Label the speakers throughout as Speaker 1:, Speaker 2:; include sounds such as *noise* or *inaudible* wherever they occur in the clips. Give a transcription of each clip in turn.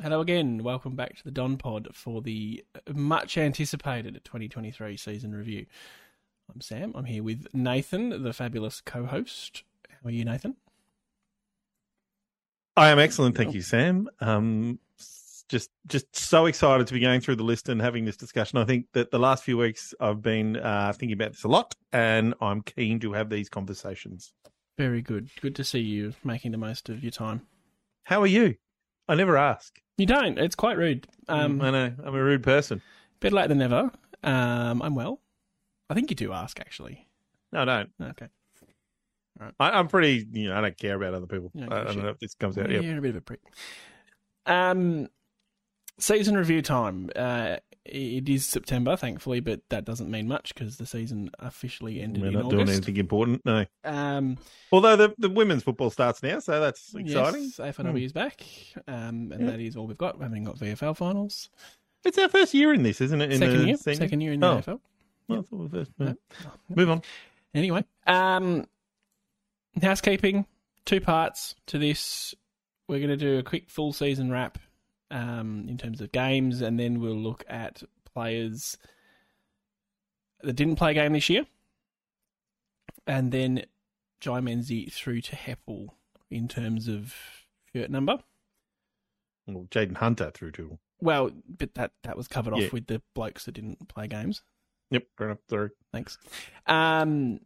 Speaker 1: Hello again. Welcome back to the Don Pod for the much anticipated 2023 season review. I'm Sam. I'm here with Nathan, the fabulous co host. How are you, Nathan?
Speaker 2: I am excellent, thank you, Sam. Um, s- just just so excited to be going through the list and having this discussion. I think that the last few weeks I've been uh, thinking about this a lot, and I'm keen to have these conversations.
Speaker 1: Very good. Good to see you making the most of your time.
Speaker 2: How are you? I never ask.
Speaker 1: You don't. It's quite rude. Um,
Speaker 2: I know I'm a rude person.
Speaker 1: Better late than never. Um, I'm well. I think you do ask, actually.
Speaker 2: No, I don't.
Speaker 1: Okay.
Speaker 2: I, I'm pretty. You know, I don't care about other people.
Speaker 1: You don't
Speaker 2: I, I
Speaker 1: give a
Speaker 2: don't know if this comes out.
Speaker 1: Yeah,
Speaker 2: Yeah.
Speaker 1: you're a bit of a prick. Um, season review time. Uh, it is September, thankfully, but that doesn't mean much because the season officially ended
Speaker 2: We're
Speaker 1: in
Speaker 2: not
Speaker 1: August.
Speaker 2: doing anything important. No.
Speaker 1: Um,
Speaker 2: Although the, the women's football starts now, so that's exciting. Hmm.
Speaker 1: Yes, AFLW is back, um, and
Speaker 2: Yeah.
Speaker 1: that is all we've got. We haven't even got VFL finals.
Speaker 2: It's our first year in this, isn't it? In
Speaker 1: second
Speaker 2: the
Speaker 1: year,
Speaker 2: senior?
Speaker 1: second year in
Speaker 2: Oh.
Speaker 1: the AFL.
Speaker 2: Well, I thought we were first.
Speaker 1: No.
Speaker 2: Move on.
Speaker 1: Anyway, um, housekeeping. Two parts to this. We're going to do a quick full season wrap um, in terms of games, and then we'll look at players that didn't play a game this year, and then Jai Menzi through to Heppel in terms of shirt number.
Speaker 2: Well, Jaden Hunter through to
Speaker 1: Well, but that that was covered off
Speaker 2: Yeah.
Speaker 1: with the blokes that didn't play games.
Speaker 2: Yep, fair enough. Sorry.
Speaker 1: Thanks. Um,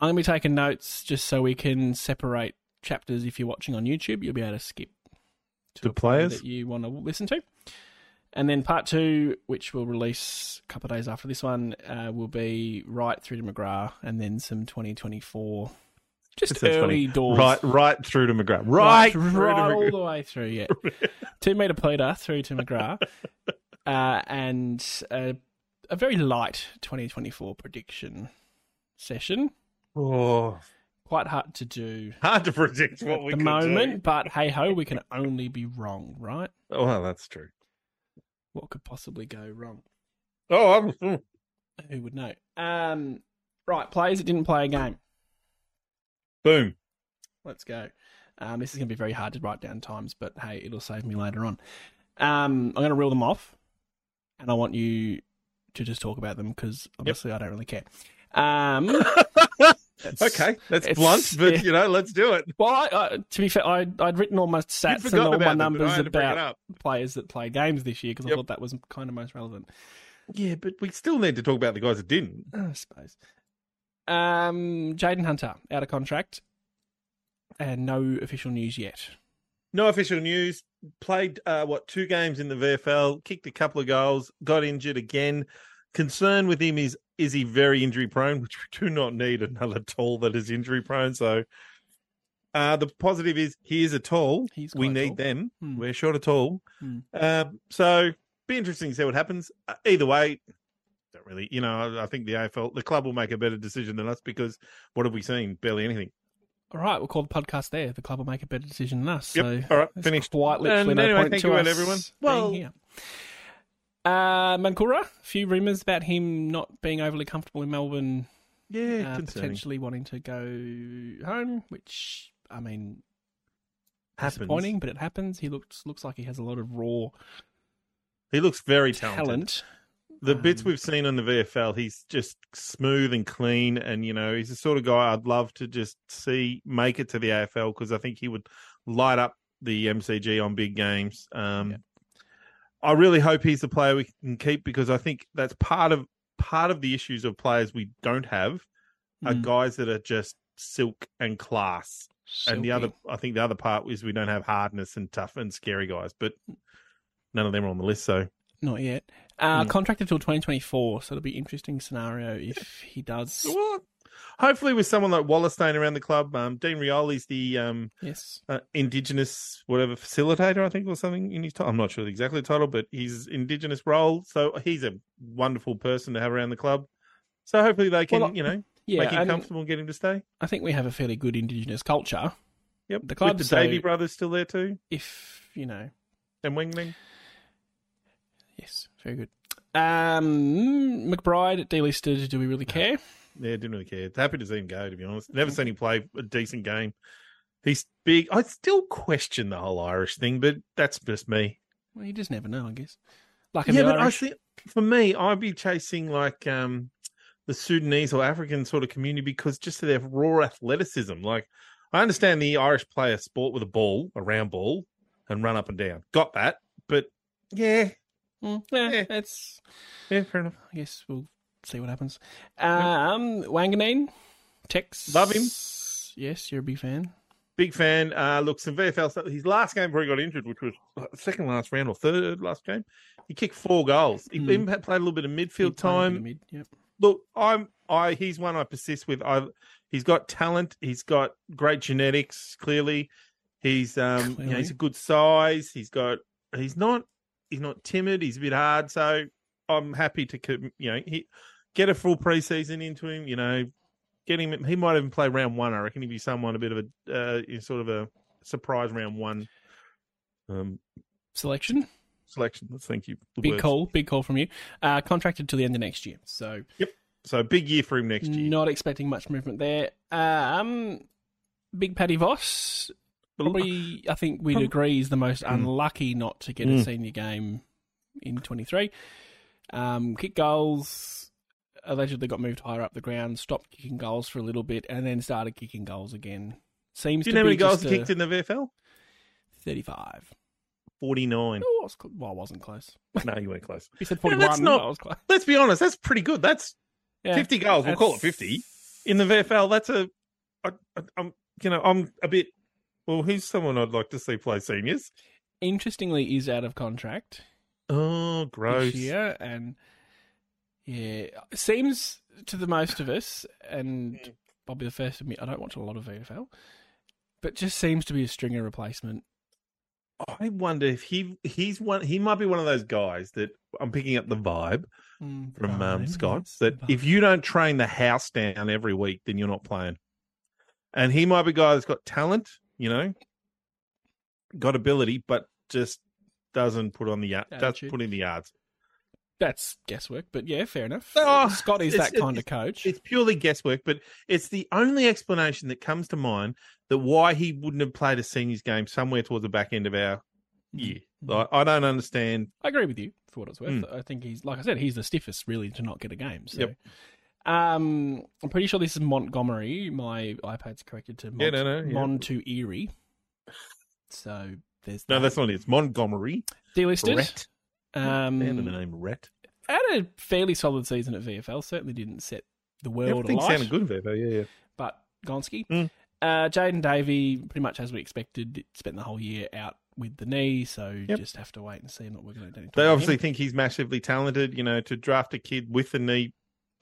Speaker 1: I'm going to be taking notes just so we can separate chapters. If you're watching on YouTube, you'll be able to skip
Speaker 2: To
Speaker 1: a player
Speaker 2: players?
Speaker 1: that you want to listen to. And then part two, which we'll release a couple of days after this one, uh, will be right through to McGrath and then some 2024.
Speaker 2: That
Speaker 1: Just
Speaker 2: sounds
Speaker 1: early doors.
Speaker 2: Right, right through to McGrath. Right,
Speaker 1: right,
Speaker 2: through
Speaker 1: right all
Speaker 2: to McGrath.
Speaker 1: the way through, yeah. *laughs* Two meter pleater through to
Speaker 2: *laughs*
Speaker 1: McGrath, uh, and a, a very light 2024 prediction session.
Speaker 2: Oh,
Speaker 1: Quite hard to do
Speaker 2: hard to predict what
Speaker 1: at
Speaker 2: we
Speaker 1: the
Speaker 2: could
Speaker 1: moment,
Speaker 2: *laughs*
Speaker 1: but hey ho, we can only be wrong, right?
Speaker 2: do. Oh, Well, that's true.
Speaker 1: What could possibly go wrong?
Speaker 2: Oh, I'm, mm.
Speaker 1: Who would know? Um, right, players that didn't play a game.
Speaker 2: boom.
Speaker 1: *laughs* Let's go. Um, this is going to be very hard to write down times, but hey, it'll save me later on. Um, I'm going to reel them off, and I want you to just talk about them because obviously I don't really care. Um, that's-
Speaker 2: Okay, that's
Speaker 1: it's-
Speaker 2: blunt, but
Speaker 1: yeah.
Speaker 2: you know, let's do it.
Speaker 1: Well, I, I, to be fair, I, I'd written all my
Speaker 2: You'd
Speaker 1: stats and
Speaker 2: forgotten
Speaker 1: all my
Speaker 2: about them, but I
Speaker 1: numbers
Speaker 2: had to bring it
Speaker 1: about
Speaker 2: up.
Speaker 1: players that play games this year because I
Speaker 2: Yep.
Speaker 1: thought that was kind of most relevant,
Speaker 2: Yeah, but we still need to talk about the guys that didn't.
Speaker 1: Ah, I suppose. Um, Jaden Hunter out of contract, and no official news yet.
Speaker 2: No official news. Played uh, what two games in the VFL. Kicked a couple of goals. Got injured again. Concern with him is is he very injury prone, *laughs* which we do not need another tall that is injury prone. So uh, the positive is he is a tall.
Speaker 1: He's
Speaker 2: We
Speaker 1: quite
Speaker 2: need
Speaker 1: tall.
Speaker 2: them.
Speaker 1: Hmm.
Speaker 2: We're short of tall.
Speaker 1: Hmm.
Speaker 2: Um, so be interesting to see what happens. Uh, either way, don't really. You know, I, I think the AFL, the club will make a better decision than us because what have we seen? Barely anything.
Speaker 1: All right, we'll call the podcast there. The club will make a better decision than us.
Speaker 2: Yep.
Speaker 1: So
Speaker 2: All right.
Speaker 1: it's
Speaker 2: Finished.
Speaker 1: Quite literally,
Speaker 2: And
Speaker 1: no
Speaker 2: anyway,
Speaker 1: point
Speaker 2: thank
Speaker 1: to
Speaker 2: you
Speaker 1: us
Speaker 2: everyone.
Speaker 1: being
Speaker 2: Well-
Speaker 1: here. uh, Mankura, a few rumours about him not being overly comfortable in Melbourne,
Speaker 2: Yeah,
Speaker 1: uh,
Speaker 2: Eh, concerning.
Speaker 1: potentially wanting to go home. Which I mean,
Speaker 2: Happens.
Speaker 1: disappointing, but it happens. He looks looks like he has a lot of raw
Speaker 2: He looks very talented.
Speaker 1: talent.
Speaker 2: The bits
Speaker 1: Um,
Speaker 2: we've seen on the VFL, he's just smooth and clean, and you know he's the sort of guy I'd love to just see make it to the AFL because I think he would light up the MCG on big games. Um,
Speaker 1: Yeah.
Speaker 2: I really hope he's the player we can keep because I think that's part of part of the issues of players we don't have are
Speaker 1: Mm.
Speaker 2: guys that are just silk and class and the other
Speaker 1: Silky.
Speaker 2: I think the other part is we don't have hardness and tough and scary guys, but none of them are on the list. So
Speaker 1: not yet uh,
Speaker 2: Mm.
Speaker 1: contracted till twenty twenty four. So it'll be interesting scenario if he does.
Speaker 2: hopefully with someone like Wallace staying around the club, um, Dean Rioli's the um,
Speaker 1: Yes,
Speaker 2: uh, Indigenous whatever facilitator, I think, or something in his title. I'm not sure the exactly the title, but his Indigenous role. So he's a wonderful person to have around the club. So hopefully they can,
Speaker 1: Well,
Speaker 2: you know,
Speaker 1: yeah.
Speaker 2: make him
Speaker 1: and-
Speaker 2: comfortable and get him to stay.
Speaker 1: I think we have a fairly good Indigenous culture.
Speaker 2: Yep,
Speaker 1: The club,
Speaker 2: with the
Speaker 1: so-
Speaker 2: Davy brothers still there too,
Speaker 1: If you know,
Speaker 2: and Wing Wing.
Speaker 1: yes, very good. Um, McBride delisted. Do we really care?
Speaker 2: Yeah, didn't really care. Happy to see him go. To be honest, never seen him play a decent game. He's big. I still question the whole Irish thing, but that's just me.
Speaker 1: Well, you just never know, I guess. Like
Speaker 2: yeah,
Speaker 1: the
Speaker 2: but I
Speaker 1: Irish.
Speaker 2: think for me, I'd be chasing like um, the Sudanese or African sort of community because just of their raw athleticism. Like, I understand the Irish play a sport with a ball, a round ball, and run up and down. Got that. But yeah,
Speaker 1: Mm, yeah,
Speaker 2: Yeah.
Speaker 1: that's.
Speaker 2: yeah, fair enough.
Speaker 1: I guess we'll see what happens. Um, Wanganeen, Tex,
Speaker 2: Love him.
Speaker 1: Yes, you're a big fan.
Speaker 2: Big fan. Uh, look, some VFL stuff. His last game before he got injured, which was uh, second last round or third last game, he kicked four goals. He
Speaker 1: Hmm.
Speaker 2: even had- played a little bit of
Speaker 1: He
Speaker 2: midfield
Speaker 1: played a bit
Speaker 2: time.
Speaker 1: of mid, yep.
Speaker 2: look, I'm I he's one I persist with. I he's got talent, he's got great genetics, clearly. He's um You know,
Speaker 1: Clearly.
Speaker 2: he's a good size, he's got he's not he's not timid, he's a bit hard, so I'm happy to co- you know, he get a full preseason into him, you know, get him he might even play round 1, I reckon he'd be someone a bit of a uh, you know, sort of a surprise round 1 um
Speaker 1: Selection.
Speaker 2: selection. Thank you. The
Speaker 1: Big
Speaker 2: words.
Speaker 1: call, big call from you. Uh, contracted till the end of next year, so
Speaker 2: So big year for him next year.
Speaker 1: not expecting much movement there. Um, Big Paddy Voss, probably I think we'd
Speaker 2: prob-
Speaker 1: agree is the most
Speaker 2: Mm.
Speaker 1: unlucky not to get a
Speaker 2: Mm.
Speaker 1: senior game in 23. Um, kick goals allegedly got moved higher up the ground, stopped kicking goals for a little bit, and then started kicking goals again. Seems
Speaker 2: Do you
Speaker 1: to
Speaker 2: know how
Speaker 1: be
Speaker 2: many goals
Speaker 1: just
Speaker 2: he
Speaker 1: a
Speaker 2: kicked in the VFL?
Speaker 1: 35.
Speaker 2: 49.
Speaker 1: Oh, I, was cl- well, I wasn't close.
Speaker 2: *laughs* No, you weren't close.
Speaker 1: You said
Speaker 2: Yeah,
Speaker 1: 41.
Speaker 2: but that's not-
Speaker 1: I was close.
Speaker 2: Let's be honest, that's pretty good. That's
Speaker 1: Yeah,
Speaker 2: 50 goals. We'll call it 50 in the VFL. That's a, I, I, I'm, you know, I'm a bit. Well, who's someone I'd like to see play seniors?
Speaker 1: Interestingly, is out of contract.
Speaker 2: Oh, gross.
Speaker 1: this year, and yeah, it seems to the most of us, and
Speaker 2: Mm.
Speaker 1: I'll be the first to admit I don't watch a lot of VFL, but just seems to be a stringer replacement.
Speaker 2: I wonder if he he's one. He might be one of those guys that I'm picking up the vibe
Speaker 1: Mm,
Speaker 2: from um,
Speaker 1: Vine,
Speaker 2: Scott
Speaker 1: yes,
Speaker 2: that
Speaker 1: Vine.
Speaker 2: if you don't train the house down every week, then you're not playing. And he might be a guy that's got talent, you know, got ability, but just doesn't put on the yard. Doesn't
Speaker 1: Attitude.
Speaker 2: put in the yards.
Speaker 1: that's guesswork, but yeah, fair enough.
Speaker 2: Oh,
Speaker 1: Scott is
Speaker 2: it's-
Speaker 1: that kind of coach.
Speaker 2: It's purely guesswork, but it's the only explanation that comes to mind that why he wouldn't have played a seniors game somewhere towards the back end of our
Speaker 1: Mm-hmm.
Speaker 2: year. Like, I don't understand.
Speaker 1: I agree with you for what it's worth.
Speaker 2: Hmm.
Speaker 1: I think he's, like I said, he's the stiffest really to not get a game. So, um, I'm pretty sure this is Montgomery. My iPad's corrected to Mont-
Speaker 2: Yeah, no, no, yeah.
Speaker 1: Mon to Erie. So there's
Speaker 2: No,
Speaker 1: that.
Speaker 2: that's not it. It's Montgomery.
Speaker 1: delisted.
Speaker 2: Rhett. Found the
Speaker 1: Um,
Speaker 2: name Rhett.
Speaker 1: had a fairly solid season at VFL. Certainly didn't set the world
Speaker 2: Everything
Speaker 1: alight.
Speaker 2: sounded good there, though. Yeah, yeah.
Speaker 1: But Gonski,
Speaker 2: Mm.
Speaker 1: uh, Jaden Davey, pretty much as we expected, spent the whole year out with the knee. So
Speaker 2: Yep.
Speaker 1: just have to wait and see. I'm not working out anything.
Speaker 2: They obviously think he's massively talented. You know, to draft a kid with a knee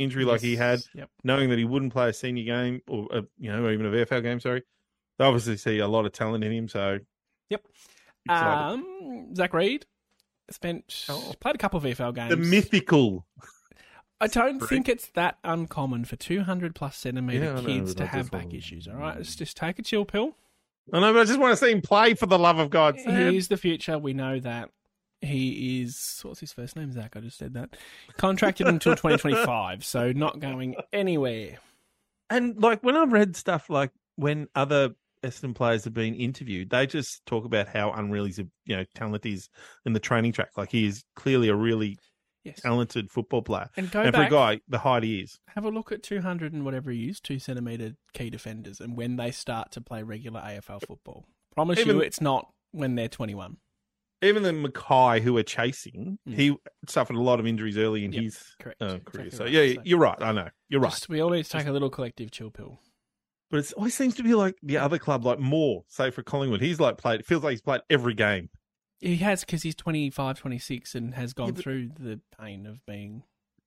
Speaker 2: injury like he had,
Speaker 1: Yep.
Speaker 2: knowing that he wouldn't play a senior game or a, you know, or even a VFL game. Sorry, they obviously see a lot of talent in him. So,
Speaker 1: Yep.
Speaker 2: Excited.
Speaker 1: Um, Zach Reed spent
Speaker 2: Oh.
Speaker 1: played a couple of VFL games.
Speaker 2: the mythical.
Speaker 1: I don't
Speaker 2: Reed.
Speaker 1: think it's that uncommon for 200 plus centimeter
Speaker 2: Yeah, I know,
Speaker 1: kids
Speaker 2: but
Speaker 1: to
Speaker 2: I
Speaker 1: have
Speaker 2: just want-
Speaker 1: back issues. All right, let's just take a chill pill.
Speaker 2: I know, but I just want to see him play for the love of God.
Speaker 1: He is the future. We know that. He is. What's his first name, Zach? I just said that. Contracted until
Speaker 2: *laughs*
Speaker 1: 2025, so not going anywhere.
Speaker 2: And like when I've read stuff like when other Essendon players have been interviewed, they just talk about how unreal his you know talent is in the training track. Like he is clearly a really
Speaker 1: Yes.
Speaker 2: talented football player.
Speaker 1: And go
Speaker 2: and
Speaker 1: back,
Speaker 2: for a guy, the height he is.
Speaker 1: have a look at 200 and whatever he is, two centimeter key defenders, and when they start to play regular AFL football. Promise
Speaker 2: Even-
Speaker 1: you, it's not when they're 21.
Speaker 2: Even the Mackay who are chasing,
Speaker 1: Mm.
Speaker 2: he suffered a lot of injuries early in
Speaker 1: Yep,
Speaker 2: his
Speaker 1: Correct.
Speaker 2: uh,
Speaker 1: Exactly
Speaker 2: career.
Speaker 1: right.
Speaker 2: So yeah, you're right. I know you're right.
Speaker 1: just- we all need to take a little collective chill pill.
Speaker 2: but it always seems to be like the other club, like more say for Collingwood. He's like played. It feels like he's played every game.
Speaker 1: He has because he's 25, 26, and has gone
Speaker 2: but-
Speaker 1: through the pain of being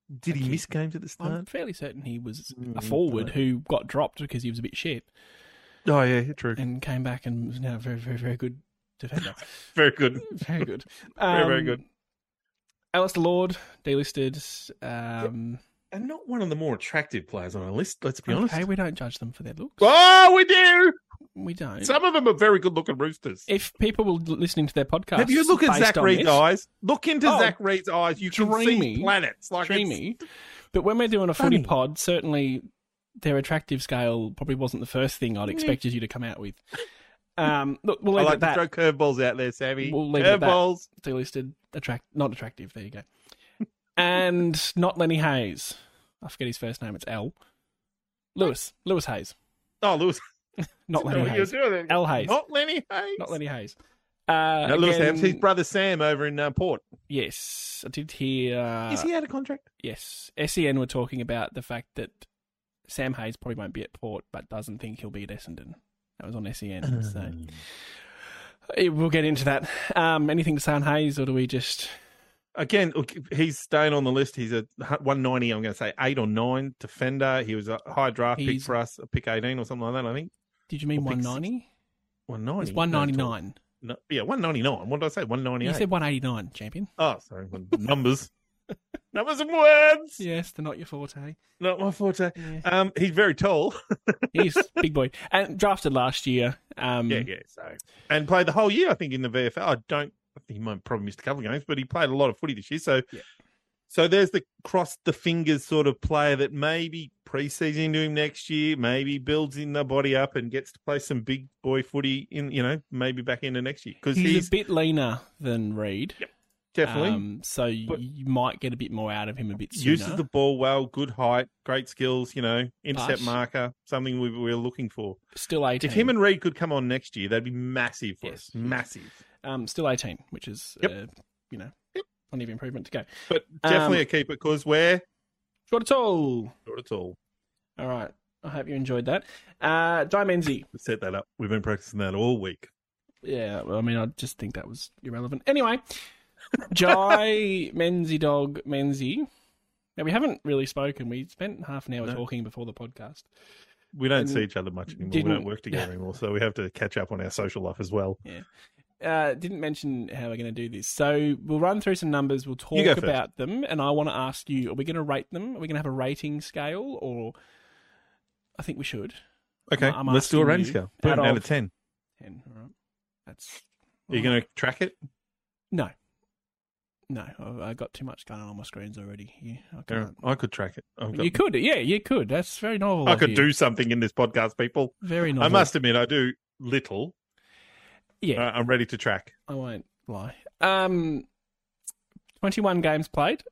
Speaker 2: Did he
Speaker 1: Actually,
Speaker 2: miss games at the
Speaker 1: I'm
Speaker 2: start?
Speaker 1: fairly certain he was a
Speaker 2: Mm,
Speaker 1: forward
Speaker 2: right.
Speaker 1: who got dropped because he was a bit shit
Speaker 2: Oh yeah, true.
Speaker 1: and came back and was now a very, very, very good defender.
Speaker 2: *laughs* Very good.
Speaker 1: very good.
Speaker 2: Very, very good.
Speaker 1: Alistair Lord, delisted. Um,
Speaker 2: and not one of the more attractive players on our list. Let's be
Speaker 1: Okay,
Speaker 2: honest.
Speaker 1: we don't judge them for their looks.
Speaker 2: Oh, we do.
Speaker 1: We don't.
Speaker 2: Some of them are very good-looking roosters.
Speaker 1: if people were listening to their podcast,
Speaker 2: If you look at
Speaker 1: based
Speaker 2: Zach
Speaker 1: on
Speaker 2: Reed's
Speaker 1: this,
Speaker 2: eyes, look into
Speaker 1: Oh,
Speaker 2: Zach Reed's eyes. You can
Speaker 1: dreamy,
Speaker 2: see planets. Like it's-
Speaker 1: dreamy. But when we're doing a footy
Speaker 2: Funny.
Speaker 1: pod, certainly their attractive scale probably wasn't the first thing I'd expected you to come out with. Um, look, we'll
Speaker 2: I
Speaker 1: leave
Speaker 2: like
Speaker 1: it
Speaker 2: to
Speaker 1: at
Speaker 2: throw
Speaker 1: that.
Speaker 2: curveballs out there, Sammy.
Speaker 1: We'll leave it at that.
Speaker 2: curveballs.
Speaker 1: Delisted, attract, not attractive. There you go. And not Lenny Hayes. I forget his first name. It's L. Lewis. Lewis Hayes.
Speaker 2: Oh, Lewis.
Speaker 1: Not
Speaker 2: I don't know
Speaker 1: Lenny
Speaker 2: what you're
Speaker 1: Hayes.
Speaker 2: doing there.
Speaker 1: L Hayes.
Speaker 2: Oh, Not Lenny Hayes.
Speaker 1: Not Lenny Hayes. Uh,
Speaker 2: No, Lewis
Speaker 1: again-
Speaker 2: Hayes. His brother Sam over in uh, Port.
Speaker 1: Yes, I did hear. Uh,
Speaker 2: Is he out of contract?
Speaker 1: Yes, SEN were talking about the fact that Sam Hayes probably won't be at Port, but doesn't think he'll be at Essendon. That was on SEN. so Eh, we'll get into that. Um, anything to say on Hayes, or do we just?
Speaker 2: Again, look, he's staying on the list. He's a 190, I'm going to say, eight or nine defender. He was a high draft pick
Speaker 1: He's-
Speaker 2: for us, a pick 18 or something like that, I think.
Speaker 1: Did you mean one
Speaker 2: We'll pick six.
Speaker 1: ninety? It's
Speaker 2: 190.
Speaker 1: one ninety nine.
Speaker 2: No, yeah, 199. What did I say?
Speaker 1: You
Speaker 2: 198.
Speaker 1: said one eighty nine, champion.
Speaker 2: Oh,
Speaker 1: *laughs*
Speaker 2: sorry. one- Numbers. Numbers and words.
Speaker 1: Yes, they're not your forte.
Speaker 2: Not my forte.
Speaker 1: Yeah.
Speaker 2: Um, he's very tall.
Speaker 1: He's big boy and drafted last year. Um,
Speaker 2: Yeah, yeah. So and played the whole year, I think, in the VFL. I don't. I think he might probably missed a couple of games, but he played a lot of footy this year. So,
Speaker 1: Yeah.
Speaker 2: so there's the cross the fingers sort of player that maybe preseason into him next year, maybe builds in the body up and gets to play some big boy footy in you know maybe back into next year because
Speaker 1: He's,
Speaker 2: he's,
Speaker 1: a bit leaner than Reed,
Speaker 2: definitely
Speaker 1: um, so you,
Speaker 2: But-
Speaker 1: you might get a bit more out of him a bit sooner.
Speaker 2: uses the ball well, good height, great skills. You know, intercept
Speaker 1: But-
Speaker 2: marker, something we, we're looking for.
Speaker 1: Still eighteen.
Speaker 2: If him and Reed could come on next year, that'd be massive for
Speaker 1: Yes.
Speaker 2: us. Massive.
Speaker 1: um, still 18, which is,
Speaker 2: Yep.
Speaker 1: uh, you know, plenty of improvement to go.
Speaker 2: But
Speaker 1: Um,
Speaker 2: definitely a keeper because we're
Speaker 1: Short at all.
Speaker 2: not at all.
Speaker 1: All right. I hope you enjoyed that. Uh, Dimenzi.
Speaker 2: We've set that up. We've been practicing that all week.
Speaker 1: Yeah, well, I mean, I just think that was irrelevant. Anyway,
Speaker 2: *laughs*
Speaker 1: Jai Menzi Dog Menzi. Now, we haven't really spoken. We spent half an hour
Speaker 2: No.
Speaker 1: talking before the podcast.
Speaker 2: We don't
Speaker 1: And
Speaker 2: see each other much anymore. We
Speaker 1: didn't-
Speaker 2: don't work together anymore, so we have to catch up on our social life as well.
Speaker 1: Uh, didn't mention how we're going to do this. So we'll run through some numbers. We'll talk
Speaker 2: You go first.
Speaker 1: about them. And I want to ask you are we going to rate them? Are we going to have a rating scale? Or I think we should.
Speaker 2: Okay,
Speaker 1: I'm
Speaker 2: let's do a
Speaker 1: asking
Speaker 2: rating
Speaker 1: you,
Speaker 2: scale. Put it
Speaker 1: out
Speaker 2: out
Speaker 1: of-
Speaker 2: of ten.
Speaker 1: 10. All right. That's.
Speaker 2: Are you going to track it?
Speaker 1: No. No, I, I got too much going on on my screens already. You, I
Speaker 2: Yeah,
Speaker 1: can't.
Speaker 2: I could track it. I've got-
Speaker 1: You could, yeah, you could. That's very novel.
Speaker 2: I
Speaker 1: of
Speaker 2: could
Speaker 1: you.
Speaker 2: do something in this podcast, people.
Speaker 1: very novel.
Speaker 2: I must admit, I do little.
Speaker 1: Yeah,
Speaker 2: Uh, I'm ready to track.
Speaker 1: I won't lie. Um, twenty-one games played,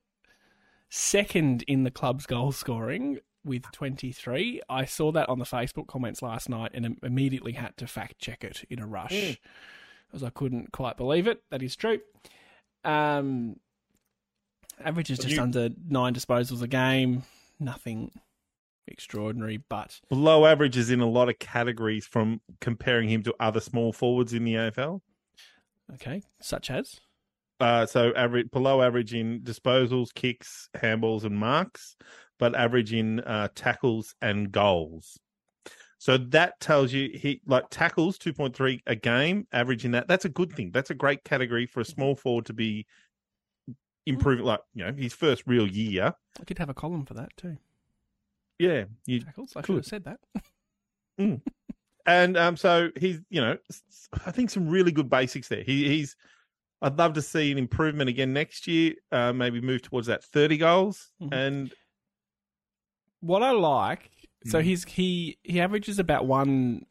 Speaker 1: second in the club's goal scoring with twenty-three. I saw that on the Facebook comments last night and im- immediately had to fact check it in a rush,
Speaker 2: Mm.
Speaker 1: as I couldn't quite believe it. That is true. Um, average is
Speaker 2: But
Speaker 1: just
Speaker 2: you-
Speaker 1: under nine disposals a game. Nothing extraordinary, but
Speaker 2: Below average is in a lot of categories from comparing him to other small forwards in the AFL.
Speaker 1: okay, such as
Speaker 2: Uh, so average below average in disposals, kicks, handballs, and marks, but average in uh, tackles and goals. So that tells you he like tackles two point three a game, average in that. That's a good thing. That's a great category for a small forward to be improving. Like you know, his first real year.
Speaker 1: I did have a column for that too.
Speaker 2: Yeah, you
Speaker 1: Jackals, I should
Speaker 2: Good.
Speaker 1: have said that.
Speaker 2: And um, so he's, you know, s- I think some really good basics there. He, he's, I'd love to see an improvement again next year. Uh, maybe move towards that thirty goals.
Speaker 1: Mhm.
Speaker 2: And
Speaker 1: what I like, so
Speaker 2: Mm.
Speaker 1: he's he he averages about one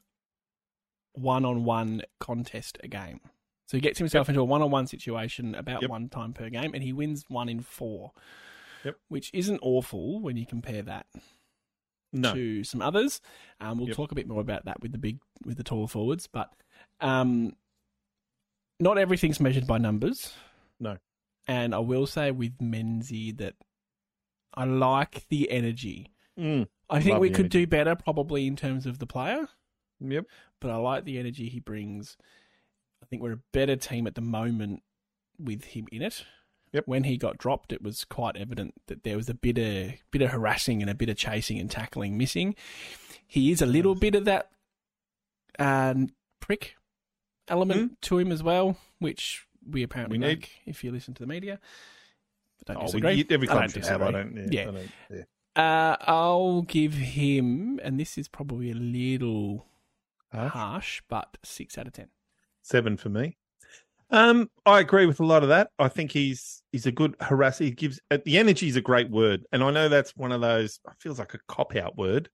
Speaker 1: one on one contest a game. So he gets himself into a one on one situation about
Speaker 2: Yep.
Speaker 1: one time per game, and he wins one in four.
Speaker 2: Yep.
Speaker 1: Which isn't awful when you compare that
Speaker 2: no,
Speaker 1: to some others. Um, we'll
Speaker 2: Yep.
Speaker 1: talk a bit more about that with the big with the tall forwards, but um, not everything's measured by numbers.
Speaker 2: No.
Speaker 1: And I will say with Menzi that I like the energy.
Speaker 2: Mm.
Speaker 1: I think
Speaker 2: Love
Speaker 1: we
Speaker 2: the
Speaker 1: could do better probably in terms of the player,
Speaker 2: yep,
Speaker 1: but I like the energy he brings. I think we're a better team at the moment with him in it.
Speaker 2: Yep.
Speaker 1: When he got dropped, it was quite evident that there was a bit of bit of harassing and a bit of chasing and tackling missing. He is a little bit of that um, prick element to him as well, which we apparently
Speaker 2: Hmm. We need-
Speaker 1: like if you listen to the media. I don't
Speaker 2: oh, we,
Speaker 1: disagree.
Speaker 2: you- every
Speaker 1: I
Speaker 2: club
Speaker 1: don't
Speaker 2: should have. I
Speaker 1: disagree.
Speaker 2: don't. Yeah,
Speaker 1: Yeah.
Speaker 2: I don't- yeah.
Speaker 1: Uh, I'll give him, and this is probably a little
Speaker 2: Harsh.
Speaker 1: harsh, but six out of ten.
Speaker 2: seven for me. Um, I agree with a lot of that. I think he's he's a good harasser. He gives uh, the energy is a great word, and I know that's one of those. It feels like a cop out word.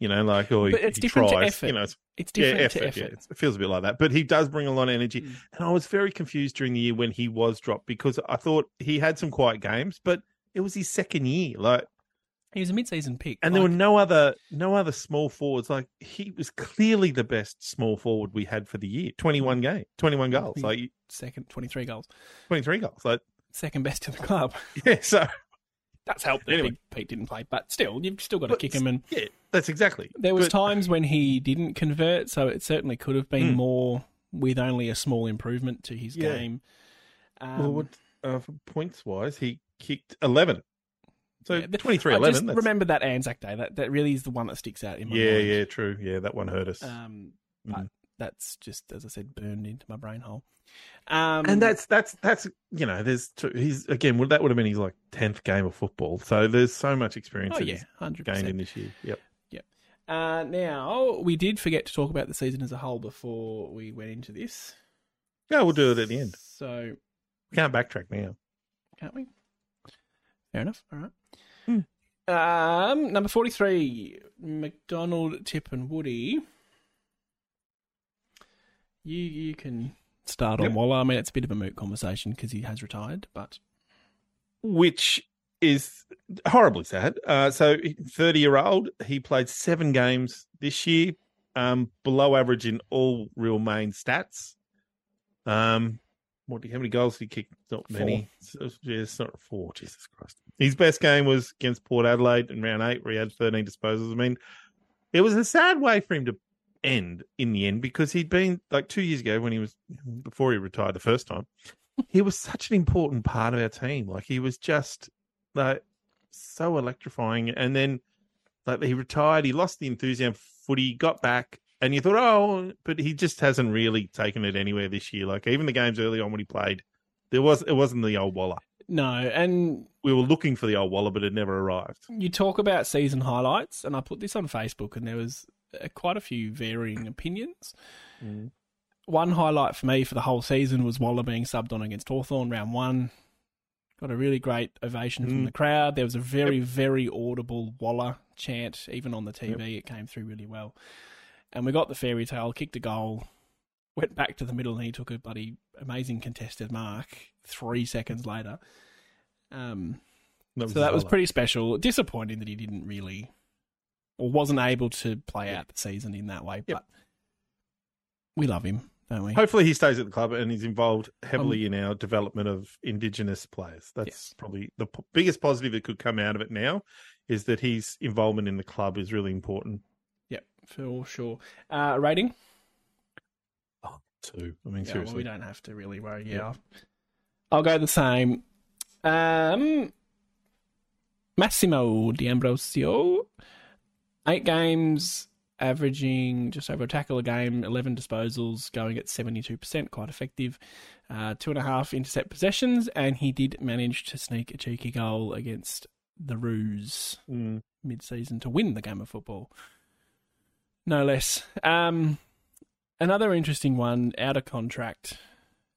Speaker 2: You you know, like or
Speaker 1: But
Speaker 2: he,
Speaker 1: it's
Speaker 2: he
Speaker 1: different to
Speaker 2: tries,
Speaker 1: effort.
Speaker 2: you know, it's,
Speaker 1: It's
Speaker 2: yeah,
Speaker 1: different
Speaker 2: effort,
Speaker 1: to
Speaker 2: yeah,
Speaker 1: effort.
Speaker 2: it's- it feels a bit like that. But he does bring a lot of energy,
Speaker 1: Mm.
Speaker 2: and I was very confused during the year when he was dropped because I thought he had some quiet games, but it was his second year, like,
Speaker 1: He was a mid-season pick,
Speaker 2: and there were no other no other small forwards. Like he was clearly the best small forward we had for the year. Twenty
Speaker 1: Mm.
Speaker 2: one game, twenty one goals,
Speaker 1: Yeah.
Speaker 2: like
Speaker 1: second, twenty-three goals,
Speaker 2: twenty three goals, like *laughs*
Speaker 1: second best in the club. *laughs*
Speaker 2: yeah. So
Speaker 1: That's helped. That
Speaker 2: Anyway.
Speaker 1: Big Pete didn't play, but still, you've still got to
Speaker 2: But
Speaker 1: kick him. And
Speaker 2: yeah, that's exactly.
Speaker 1: there was
Speaker 2: But-
Speaker 1: times when he didn't convert, so it certainly could have been
Speaker 2: Mm.
Speaker 1: more with only a small improvement to his
Speaker 2: Yeah.
Speaker 1: game. Um,
Speaker 2: well, what, uh, for points wise, he kicked eleven. So
Speaker 1: Yeah, but
Speaker 2: twenty three
Speaker 1: I
Speaker 2: eleven.
Speaker 1: just
Speaker 2: 23-11, that's-
Speaker 1: remember that Anzac Day. That that really is the one that sticks out in my
Speaker 2: yeah,
Speaker 1: mind.
Speaker 2: yeah, true. Yeah, that one hurt us.
Speaker 1: Um, but
Speaker 2: Mm.
Speaker 1: that's just as I said, burned into my brain hole. Um,
Speaker 2: and that's that's that's you know, there's two, he's again. Well, that would have been his like tenth game of football. So there's so much experience
Speaker 1: oh
Speaker 2: that
Speaker 1: yeah,
Speaker 2: he's
Speaker 1: hundred
Speaker 2: gained in
Speaker 1: percent.
Speaker 2: this year. Yep.
Speaker 1: Uh, now we did forget to talk about the season as a whole before we went into this.
Speaker 2: Yeah, we'll do it at the end.
Speaker 1: So
Speaker 2: We can't backtrack now.
Speaker 1: can't we? Fair enough. All right.
Speaker 2: Hmm.
Speaker 1: Um, number forty-three, McDonald, Tip, and Woody. You you can start on
Speaker 2: Yep.
Speaker 1: Waller. I mean, it's a bit of a moot conversation because he has retired, but
Speaker 2: Which is horribly sad. Uh, so thirty year old, he played seven games this year, um, below average in all real main stats. Um, what do you- how many goals did he kick? Not
Speaker 1: Four.
Speaker 2: many. So, yeah, it's not four. Jesus Christ. His best game was against Port Adelaide in round eight, where he had 13 disposals. I mean, it was a sad way for him to end in the end because he'd been like two years ago when he was before he retired the first time. he was such an important part of our team. Like he was just like so electrifying. And then like he retired, he lost the enthusiasm for footy, got back, and you thought, oh, but he just hasn't really taken it anywhere this year. Like even the games early on when he played, there was it wasn't the old Waller.
Speaker 1: no. And
Speaker 2: We were looking for the old Waller, but it never arrived.
Speaker 1: you talk about season highlights, and I put this on Facebook, and there was uh, quite a few varying opinions. Mm. One highlight for me for the whole season was Waller being subbed on against Hawthorn round one. Got a really great ovation from
Speaker 2: Mm.
Speaker 1: the crowd. There was a very, very audible Waller chant, even on the TV. It came through really well. And we got the fairy tale, kicked a goal, went back to the middle, and he took a bloody amazing contested mark three seconds later. Um, so that was
Speaker 2: Waller.
Speaker 1: pretty special. Disappointing that he didn't really or wasn't able to play out the season in that way,
Speaker 2: Yep.
Speaker 1: but we love him, don't we?
Speaker 2: Hopefully, he stays at the club and he's involved heavily in our development of Indigenous players. That's
Speaker 1: Um, Yes.
Speaker 2: probably the p- biggest positive that could come out of it now is that his involvement in the club is really important.
Speaker 1: Yep, for sure. Uh, rating?
Speaker 2: Too, I mean,
Speaker 1: Yeah, well,
Speaker 2: seriously,
Speaker 1: we don't have to really worry. Yeah.
Speaker 2: Yeah.
Speaker 1: I'll go the same. Um, Massimo D'Ambrosio, eight games, averaging just over a tackle a game, 11 disposals, going at 72%, quite effective. Uh, two and a half intercept possessions, and he did manage to sneak a cheeky goal against the Ruse
Speaker 2: Mm.
Speaker 1: mid season to win the game of football. No less. Um, another interesting one out of contract,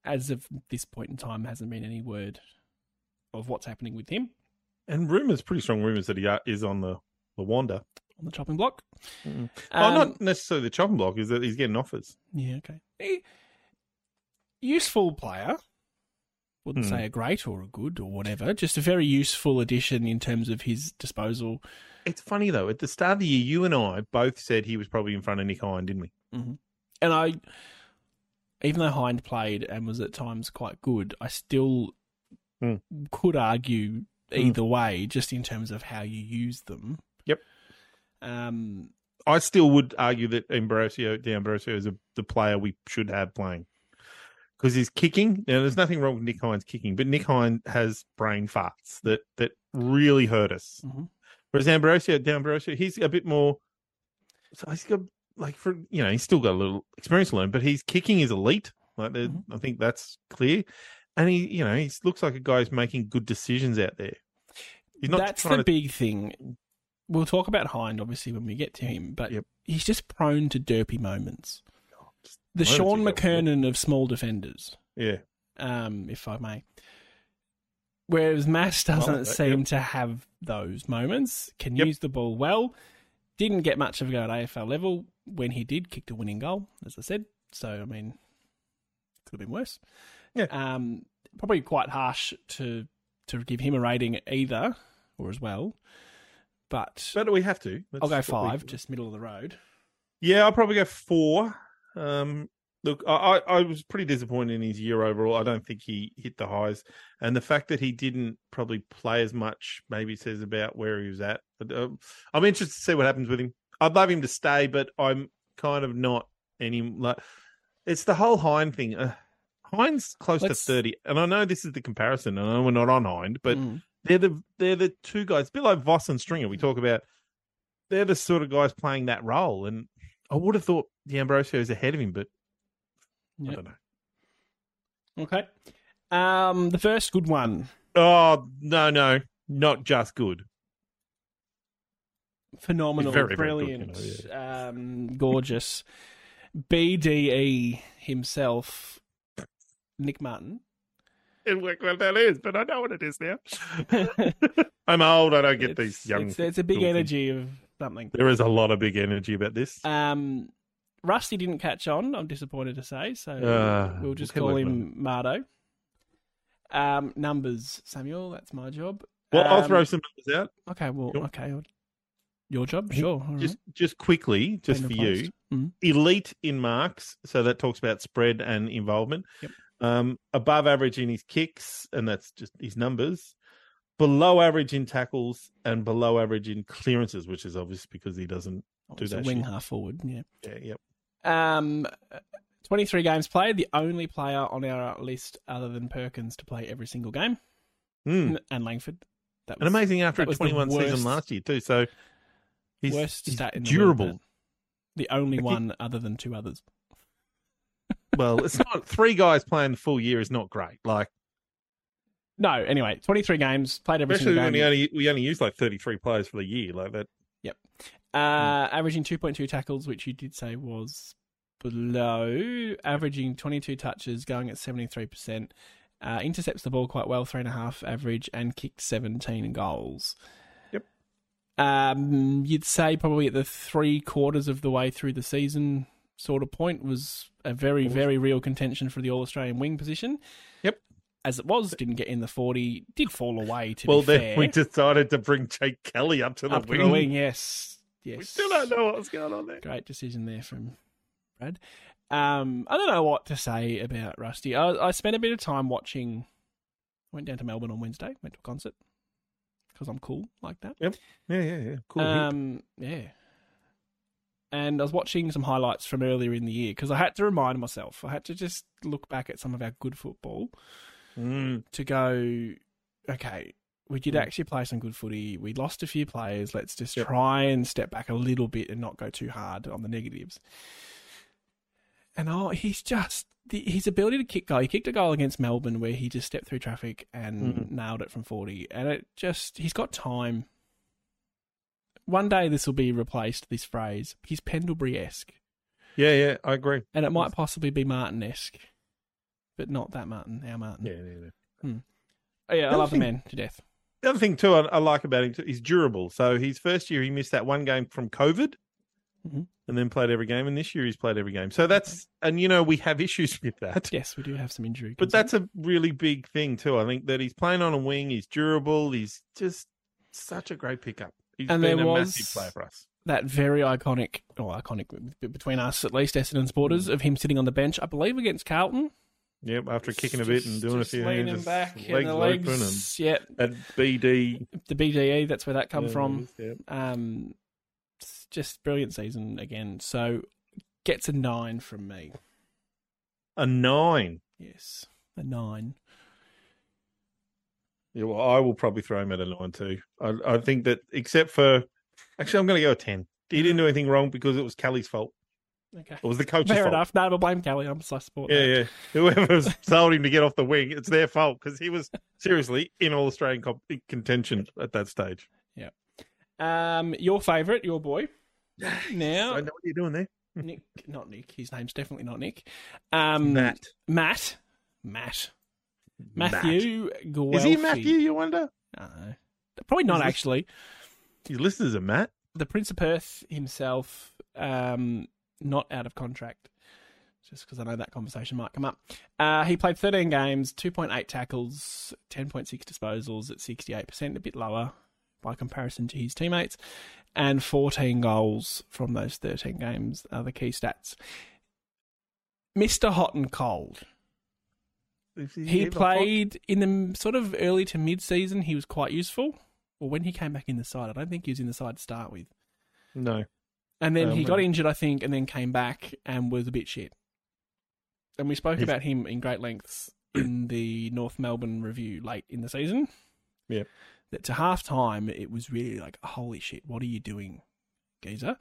Speaker 1: as of this point in time, hasn't been any word of what's happening with him
Speaker 2: and rumors, pretty strong rumors that he are, is on the the wander.
Speaker 1: on the chopping block.
Speaker 2: Mm.
Speaker 1: Um,
Speaker 2: oh, not necessarily the chopping block. Is that he's getting offers?
Speaker 1: Yeah, okay. Eh, Useful player. Wouldn't
Speaker 2: Hmm.
Speaker 1: say a great or a good or whatever. Just a very useful addition in terms of his disposal.
Speaker 2: It's funny though. At the start of the year, you and I both said he was probably in front of Nick Hine, didn't we?
Speaker 1: And I, even though Hind played and was at times quite good, I still
Speaker 2: Mm.
Speaker 1: could argue
Speaker 2: Mm.
Speaker 1: either way, just in terms of how you use them.
Speaker 2: Yep.
Speaker 1: Um,
Speaker 2: I still would argue that Ambrosio D'Ambrosio is a, the player we should have playing because he's kicking. Now, there's nothing wrong with Nick Hines kicking, but Nick Hines has brain farts that that really hurt us.
Speaker 1: Mhm.
Speaker 2: Whereas Ambrosio D'Ambrosio, he's a bit more. So he's got like for you know he's still got a little experience to learn, but he's kicking is elite. Like the-
Speaker 1: Mhm.
Speaker 2: I think that's clear, and he you know he looks like a guy who's making good decisions out there. He's not
Speaker 1: that's
Speaker 2: trying
Speaker 1: the
Speaker 2: to.
Speaker 1: big thing. We'll talk about Hind, obviously, when we get to him, but
Speaker 2: Yep. Oh,
Speaker 1: he's just prone to derpy moments.
Speaker 2: just
Speaker 1: The
Speaker 2: moments
Speaker 1: Sean
Speaker 2: you go for.
Speaker 1: McKernan of small defenders.
Speaker 2: Yeah,
Speaker 1: um, if I may. Whereas Mash
Speaker 2: I like
Speaker 1: doesn't
Speaker 2: that,
Speaker 1: seem to have those moments, can
Speaker 2: uh, Yep.
Speaker 1: use the ball well, Didn't get much of a go at AFL level when he did kick the winning goal, as I said. So I mean, could have been worse.
Speaker 2: Yeah.
Speaker 1: Um, probably quite harsh to to give him a rating either or as well. But
Speaker 2: But we have to. That's
Speaker 1: I'll go
Speaker 2: what we-
Speaker 1: five, just middle of the road.
Speaker 2: Yeah, I'll probably go four. Um, look, I, I I was pretty disappointed in his year overall. I don't think he hit the highs, and the fact that he didn't probably play as much maybe says about where he was at. But um, I'm interested to see what happens with him. I'd love him to stay, but I'm kind of not any like. It's the whole Hind thing. Uh, Hind's close
Speaker 1: Let's-
Speaker 2: to thirty, and I know this is the comparison. and I know we're not on Hind, but
Speaker 1: Mm.
Speaker 2: they're the they're the two guys, a bit like Voss and Stringer. We talk about they're the sort of guys playing that role, and I would have thought D'Ambrosio is ahead of him, but
Speaker 1: Yep.
Speaker 2: I don't know.
Speaker 1: okay. Um, the first good one,
Speaker 2: Oh no, no, not just good.
Speaker 1: phenomenal,
Speaker 2: Very, very good, you
Speaker 1: brilliant,
Speaker 2: know,
Speaker 1: um, gorgeous. BDE himself, Nick Martin.
Speaker 2: I don't know what that is, but I know what it is now. *laughs* I'm old. I don't get
Speaker 1: It's-
Speaker 2: these young.
Speaker 1: It's, it's a big
Speaker 2: little
Speaker 1: energy of something.
Speaker 2: There is a lot of big energy about this.
Speaker 1: Um, Rusty didn't catch on. I'm disappointed to say. So
Speaker 2: Ah,
Speaker 1: we'll just
Speaker 2: we'll
Speaker 1: call
Speaker 2: work on
Speaker 1: him Mardo. Um, numbers, Samuel. That's my job.
Speaker 2: well, I'll
Speaker 1: um,
Speaker 2: throw some numbers out
Speaker 1: Okay. Well.
Speaker 2: Sure.
Speaker 1: Okay. Your job. Sure. all
Speaker 2: just
Speaker 1: right.
Speaker 2: just quickly, just
Speaker 1: Been
Speaker 2: for you.
Speaker 1: replaced. Mm.
Speaker 2: elite in marks, so that talks about spread and involvement.
Speaker 1: Yep.
Speaker 2: Um, above average in his kicks, and that's just his numbers. Below average in tackles and below average in clearances, which is obvious because he doesn't.
Speaker 1: Oh,
Speaker 2: Do
Speaker 1: it's a
Speaker 2: that
Speaker 1: wing
Speaker 2: shit.
Speaker 1: half forward. Yeah.
Speaker 2: Yeah, yep.
Speaker 1: Um, 23 games played. The only player on our list other than Perkins to play every single game,
Speaker 2: Mm.
Speaker 1: and Langford. That
Speaker 2: And
Speaker 1: was
Speaker 2: amazing after a
Speaker 1: that was the
Speaker 2: 21 season
Speaker 1: worst-
Speaker 2: last year too. So he's,
Speaker 1: worst
Speaker 2: he's
Speaker 1: stat in the world,
Speaker 2: durable.
Speaker 1: man. The only
Speaker 2: If you-
Speaker 1: one other than two others.
Speaker 2: *laughs* well, it's not three guys playing the full year is not great. Like
Speaker 1: No, anyway, 23 games, played every
Speaker 2: especially
Speaker 1: single
Speaker 2: when
Speaker 1: game.
Speaker 2: we only we only use like 33 players for the year. Like that Mm.
Speaker 1: uh, averaging 2.2 tackles, which you did say was below, averaging 22 touches, going at 73%. Uh, intercepts the ball quite well, three and a half average, and kicked 17 goals.
Speaker 2: Yep.
Speaker 1: Um, you'd say probably at the three quarters of the way through the season, sort of point was a very, very real contention for the All Australian wing position.
Speaker 2: Yep.
Speaker 1: As it was, didn't get in the 40, did fall away to
Speaker 2: well
Speaker 1: be
Speaker 2: then
Speaker 1: fair.
Speaker 2: we decided to bring Jake Kelly up to the
Speaker 1: Up to
Speaker 2: wing.
Speaker 1: the wing, yes. Yes.
Speaker 2: We still don't know what's going on there.
Speaker 1: Great decision there from Brad. Um, I don't know what to say about Rusty. I, I spent a bit of time watching. Went down to Melbourne on Wednesday. Went to a concert because I'm cool like that.
Speaker 2: Yeah, yeah, yeah. Cool.
Speaker 1: Um, yeah. And I was watching some highlights from earlier in the year because I had to remind myself. I had to just look back at some of our good football
Speaker 2: Mm.
Speaker 1: to go, okay, we did
Speaker 2: Mm.
Speaker 1: actually play some good footy. We lost a few players. Let's just
Speaker 2: Yep.
Speaker 1: try and step back a little bit and not go too hard on the negatives. And oh, he's just the, his ability to kick goal. He kicked a goal against Melbourne where he just stepped through traffic and
Speaker 2: Mhm.
Speaker 1: nailed it from forty. And it just he's got time. One day this will be replaced. This phrase he's Pendlebury esque,
Speaker 2: Yeah, yeah, I agree.
Speaker 1: and it might possibly be Martin esque, but not that Martin. Our Martin.
Speaker 2: Yeah, yeah, yeah.
Speaker 1: Oh, yeah, I
Speaker 2: Another
Speaker 1: love the
Speaker 2: thing-
Speaker 1: man to death.
Speaker 2: The other thing too I, I like about him too, he's durable. So his first year he missed that one game from COVID,
Speaker 1: Mhm.
Speaker 2: and then played every game. And this year he's played every game. So that's and you know we have *laughs* issues with that.
Speaker 1: Yes, we do have some injury.
Speaker 2: But that's a really big thing too. I think that he's playing on a wing. He's durable. He's just such a great pickup. He's
Speaker 1: And
Speaker 2: been
Speaker 1: there
Speaker 2: a
Speaker 1: was-
Speaker 2: massive player for us.
Speaker 1: that very iconic, or iconic b- between us at least, Essendon supporters, of him sitting on the bench, I believe against Carlton.
Speaker 2: Yep, after kicking a
Speaker 1: Just-
Speaker 2: bit and doing
Speaker 1: just
Speaker 2: a few
Speaker 1: leaning
Speaker 2: just
Speaker 1: back
Speaker 2: legs
Speaker 1: and the legs.
Speaker 2: open
Speaker 1: Yeah,
Speaker 2: and, and BD
Speaker 1: the BDE, that's where that come
Speaker 2: Yeah,
Speaker 1: from.
Speaker 2: yeah.
Speaker 1: Um, it's just brilliant season again. So gets a nine from me.
Speaker 2: A nine.
Speaker 1: Yes, a nine.
Speaker 2: Yeah, well, I will probably throw him at a nine too. I, I think that, except for, actually, I'm going to go a ten. He didn't do anything wrong because it was Kelly's fault.
Speaker 1: Okay,
Speaker 2: It was the coach's
Speaker 1: fair
Speaker 2: fault.
Speaker 1: enough. No, but blame Kelly. I'm so support.
Speaker 2: Yeah,
Speaker 1: that.
Speaker 2: yeah.
Speaker 1: *laughs*
Speaker 2: Whoever's told him to get off the wing, it's their fault because he was seriously in all Australian comp- contention at that stage.
Speaker 1: Um, your favourite, your boy.
Speaker 2: I
Speaker 1: Now,
Speaker 2: know what you're doing there.
Speaker 1: Nick, not Nick. His name's definitely not Nick. Um, Matt, Matt, Matthew Guelphy.
Speaker 2: Is he Matthew? You wonder.
Speaker 1: I don't know. Probably not
Speaker 2: Is this-
Speaker 1: actually.
Speaker 2: Your listeners are Matt.
Speaker 1: the Prince of Perth himself, um, not out of contract, just because I know that conversation might come up. Uh, he played 13 games, 2.8 tackles, 10.6 disposals at 68%, a bit lower by comparison to his teammates, and 14 goals from those 13 games are the key stats. Mr. Hot and Cold.
Speaker 2: If
Speaker 1: He
Speaker 2: ever hot-
Speaker 1: played in the m- sort of early to mid season, he was quite useful. Well, when he came back in the side, I don't think he was in the side to start with.
Speaker 2: No.
Speaker 1: And then
Speaker 2: Oh,
Speaker 1: he got
Speaker 2: man.
Speaker 1: injured, I think, and then came back and was a bit shit. And we spoke
Speaker 2: He's-
Speaker 1: about him in great lengths
Speaker 2: *clears throat*
Speaker 1: in the North Melbourne review late in the season.
Speaker 2: Yep.
Speaker 1: That to half time, it was really like, holy shit, what are you doing, geezer?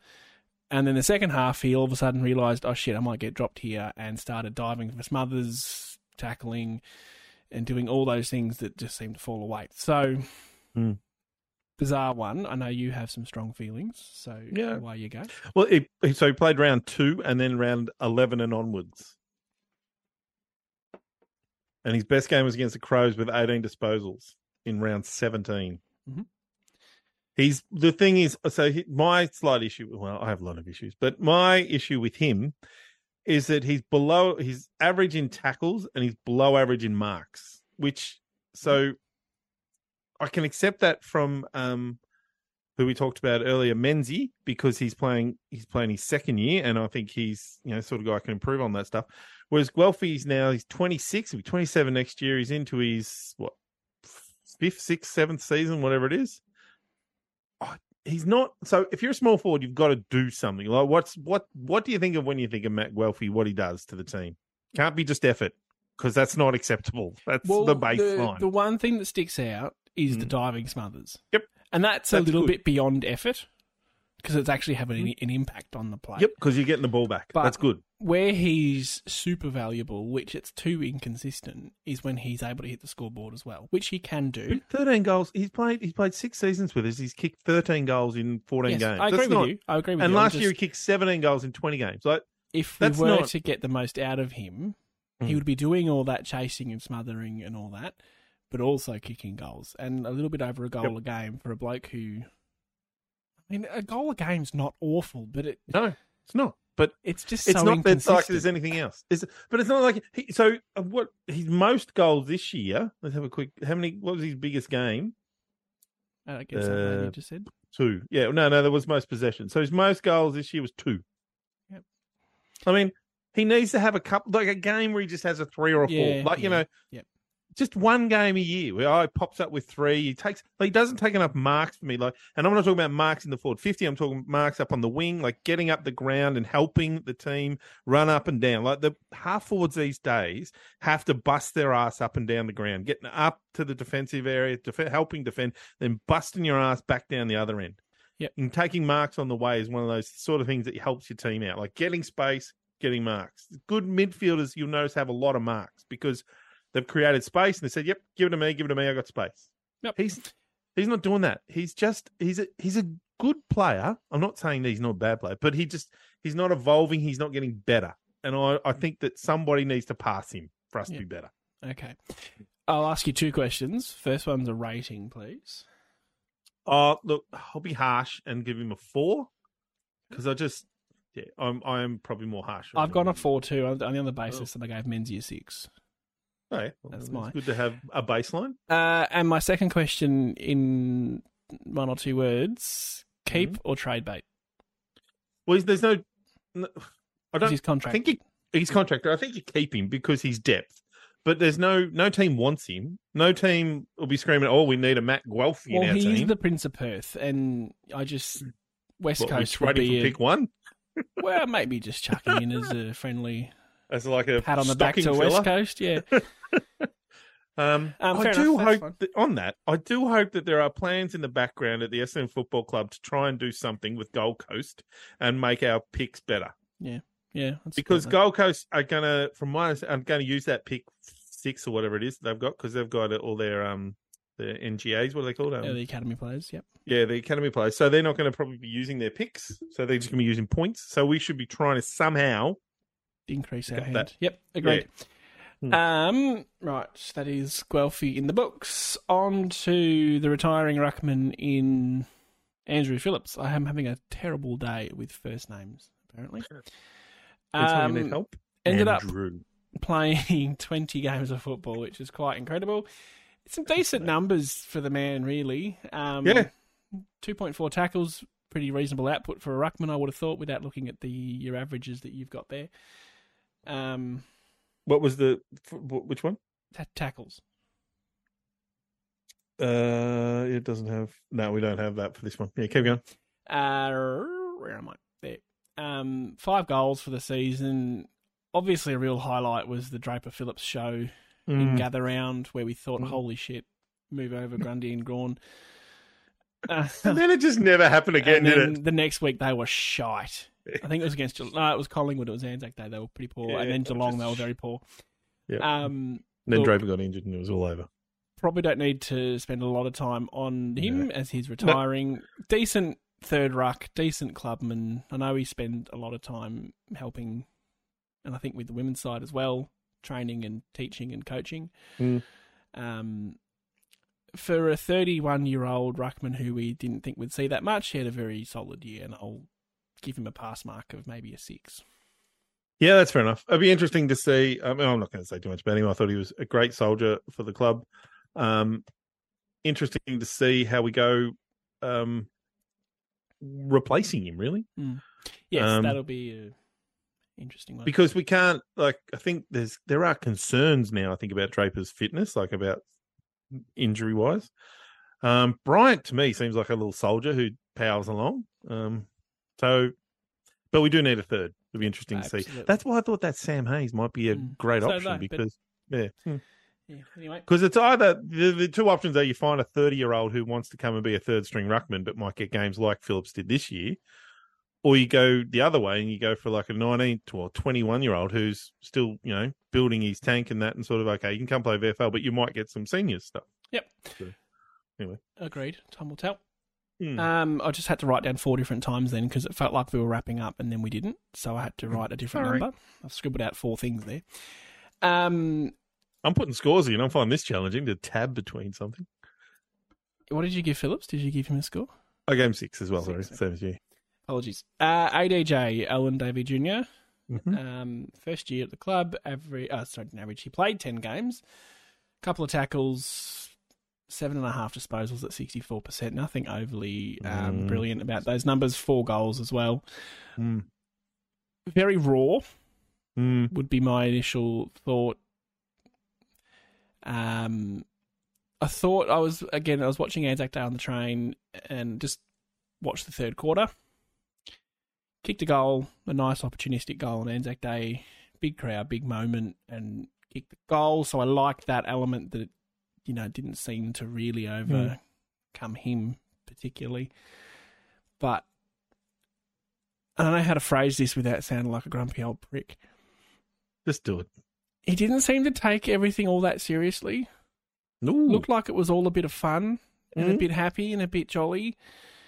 Speaker 1: And then the second half, he all of a sudden realised, oh shit, I might get dropped here, and started diving for smothers, tackling, and doing all those things that just seemed to fall away. So,
Speaker 2: Hmm.
Speaker 1: bizarre one. I know you have some strong feelings, so
Speaker 2: Yeah.
Speaker 1: away you go.
Speaker 2: Well, he, he- so he played round two and then round 11 and onwards. And his best game was against the Crows with 18 disposals in round 17.
Speaker 1: Mhm.
Speaker 2: He's the thing is, so he, my slight issue, well, I have a lot of issues, but my issue with him is that he's below, he's average in tackles and he's below average in marks, which, so I can accept that from, um, who we talked about earlier, Menzi, because he's playing he's playing his second year, and I think he's you know sort of guy can improve on that stuff. Whereas Guelphy's now he's twenty six, he'll be twenty seven next year. He's into his what fifth, sixth, seventh season, whatever it is. I- He's not so. If you're a small forward, you've got to do something. Like what's what? What do you think of when you think of Matt Guelphy? What he does to the team can't be just effort because that's not acceptable. That's the baseline.
Speaker 1: The, one thing that sticks out is the
Speaker 2: Mm.
Speaker 1: diving smothers.
Speaker 2: Yep.
Speaker 1: And that's, a
Speaker 2: That's
Speaker 1: little
Speaker 2: good.
Speaker 1: bit beyond effort because it's actually having an, an impact on the play.
Speaker 2: yep, because you're getting the ball back.
Speaker 1: But-
Speaker 2: that's good.
Speaker 1: Where he's super valuable, which it's too inconsistent, is when he's able to hit the scoreboard as well, which he can do.
Speaker 2: But Thirteen goals. He's played. He's played six seasons with us. He's kicked thirteen goals in fourteen
Speaker 1: Yes,
Speaker 2: games.
Speaker 1: I agree
Speaker 2: That's
Speaker 1: with
Speaker 2: not-
Speaker 1: you. I agree with
Speaker 2: And
Speaker 1: you. I'm
Speaker 2: last year he
Speaker 1: just-
Speaker 2: kicked seventeen goals in twenty games. Like
Speaker 1: if we
Speaker 2: that's
Speaker 1: were
Speaker 2: not-
Speaker 1: to get the most out of him, he
Speaker 2: Mm.
Speaker 1: would be doing all that chasing and smothering and all that, but also kicking goals and a little bit over a goal
Speaker 2: Yep.
Speaker 1: a game for a bloke who. I mean, a goal a game's not awful, but it
Speaker 2: no, it's not. But
Speaker 1: it's just
Speaker 2: it's
Speaker 1: so
Speaker 2: not that
Speaker 1: inconsistent.
Speaker 2: like there's anything else. It's, but it's not like he, so. uh, What his most goals this year? Let's have a quick. How many? What was his biggest game?
Speaker 1: Oh, I guess that's what you
Speaker 2: Uh,
Speaker 1: just said.
Speaker 2: Two. Yeah. No. No. There was most possession. So his most goals this year was two.
Speaker 1: Yep.
Speaker 2: I mean, he needs to have a couple, like a game where he just has a three or a
Speaker 1: Yeah,
Speaker 2: four. Like
Speaker 1: yeah,
Speaker 2: you know,
Speaker 1: yep.
Speaker 2: just one game a year where I pops up with three. He takes. Like, he doesn't take enough marks for me. Like, and I'm not talking about marks in the forward fifty. I'm talking marks up on the wing, like getting up the ground and helping the team run up and down. Like the half forwards these days have to bust their ass up and down the ground, getting up to the defensive area, def- helping defend, then busting your ass back down the other end.
Speaker 1: Yep.
Speaker 2: And taking marks on the way is one of those sort of things that helps your team out, like getting space, getting marks. Good midfielders, you'll notice, have a lot of marks because they've created space and they said, "Yep, give it to me, give it to me. I got space."
Speaker 1: Yep.
Speaker 2: He's he's not doing that. He's just he's a he's a good player. I'm not saying that he's not a bad player, but he just he's not evolving. He's not getting better, and I I think that somebody needs to pass him for us
Speaker 1: Yeah.
Speaker 2: to be better.
Speaker 1: Okay, I'll ask you two questions. First one's a rating, please.
Speaker 2: Oh, look, I'll be harsh and give him a four because I just yeah, I'm I am probably more harsh. on
Speaker 1: I've
Speaker 2: him
Speaker 1: gone a
Speaker 2: than-
Speaker 1: four-two on on the other basis that I gave Menzies a six.
Speaker 2: Oh, yeah. Well,
Speaker 1: That's
Speaker 2: it's
Speaker 1: mine.
Speaker 2: Good to have a baseline.
Speaker 1: Uh, and my second question in one or two words: keep
Speaker 2: Hmm?
Speaker 1: or trade bait?
Speaker 2: Well, he's- there's no. no I
Speaker 1: Is
Speaker 2: don't
Speaker 1: his
Speaker 2: I
Speaker 1: contract?
Speaker 2: think he, he's contractor. I think you keep him because he's depth. But there's no no team wants him. No team will be screaming, "Oh, we need a Matt Guelphy in
Speaker 1: well,
Speaker 2: our
Speaker 1: he's
Speaker 2: team." Hmm.
Speaker 1: the Prince of Perth, and I just West
Speaker 2: What, we're
Speaker 1: Coast would
Speaker 2: trading
Speaker 1: be
Speaker 2: for
Speaker 1: a-
Speaker 2: pick one
Speaker 1: *laughs* well, maybe just chucking in as
Speaker 2: *laughs*
Speaker 1: a friendly
Speaker 2: as like a
Speaker 1: pat on the back to
Speaker 2: stocking filler.
Speaker 1: West Coast.
Speaker 2: *laughs*
Speaker 1: Yeah,
Speaker 2: Um,
Speaker 1: Um,
Speaker 2: I
Speaker 1: fair
Speaker 2: do
Speaker 1: enough, that's fine.
Speaker 2: hope that, on that. I do hope that there are plans in the background at the Essendon Football Club to try and do something with Gold Coast and make our picks better.
Speaker 1: yeah. that's
Speaker 2: because
Speaker 1: fair enough.
Speaker 2: Gold Coast are gonna, from my, understanding, I'm gonna use that pick six or whatever it is that they've got because they've got all their um their NGAs. What are they called? Um,
Speaker 1: Yeah, the academy players. Yep.
Speaker 2: Yeah, the academy players. So they're not going to probably be using their picks. So they're just going to be using points. So we should be trying to somehow.
Speaker 1: increase our
Speaker 2: Got
Speaker 1: hand.
Speaker 2: that. Hmm.
Speaker 1: Yep, agreed. Um, right, that is Guelphy in the books. On to the retiring Ruckman in Andrew Phillips. I am having a terrible day with first names, apparently.
Speaker 2: That's how you
Speaker 1: Um,
Speaker 2: need help.
Speaker 1: ended up
Speaker 2: Andrew.
Speaker 1: playing *laughs* 20 games of football, which is quite incredible. Some decent numbers for the man, really. Um,
Speaker 2: Yeah.
Speaker 1: 2.4 tackles, pretty reasonable output for a ruckman, I would have thought, without looking at the your averages that you've got there. Um,
Speaker 2: What was the f- wh- which one?
Speaker 1: ta- tackles.
Speaker 2: Uh, it doesn't have. No, we don't have that for this one. Yeah, keep going.
Speaker 1: Uh, where am I? There. Um, five goals for the season. Obviously, a real highlight was the Draper Phillips show
Speaker 2: Hmm.
Speaker 1: in Gather Round, where we thought,
Speaker 2: Mm.
Speaker 1: holy shit, move over Grundy and
Speaker 2: *laughs*
Speaker 1: Grawn. Uh,
Speaker 2: And then it just never happened again,
Speaker 1: and then
Speaker 2: did it?
Speaker 1: the next week they were shite. I think it was against
Speaker 2: *laughs*
Speaker 1: Geelong. No, it was Collingwood. It was Anzac Day. They were pretty poor,
Speaker 2: Yeah,
Speaker 1: and then
Speaker 2: they were
Speaker 1: Geelong
Speaker 2: just
Speaker 1: they were very poor.
Speaker 2: Yeah.
Speaker 1: Um,
Speaker 2: And then
Speaker 1: look-
Speaker 2: Draper got injured and it was all over.
Speaker 1: probably don't need to spend a lot of time on him as he's retiring. Decent third ruck, decent clubman. I know he spent a lot of time helping, and I think with the women's side as well, training and teaching and coaching.
Speaker 2: Mm.
Speaker 1: Um, for a 31 year old ruckman who we didn't think would see that much, he had a very solid year, and I'll give him a pass mark of maybe a six.
Speaker 2: Yeah, that's fair enough. It'd be interesting to see. I mean, I'm not going to say too much about him. I thought he was a great soldier for the club. Um, interesting to see how we go um, replacing him, really,
Speaker 1: Yes,
Speaker 2: Um,
Speaker 1: that'll be an interesting one.
Speaker 2: because we can't. Like, I think there's there are concerns now. I think about Draper's fitness, like about injury wise. Um, Bryant to me seems like a little soldier who powers along. Um, so, but we do need a third. It'd be interesting to see.
Speaker 1: Absolutely.
Speaker 2: That's why I thought that Sam Hayes might be a
Speaker 1: Mm.
Speaker 2: great
Speaker 1: So
Speaker 2: option
Speaker 1: do I, but-
Speaker 2: because yeah, Hmm.
Speaker 1: yeah, anyway.
Speaker 2: because it's either the, the two options are you find a thirty year old who wants to come and be a third string ruckman but might get games like Phillips did this year, or you go the other way and you go for like a nineteen to or twenty one year old who's still you know building his tank and that and sort of okay you can come play VFL but you might get some senior stuff.
Speaker 1: Yep.
Speaker 2: So, anyway.
Speaker 1: Agreed. Time will tell.
Speaker 2: Hmm.
Speaker 1: Um, I just had to write down four different times then because it felt like we were wrapping up and then we didn't. So I had to write a different
Speaker 2: Hmm. Sorry.
Speaker 1: number. I've scribbled out four things there. Um,
Speaker 2: I'm putting scores in. I find this challenging to tab between something.
Speaker 1: what did you give Phillips? Did you give him a score?
Speaker 2: I gave him Oh, six as well.
Speaker 1: Six, okay.
Speaker 2: sorry, same as you.
Speaker 1: Apologies. Uh, ADJ, Alan Davey junior
Speaker 2: Mhm.
Speaker 1: Um, first year at the club, every uh, sorry, an average. He played ten games, couple of tackles, seven and a half disposals at sixty four percent. Nothing overly um,
Speaker 2: Mm.
Speaker 1: brilliant about those numbers. Four goals as well.
Speaker 2: Hmm.
Speaker 1: Very raw.
Speaker 2: Hmm.
Speaker 1: would be my initial thought. Um, I thought I was again. I was watching Anzac Day on the train and just watched the third quarter. Kicked a goal, a nice opportunistic goal on Anzac Day. Big crowd, big moment, and kicked the goal. So I liked that element that it, you know didn't seem to really overcome him particularly. But I don't know how to phrase this without sounding like a grumpy old prick
Speaker 2: Just do it.
Speaker 1: he didn't seem to take everything all that seriously.
Speaker 2: No,
Speaker 1: Looked like it was all a bit of fun and a
Speaker 2: Mhm.
Speaker 1: bit happy and a bit jolly,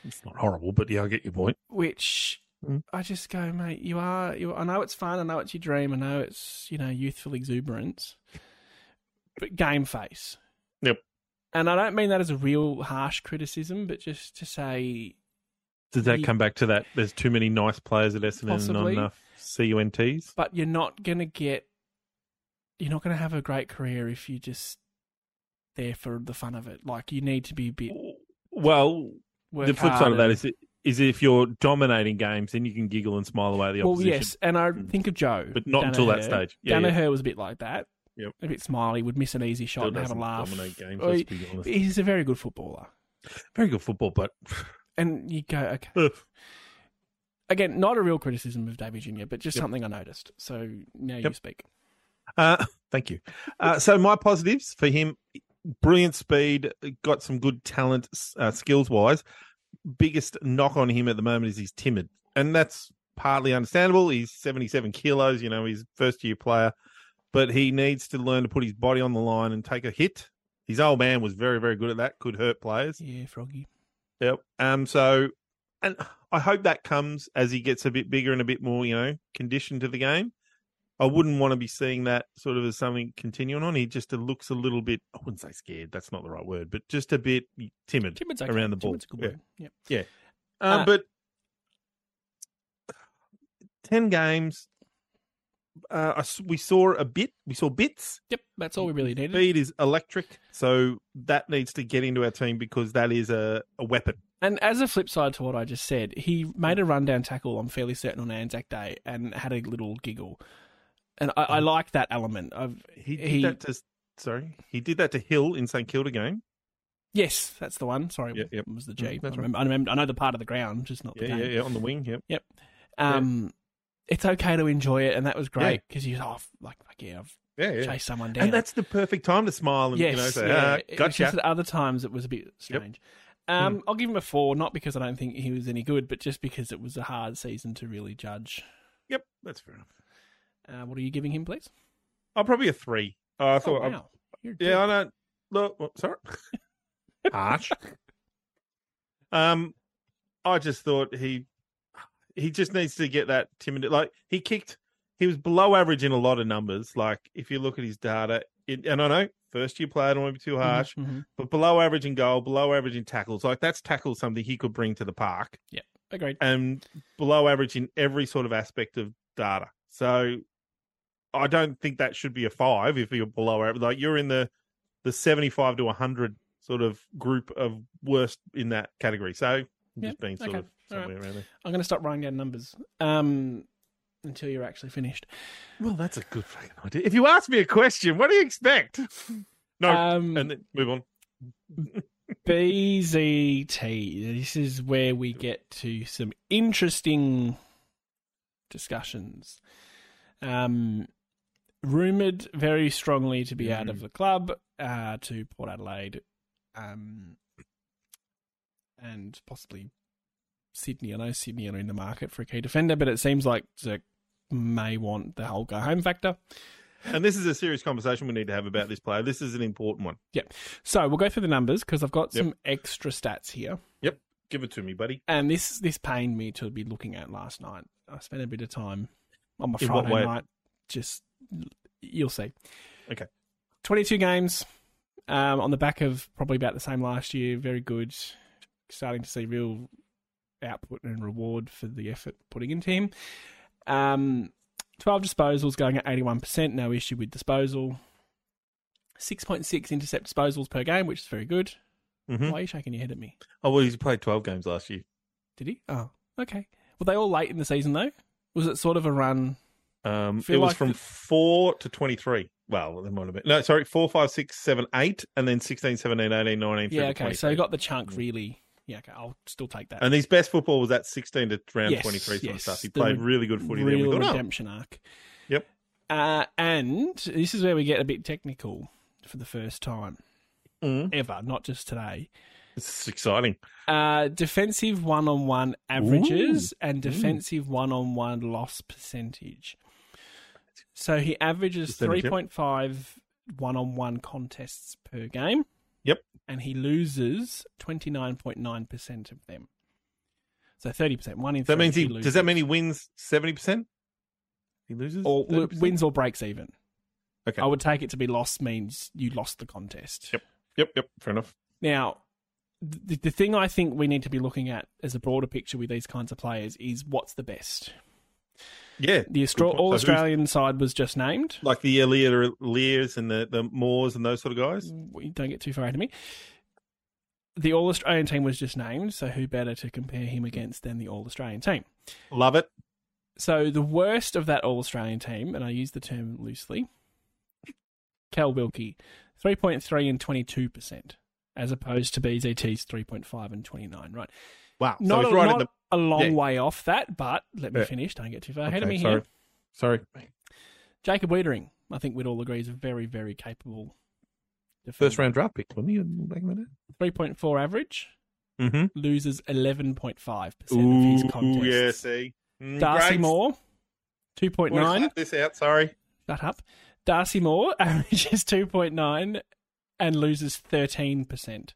Speaker 2: it's not horrible, but yeah, I get your point.
Speaker 1: which
Speaker 2: Mhm.
Speaker 1: I just go, mate, you are, you, I know it's fun, I know it's your dream, I know it's, you know, youthful exuberance, but game face.
Speaker 2: Yep.
Speaker 1: And I don't mean that as a real harsh criticism, but just to say,
Speaker 2: Did that
Speaker 1: Ye-
Speaker 2: come back to that? There's too many nice players at Essendon and not
Speaker 1: Possibly.
Speaker 2: enough CUNTs.
Speaker 1: but you're not going to get, you're not going to have a great career if you just there for the fun of it. Like, you need to be a bit.
Speaker 2: Well,
Speaker 1: Work
Speaker 2: the flip
Speaker 1: hard
Speaker 2: side of that
Speaker 1: and-
Speaker 2: is is if you're dominating games, then you can giggle and smile away at the
Speaker 1: Well,
Speaker 2: opposition.
Speaker 1: yes, and I
Speaker 2: Mm.
Speaker 1: think of Joe,
Speaker 2: but not until that stage. Yeah, yeah.
Speaker 1: Danaher was a bit like that.
Speaker 2: Yep.
Speaker 1: A bit smiley, would miss an easy shot
Speaker 2: Still
Speaker 1: and have a
Speaker 2: doesn't
Speaker 1: laugh.
Speaker 2: Dominate games.
Speaker 1: Or
Speaker 2: Let's
Speaker 1: he-
Speaker 2: be honest.
Speaker 1: he's a very good footballer,
Speaker 2: Very good football, but
Speaker 1: and you go
Speaker 2: *laughs*
Speaker 1: okay. Again, not a real criticism of David Junior, but just
Speaker 2: Yep.
Speaker 1: something I noticed. So now you
Speaker 2: Yep.
Speaker 1: speak.
Speaker 2: Uh, *laughs* thank you. Uh, so my positives for him: brilliant speed, got some good talent, uh, skills wise. Biggest knock on him at the moment is he's timid, and that's partly understandable. He's seventy-seven kilos. You know, he's a first-year player, but he needs to learn to put his body on the line and take a hit. His old man was very, very good at that. Could hurt players.
Speaker 1: Yeah, Froggy.
Speaker 2: Yep. Um. So, and I hope that comes as he gets a bit bigger and a bit more, you know, conditioned to the game. I wouldn't want to be seeing that sort of as something continuing on. He just uh, looks a little bit. I wouldn't say scared. That's not the right word, but just a bit timid.
Speaker 1: Timid's okay.
Speaker 2: Around the ball.
Speaker 1: Timid's a good
Speaker 2: Yeah.
Speaker 1: word. Yep.
Speaker 2: Yeah. Um,
Speaker 1: Ah.
Speaker 2: But 10 games. Uh, I s- we saw a bit. We saw bits.
Speaker 1: Yep, that's all we really needed.
Speaker 2: Speed is electric. So that needs to get into our team because that is a, a weapon.
Speaker 1: And as a flip side to what I just said, he made a rundown tackle, I'm fairly certain, on Anzac Day and had a little giggle. And I,
Speaker 2: Um,
Speaker 1: I like that element. I've,
Speaker 2: He did
Speaker 1: He-
Speaker 2: that to. Sorry. He did that to Hill in St Kilda game.
Speaker 1: yes, that's the one. Sorry,
Speaker 2: Yep, yep.
Speaker 1: was the
Speaker 2: Mm,
Speaker 1: G. I
Speaker 2: that's right.
Speaker 1: remember, I remember. I know the part of the ground, just not the
Speaker 2: Yeah,
Speaker 1: game.
Speaker 2: yeah, yeah. On the wing. Yep. yeah.
Speaker 1: Um, it's okay to enjoy it, and that was great because you oh, f- like, fuck yeah, I've
Speaker 2: Yeah, yeah.
Speaker 1: chased someone down.
Speaker 2: And that's the perfect time to smile and
Speaker 1: yes,
Speaker 2: you know say,
Speaker 1: yeah.
Speaker 2: ah,
Speaker 1: It was
Speaker 2: gotcha. Mm.
Speaker 1: just at other times it was a bit strange. Um, I'll give him a four, not because I don't think he was any good, but just because it was a hard season to really judge.
Speaker 2: Yep, that's fair enough.
Speaker 1: Uh, what are you giving him, please?
Speaker 2: I'm probably a three. Uh, I thought,
Speaker 1: oh,
Speaker 2: I-
Speaker 1: wow. You're a
Speaker 2: yeah, I don't look. oh,
Speaker 1: *laughs*
Speaker 2: sorry, harsh. Um, I just thought he he just needs to get that timid. Like he kicked, he was below average in a lot of numbers. Like if you look at his data, it, and I know first year player, I don't want to be too
Speaker 1: dick.
Speaker 2: harsh,
Speaker 1: Mhm, mhm.
Speaker 2: but below average in goal, below average in tackles. Like that's tackle something he could bring to the park.
Speaker 1: Agreed.
Speaker 2: and below average in every sort of aspect of data. So I don't think that should be a five if you're below average. Like you're in the the seventy five to hundred sort of group of worst in that category. So I'm
Speaker 1: Yeah,
Speaker 2: just being sort
Speaker 1: okay,
Speaker 2: of
Speaker 1: all right.
Speaker 2: somewhere around there.
Speaker 1: I'm going to stop writing down numbers um, until you're actually finished.
Speaker 2: Well, that's a good fucking idea. If you ask me a question, what do you
Speaker 1: *laughs*
Speaker 2: expect? No,
Speaker 1: Um,
Speaker 2: and then move on.
Speaker 1: BZT. This is where we get to some interesting discussions. Um, rumored very strongly to be out of the club uh, to Port Adelaide, um, and possibly Sydney. I know Sydney are in the market for a key defender, but it seems like Zirk may want the whole go home factor.
Speaker 2: And this is a serious conversation we need to have about this player. This is an important one.
Speaker 1: So we'll go through the numbers because I've got
Speaker 2: Yep.
Speaker 1: some extra stats here.
Speaker 2: Give it to me, buddy.
Speaker 1: and this this pained me to be looking at last night. I spent a bit of time on my
Speaker 2: In what
Speaker 1: Friday
Speaker 2: way?
Speaker 1: night. Just you'll see.
Speaker 2: Okay.
Speaker 1: twenty two games um, on the back of probably about the same last year. Very good. Starting to see real output and reward for the effort putting into him. Um, twelve disposals going at eighty one percent. No issue with disposal. Six point six intercept disposals per game, which is very good.
Speaker 2: Mhm.
Speaker 1: Why are you shaking your head at me?
Speaker 2: Oh well, he's played twelve games last year.
Speaker 1: Did he? Oh, okay. Were they all late in the season though? Was it sort of a run?
Speaker 2: Um,
Speaker 1: Feel
Speaker 2: it was
Speaker 1: like
Speaker 2: from
Speaker 1: the-
Speaker 2: four to 23. Well, there might have been. No, sorry, four, five, six, seven, eight, and then 16, 17, 18, 19. through
Speaker 1: Yeah,
Speaker 2: to
Speaker 1: okay. So he
Speaker 2: 23.
Speaker 1: got the chunk really. Yeah, okay. I'll still take that.
Speaker 2: Mm. And his best football was at 16 to round
Speaker 1: Yes,
Speaker 2: 23 sort
Speaker 1: yes.
Speaker 2: of stuff. He
Speaker 1: The
Speaker 2: played
Speaker 1: re-
Speaker 2: really good footy.
Speaker 1: Real
Speaker 2: then we thought, "Oh,
Speaker 1: redemption arc.
Speaker 2: Yep.
Speaker 1: Uh, and this is where we get a bit technical for the first time
Speaker 2: oh, mm,
Speaker 1: ever, not just today.
Speaker 2: it's exciting.
Speaker 1: Uh, defensive one on one averages and defensive one on one loss percentage. So he averages
Speaker 2: Percentage, yep.
Speaker 1: 3.5 one on one contests per game.
Speaker 2: Yep.
Speaker 1: And he loses 29.9% of them. So 30%, one in
Speaker 2: That
Speaker 1: three
Speaker 2: means he,
Speaker 1: loses.
Speaker 2: does that mean he wins 70%? He loses?
Speaker 1: or w-
Speaker 2: 30%?
Speaker 1: wins or breaks even?
Speaker 2: Okay.
Speaker 1: I would take it to be lost means you lost the contest.
Speaker 2: Yep, yep, fair enough.
Speaker 1: Now, the, the thing I think we need to be looking at as a broader picture with these kinds of players is what's the best.
Speaker 2: Yeah.
Speaker 1: The Austra-
Speaker 2: point.
Speaker 1: all
Speaker 2: So who's-
Speaker 1: Australian side was just named.
Speaker 2: Like the Elliot Lears and the, the Moors and those sort of guys.
Speaker 1: We don't get too far ahead of me. The All Australian team was just named, so who better to compare him against than the All Australian team?
Speaker 2: Love it.
Speaker 1: So the worst of that All Australian team, and I use the term loosely, Cal Wilkie, three point three and twenty two percent, as opposed to BZT's three point five and twenty nine. Right.
Speaker 2: Wow.
Speaker 1: not
Speaker 2: so
Speaker 1: a,
Speaker 2: he's right
Speaker 1: not
Speaker 2: in
Speaker 1: a
Speaker 2: the.
Speaker 1: long
Speaker 2: yeah.
Speaker 1: way off that, but let me
Speaker 2: Yeah.
Speaker 1: finish. Don't get too far ahead of
Speaker 2: Okay,
Speaker 1: me
Speaker 2: sorry.
Speaker 1: here.
Speaker 2: Sorry.
Speaker 1: Jacob Wiedering, I think we'd all agree, is a very, very capable defender.
Speaker 2: First round draft pick, wasn't he? Back in the day?
Speaker 1: 3.4 average,
Speaker 2: Mm-hmm.
Speaker 1: loses 11.5% of his contests.
Speaker 2: yeah, see. Mm,
Speaker 1: Darcy
Speaker 2: great.
Speaker 1: Moore,
Speaker 2: Wanna
Speaker 1: 2.9.
Speaker 2: slap This out, sorry.
Speaker 1: Shut up. Darcy Moore *laughs* averages 2.9 and loses 13%.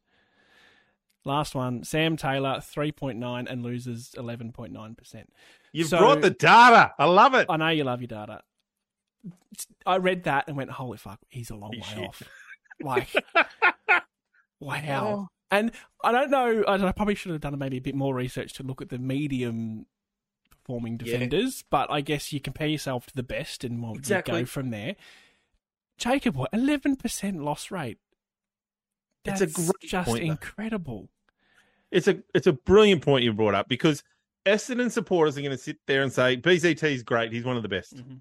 Speaker 1: Last one, Sam Taylor, 3.9 and loses 11.9%.
Speaker 2: You've
Speaker 1: So-
Speaker 2: brought the data. I love it.
Speaker 1: I know you love your data. I read
Speaker 2: *laughs*
Speaker 1: that and went, holy fuck, he's a long way
Speaker 2: Shit.
Speaker 1: off. Like, wow. And I don't know. I, I probably should have done maybe a bit more research to look at the medium performing
Speaker 2: Yeah.
Speaker 1: defenders, but I guess you compare yourself to the best and well, you
Speaker 2: Exactly.
Speaker 1: go from there. Jacob, what eleven percent loss rate?
Speaker 2: It's
Speaker 1: That's
Speaker 2: a great
Speaker 1: just
Speaker 2: point, though.
Speaker 1: incredible.
Speaker 2: It's a it's a brilliant point you brought up because Essendon supporters are going to sit there and say BZT is great. He's one of the best
Speaker 1: Mm-hmm.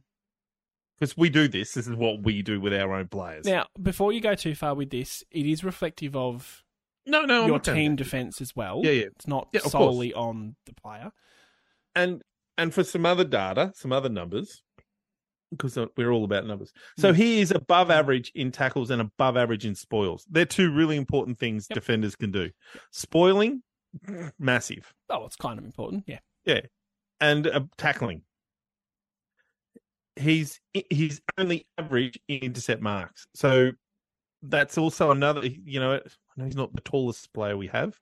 Speaker 2: because we do this. This is what we do with our own players.
Speaker 1: Now, before you go too far with this, it is reflective of
Speaker 2: no, no, I'm
Speaker 1: your
Speaker 2: not saying
Speaker 1: team
Speaker 2: that.
Speaker 1: defense as well.
Speaker 2: Yeah, yeah.
Speaker 1: It's not
Speaker 2: Yeah, of course.
Speaker 1: solely on the player.
Speaker 2: and and for some other data, some other numbers, because we're all about numbers. So he is above average in tackles and above average in spoils. They're two really important things
Speaker 1: Yep.
Speaker 2: defenders can do. Spoiling, *sniffs* massive,
Speaker 1: Oh, it's kind of important. Yeah.
Speaker 2: and uh, tackling. He's he's only average in intercept marks. So that's also another. You know, I know he's not the tallest player we have.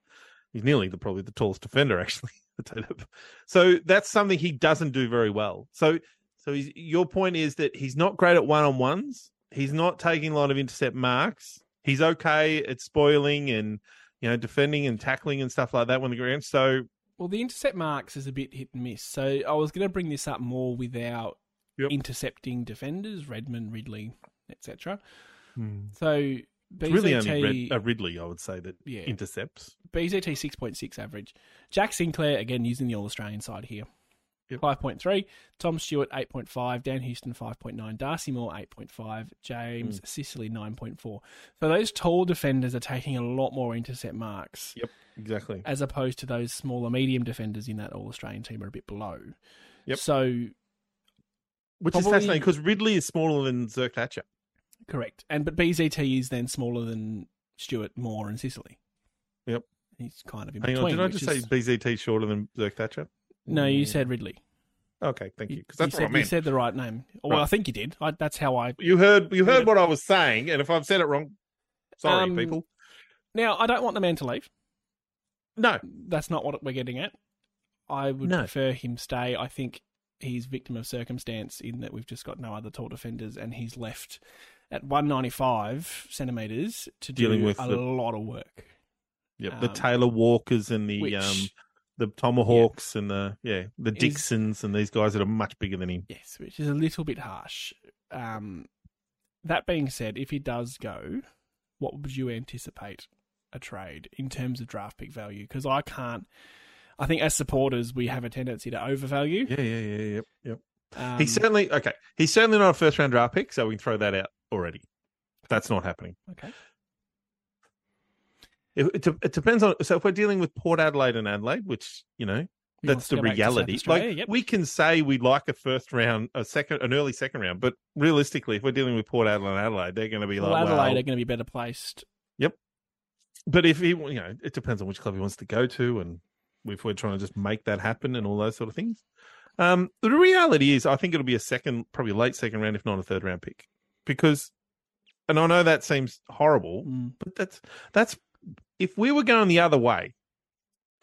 Speaker 2: He's nearly the probably the tallest defender *laughs* actually. I don't know. so that's something he doesn't do very well. So so he's, your point is that he's not great at one on ones. He's not taking a lot of intercept marks. He's okay at spoiling and you know defending and tackling and stuff like that when the ground. So
Speaker 1: Well, the intercept marks is a bit hit and miss. So I was going to bring this up more without
Speaker 2: Yep.
Speaker 1: intercepting defenders, Redmond, Ridley, etc. So BZT,
Speaker 2: It's really only Rid- uh, Ridley, I would say, that
Speaker 1: Yeah.
Speaker 2: intercepts.
Speaker 1: BZT six point six average. Jack Sinclair again using the All Australian side here.
Speaker 2: Yep.
Speaker 1: Five point three. Tom Stewart eight point five. Dan Houston five point nine. Darcy Moore eight point five. James Sicily nine point four. So those tall defenders are taking a lot more intercept marks
Speaker 2: Exactly.
Speaker 1: as opposed to those smaller medium defenders in that All Australian team are a bit below.
Speaker 2: Yep.
Speaker 1: So
Speaker 2: Which is
Speaker 1: Probably-
Speaker 2: fascinating because Ridley is smaller than Zerk Thatcher.
Speaker 1: correct. And but BZT is then smaller than Stewart, Moore, and Sicily.
Speaker 2: Yep.
Speaker 1: He's kind of in
Speaker 2: Hang
Speaker 1: between.
Speaker 2: on, did I
Speaker 1: which
Speaker 2: just
Speaker 1: is-
Speaker 2: say BZT shorter than Zerk Thatcher?
Speaker 1: no? You
Speaker 2: Mm.
Speaker 1: said Ridley.
Speaker 2: Okay, thank you.
Speaker 1: You,
Speaker 2: Because that's
Speaker 1: you
Speaker 2: what
Speaker 1: said,
Speaker 2: I
Speaker 1: you
Speaker 2: meant. You,
Speaker 1: said the right name. Well,
Speaker 2: Right.
Speaker 1: I think you did. I, that's how I.
Speaker 2: heard you heard what I was saying, and if I've said it wrong, sorry,
Speaker 1: Um,
Speaker 2: people.
Speaker 1: Now, I don't want the man to leave.
Speaker 2: No.
Speaker 1: That's not what we're getting at. I would
Speaker 2: No.
Speaker 1: prefer him stay. I think he's victim of circumstance in that we've just got no other tall defenders, and he's left at 195 centimeters to do
Speaker 2: Dealing with
Speaker 1: a
Speaker 2: the-
Speaker 1: lot of work.
Speaker 2: Yep. the
Speaker 1: um,
Speaker 2: Taylor Walkers and the
Speaker 1: which
Speaker 2: um the Tomahawks and the yeah, the Dixons and these guys that are much bigger than him.
Speaker 1: yes, which is a little bit harsh. Um, that being said, if he does go, what would you anticipate a trade in terms of draft pick value? Because I can't. I think as supporters, we have a tendency to overvalue.
Speaker 2: Yeah, yeah, yeah, yep, yep.
Speaker 1: Um,
Speaker 2: He's certainly okay. He's certainly not a first round draft pick, so we can throw that out already. That's not happening.
Speaker 1: Okay.
Speaker 2: It, it, de- it depends on. So if we're dealing with Port Adelaide and Adelaide, which you know
Speaker 1: He
Speaker 2: that's
Speaker 1: wants to
Speaker 2: the
Speaker 1: go back to South
Speaker 2: reality.
Speaker 1: Australia,
Speaker 2: Like
Speaker 1: yep.
Speaker 2: we can say we like a first round, a second, an early second round, but realistically, if we're dealing with Port Adelaide and Adelaide, they're going to be like,
Speaker 1: Well, Adelaide
Speaker 2: well,
Speaker 1: are going to be better placed.
Speaker 2: but if he, you know, it depends on which club he wants to go to, and if we're trying to just make that happen and all those sort of things. Um, the reality is, I think it'll be a second, probably late second round, if not a third round pick, because, and I know that seems horrible,
Speaker 1: Mm.
Speaker 2: but that's that's if we were going the other way,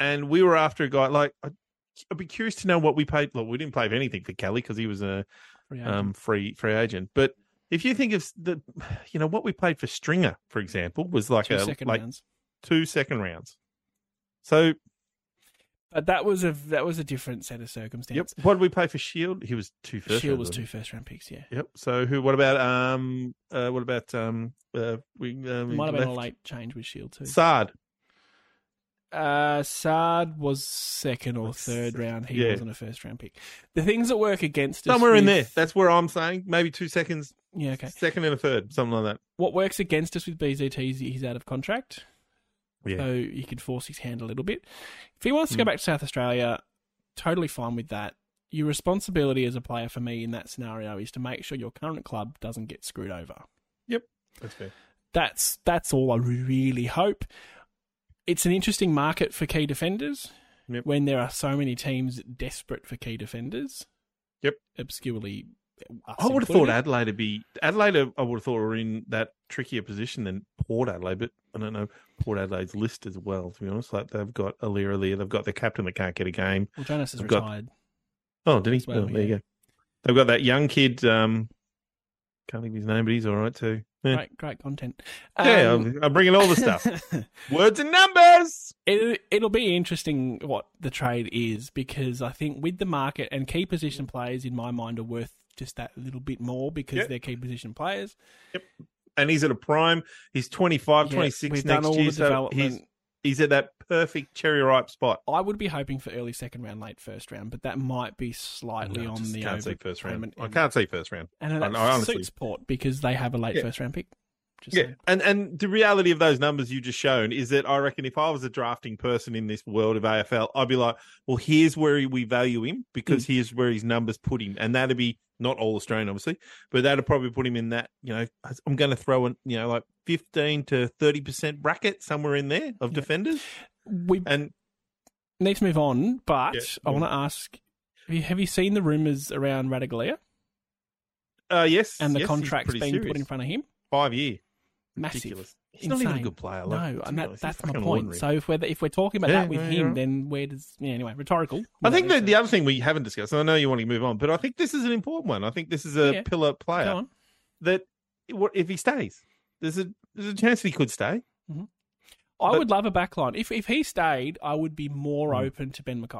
Speaker 2: and we were after a guy like. I, I'd be curious to know what we paid. Well, we didn't pay anything for Kelly because he was a
Speaker 1: free agent.
Speaker 2: um, free free agent. But if you think of s- the, you know, what we paid for Stringer, for example, was like
Speaker 1: Two
Speaker 2: a
Speaker 1: second
Speaker 2: like
Speaker 1: rounds.
Speaker 2: two second rounds. So
Speaker 1: But that was a that was a different set of circumstances.
Speaker 2: yep. What did we pay for Shield? He was two first.
Speaker 1: Shield was
Speaker 2: rounds,
Speaker 1: two
Speaker 2: wasn't
Speaker 1: first round picks. Yeah,
Speaker 2: he? Yep. So who? What about um? Uh, what about um? Uh, we um,
Speaker 1: might have been a
Speaker 2: left-
Speaker 1: late change with Shield too.
Speaker 2: Sard.
Speaker 1: Uh, Sard was second or
Speaker 2: Was
Speaker 1: third
Speaker 2: second,
Speaker 1: round. He
Speaker 2: yeah.
Speaker 1: wasn't a first round pick. The things that work against us
Speaker 2: Somewhere in there.
Speaker 1: with-
Speaker 2: That's where I'm saying maybe two seconds,
Speaker 1: yeah, okay.
Speaker 2: second and a third, something like that.
Speaker 1: What works against us with BZT is he's out of contract,
Speaker 2: Yeah.
Speaker 1: so you could force his hand a little bit. If he wants to go
Speaker 2: Mm.
Speaker 1: back to South Australia, totally fine with that. Your responsibility as a player for me in that scenario is to make sure your current club doesn't get screwed over.
Speaker 2: That's fair.
Speaker 1: That's that's all I really hope. It's an interesting market for key defenders
Speaker 2: Yep.
Speaker 1: when there are so many teams desperate for key defenders.
Speaker 2: Yep.
Speaker 1: Obscurely. uh, us
Speaker 2: I would have thought
Speaker 1: included.
Speaker 2: Adelaide would be Adelaide. uh, I would have thought were in that trickier position than Port Adelaide, but I don't know Port Adelaide's list as well. To be honest, like they've got Alira there, they've got their captain that can't get a game.
Speaker 1: Well, Jonas is
Speaker 2: I've got-
Speaker 1: retired.
Speaker 2: Oh, did he?
Speaker 1: Well,
Speaker 2: oh, there
Speaker 1: yeah.
Speaker 2: you go. They've got that young kid. Um, can't think of his name, but he's all right too. Yeah.
Speaker 1: Great, great content.
Speaker 2: yeah,
Speaker 1: Um,
Speaker 2: I'm, I'm bringing all
Speaker 1: *laughs*
Speaker 2: the stuff. Words and numbers.
Speaker 1: it, it'll be interesting what the trade is because I think with the market and key position players in my mind are worth just that little bit more because
Speaker 2: Yep.
Speaker 1: they're key position players.
Speaker 2: And he's at a prime. He's 25,
Speaker 1: Yeah,
Speaker 2: 26
Speaker 1: we've
Speaker 2: next
Speaker 1: done all
Speaker 2: year.
Speaker 1: the
Speaker 2: So he's,
Speaker 1: development.
Speaker 2: he's at that perfect cherry ripe spot.
Speaker 1: I would be hoping for early second round, late first round, but that might be slightly
Speaker 2: I
Speaker 1: on
Speaker 2: just
Speaker 1: the
Speaker 2: can't say
Speaker 1: over.
Speaker 2: first round.
Speaker 1: payment
Speaker 2: I
Speaker 1: in-
Speaker 2: can't say first round.
Speaker 1: And
Speaker 2: I
Speaker 1: that
Speaker 2: know, I honestly-
Speaker 1: suits Port because they have a late
Speaker 2: Yeah.
Speaker 1: first round pick. Just
Speaker 2: Yeah,
Speaker 1: saying.
Speaker 2: and and the reality of those numbers you just shown is that I reckon if I was a drafting person in this world of AFL, I'd be like, well, here's where we value him because
Speaker 1: Hmm.
Speaker 2: here's where his numbers put him, and that'd be not all Australian, obviously, but that'd probably put him in that you know I'm going to throw in you know like 15 to 30 percent bracket somewhere in there of
Speaker 1: Yeah.
Speaker 2: defenders,
Speaker 1: we
Speaker 2: and
Speaker 1: need to move on, but
Speaker 2: Yeah,
Speaker 1: I
Speaker 2: yeah.
Speaker 1: want to ask: have you, have you seen the rumors around Radaglia
Speaker 2: uh yes,
Speaker 1: and the
Speaker 2: yes, he's
Speaker 1: contracts
Speaker 2: pretty
Speaker 1: being put
Speaker 2: serious.
Speaker 1: in front of him?
Speaker 2: five year,
Speaker 1: Massive.
Speaker 2: ridiculous. He's not even a
Speaker 1: Insane.
Speaker 2: good player. like,
Speaker 1: No,
Speaker 2: to
Speaker 1: and
Speaker 2: be
Speaker 1: that,
Speaker 2: honest. He's
Speaker 1: that's my
Speaker 2: fucking
Speaker 1: point.
Speaker 2: ordinary.
Speaker 1: So if we're if we're talking about
Speaker 2: Yeah,
Speaker 1: that with
Speaker 2: yeah,
Speaker 1: him,
Speaker 2: you're right.
Speaker 1: then where does yeah, anyway rhetorical?
Speaker 2: I think that the other thing we haven't discussed, and I know you want to move on, but I think this is an important one. I think this is a
Speaker 1: Yeah.
Speaker 2: pillar player
Speaker 1: Go on.
Speaker 2: that what- if he stays, there's a there's a chance he could stay.
Speaker 1: I
Speaker 2: but-
Speaker 1: would love a backline. If if he stayed, I would be more
Speaker 2: Hmm.
Speaker 1: open to Ben Mackay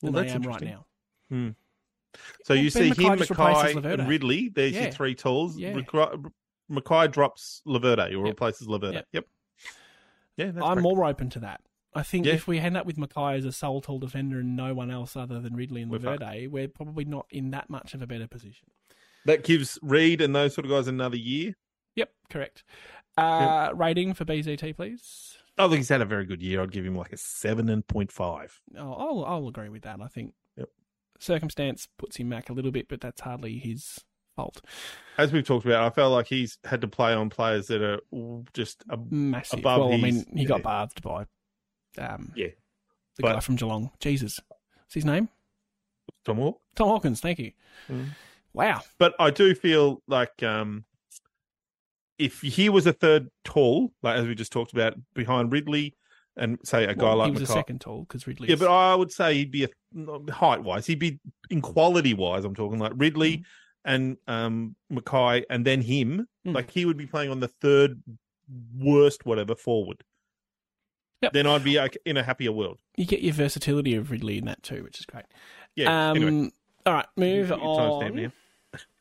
Speaker 2: Well,
Speaker 1: than I
Speaker 2: that's
Speaker 1: am right
Speaker 2: interesting.
Speaker 1: now.
Speaker 2: So
Speaker 1: Well,
Speaker 2: you
Speaker 1: Ben
Speaker 2: see
Speaker 1: Mackay
Speaker 2: him,
Speaker 1: just replaces
Speaker 2: Mackay,
Speaker 1: Laverde.
Speaker 2: and Ridley. There's
Speaker 1: Yeah.
Speaker 2: your three tools.
Speaker 1: Yeah.
Speaker 2: Recri- Mackay drops Laverde or
Speaker 1: Yep.
Speaker 2: replaces Laverde. Yep.
Speaker 1: Yep.
Speaker 2: Yeah, that's
Speaker 1: I'm
Speaker 2: correct.
Speaker 1: more open to that. I think
Speaker 2: Yeah.
Speaker 1: if we end up with Mackay as a sole tall defender and no one else other than Ridley and
Speaker 2: We're fucked.
Speaker 1: Laverde, we're probably not in that much of a better position.
Speaker 2: That gives Reed and those sort of guys another year.
Speaker 1: Yep, correct. Uh, Rating for BZT, please.
Speaker 2: I think he's had a very good year. I'd give him like a seven and point five.
Speaker 1: Oh, I'll I'll agree with that. I think
Speaker 2: Yep.
Speaker 1: circumstance puts him back a little bit, but that's hardly his fault.
Speaker 2: As we've talked about, I felt like he's had to play on players that are just a
Speaker 1: Massive.
Speaker 2: Above
Speaker 1: well, I
Speaker 2: his-
Speaker 1: mean, he got
Speaker 2: yeah.
Speaker 1: bathed by um,
Speaker 2: Yeah.
Speaker 1: the
Speaker 2: But-
Speaker 1: guy from Geelong. Jesus, what's his name?
Speaker 2: Tom Hawk.
Speaker 1: Tom Hawkins. Thank you.
Speaker 2: Mm.
Speaker 1: Wow.
Speaker 2: but I do feel like um, if he was a third tall, like as we just talked about, behind Ridley, and say a guy
Speaker 1: Well, he
Speaker 2: like
Speaker 1: was
Speaker 2: Mackay-
Speaker 1: a second tall because Ridley.
Speaker 2: yeah, but I would say he'd be a height wise, he'd be in quality wise. I'm talking like Ridley and um, Mackay, and then him.
Speaker 1: Mm-hmm. Mm.
Speaker 2: Like he would be playing on the third worst whatever forward.
Speaker 1: Yep.
Speaker 2: Then I'd be like, in a happier world.
Speaker 1: you get your versatility of Ridley in that too, which is great.
Speaker 2: Yeah.
Speaker 1: um,
Speaker 2: anyway,
Speaker 1: All right,
Speaker 2: you
Speaker 1: move
Speaker 2: put your timestamp
Speaker 1: on.
Speaker 2: now.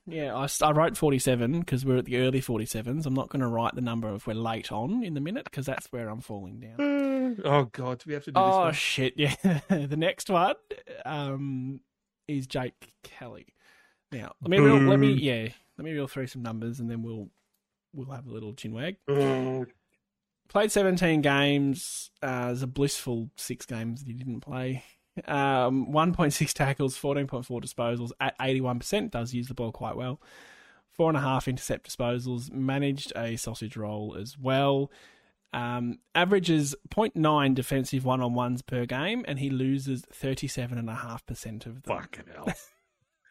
Speaker 1: Yeah, I, s- I wrote 47 because we're at the early 47s. I'm not going to write the number if we're late on in the minute because that's where I'm falling down.
Speaker 2: Uh, Oh God, do we have to do this?
Speaker 1: Oh
Speaker 2: one?
Speaker 1: shit! Yeah, *laughs* the next one um, is Jake Kelly. Now let me reel, let me
Speaker 2: Boom.
Speaker 1: yeah let me reel through some numbers and then we'll we'll have a little chin wag.
Speaker 2: Oh,
Speaker 1: Played seventeen games. Uh, there's a blissful six games that he didn't play. Um, one point six tackles, fourteen point four disposals at eighty one percent. Does use the ball quite well. Four and a half intercept disposals. Managed a sausage roll as well. Um, averages 0.9 defensive one on ones per game, and he loses 37.5% of them.
Speaker 2: Fucking hell.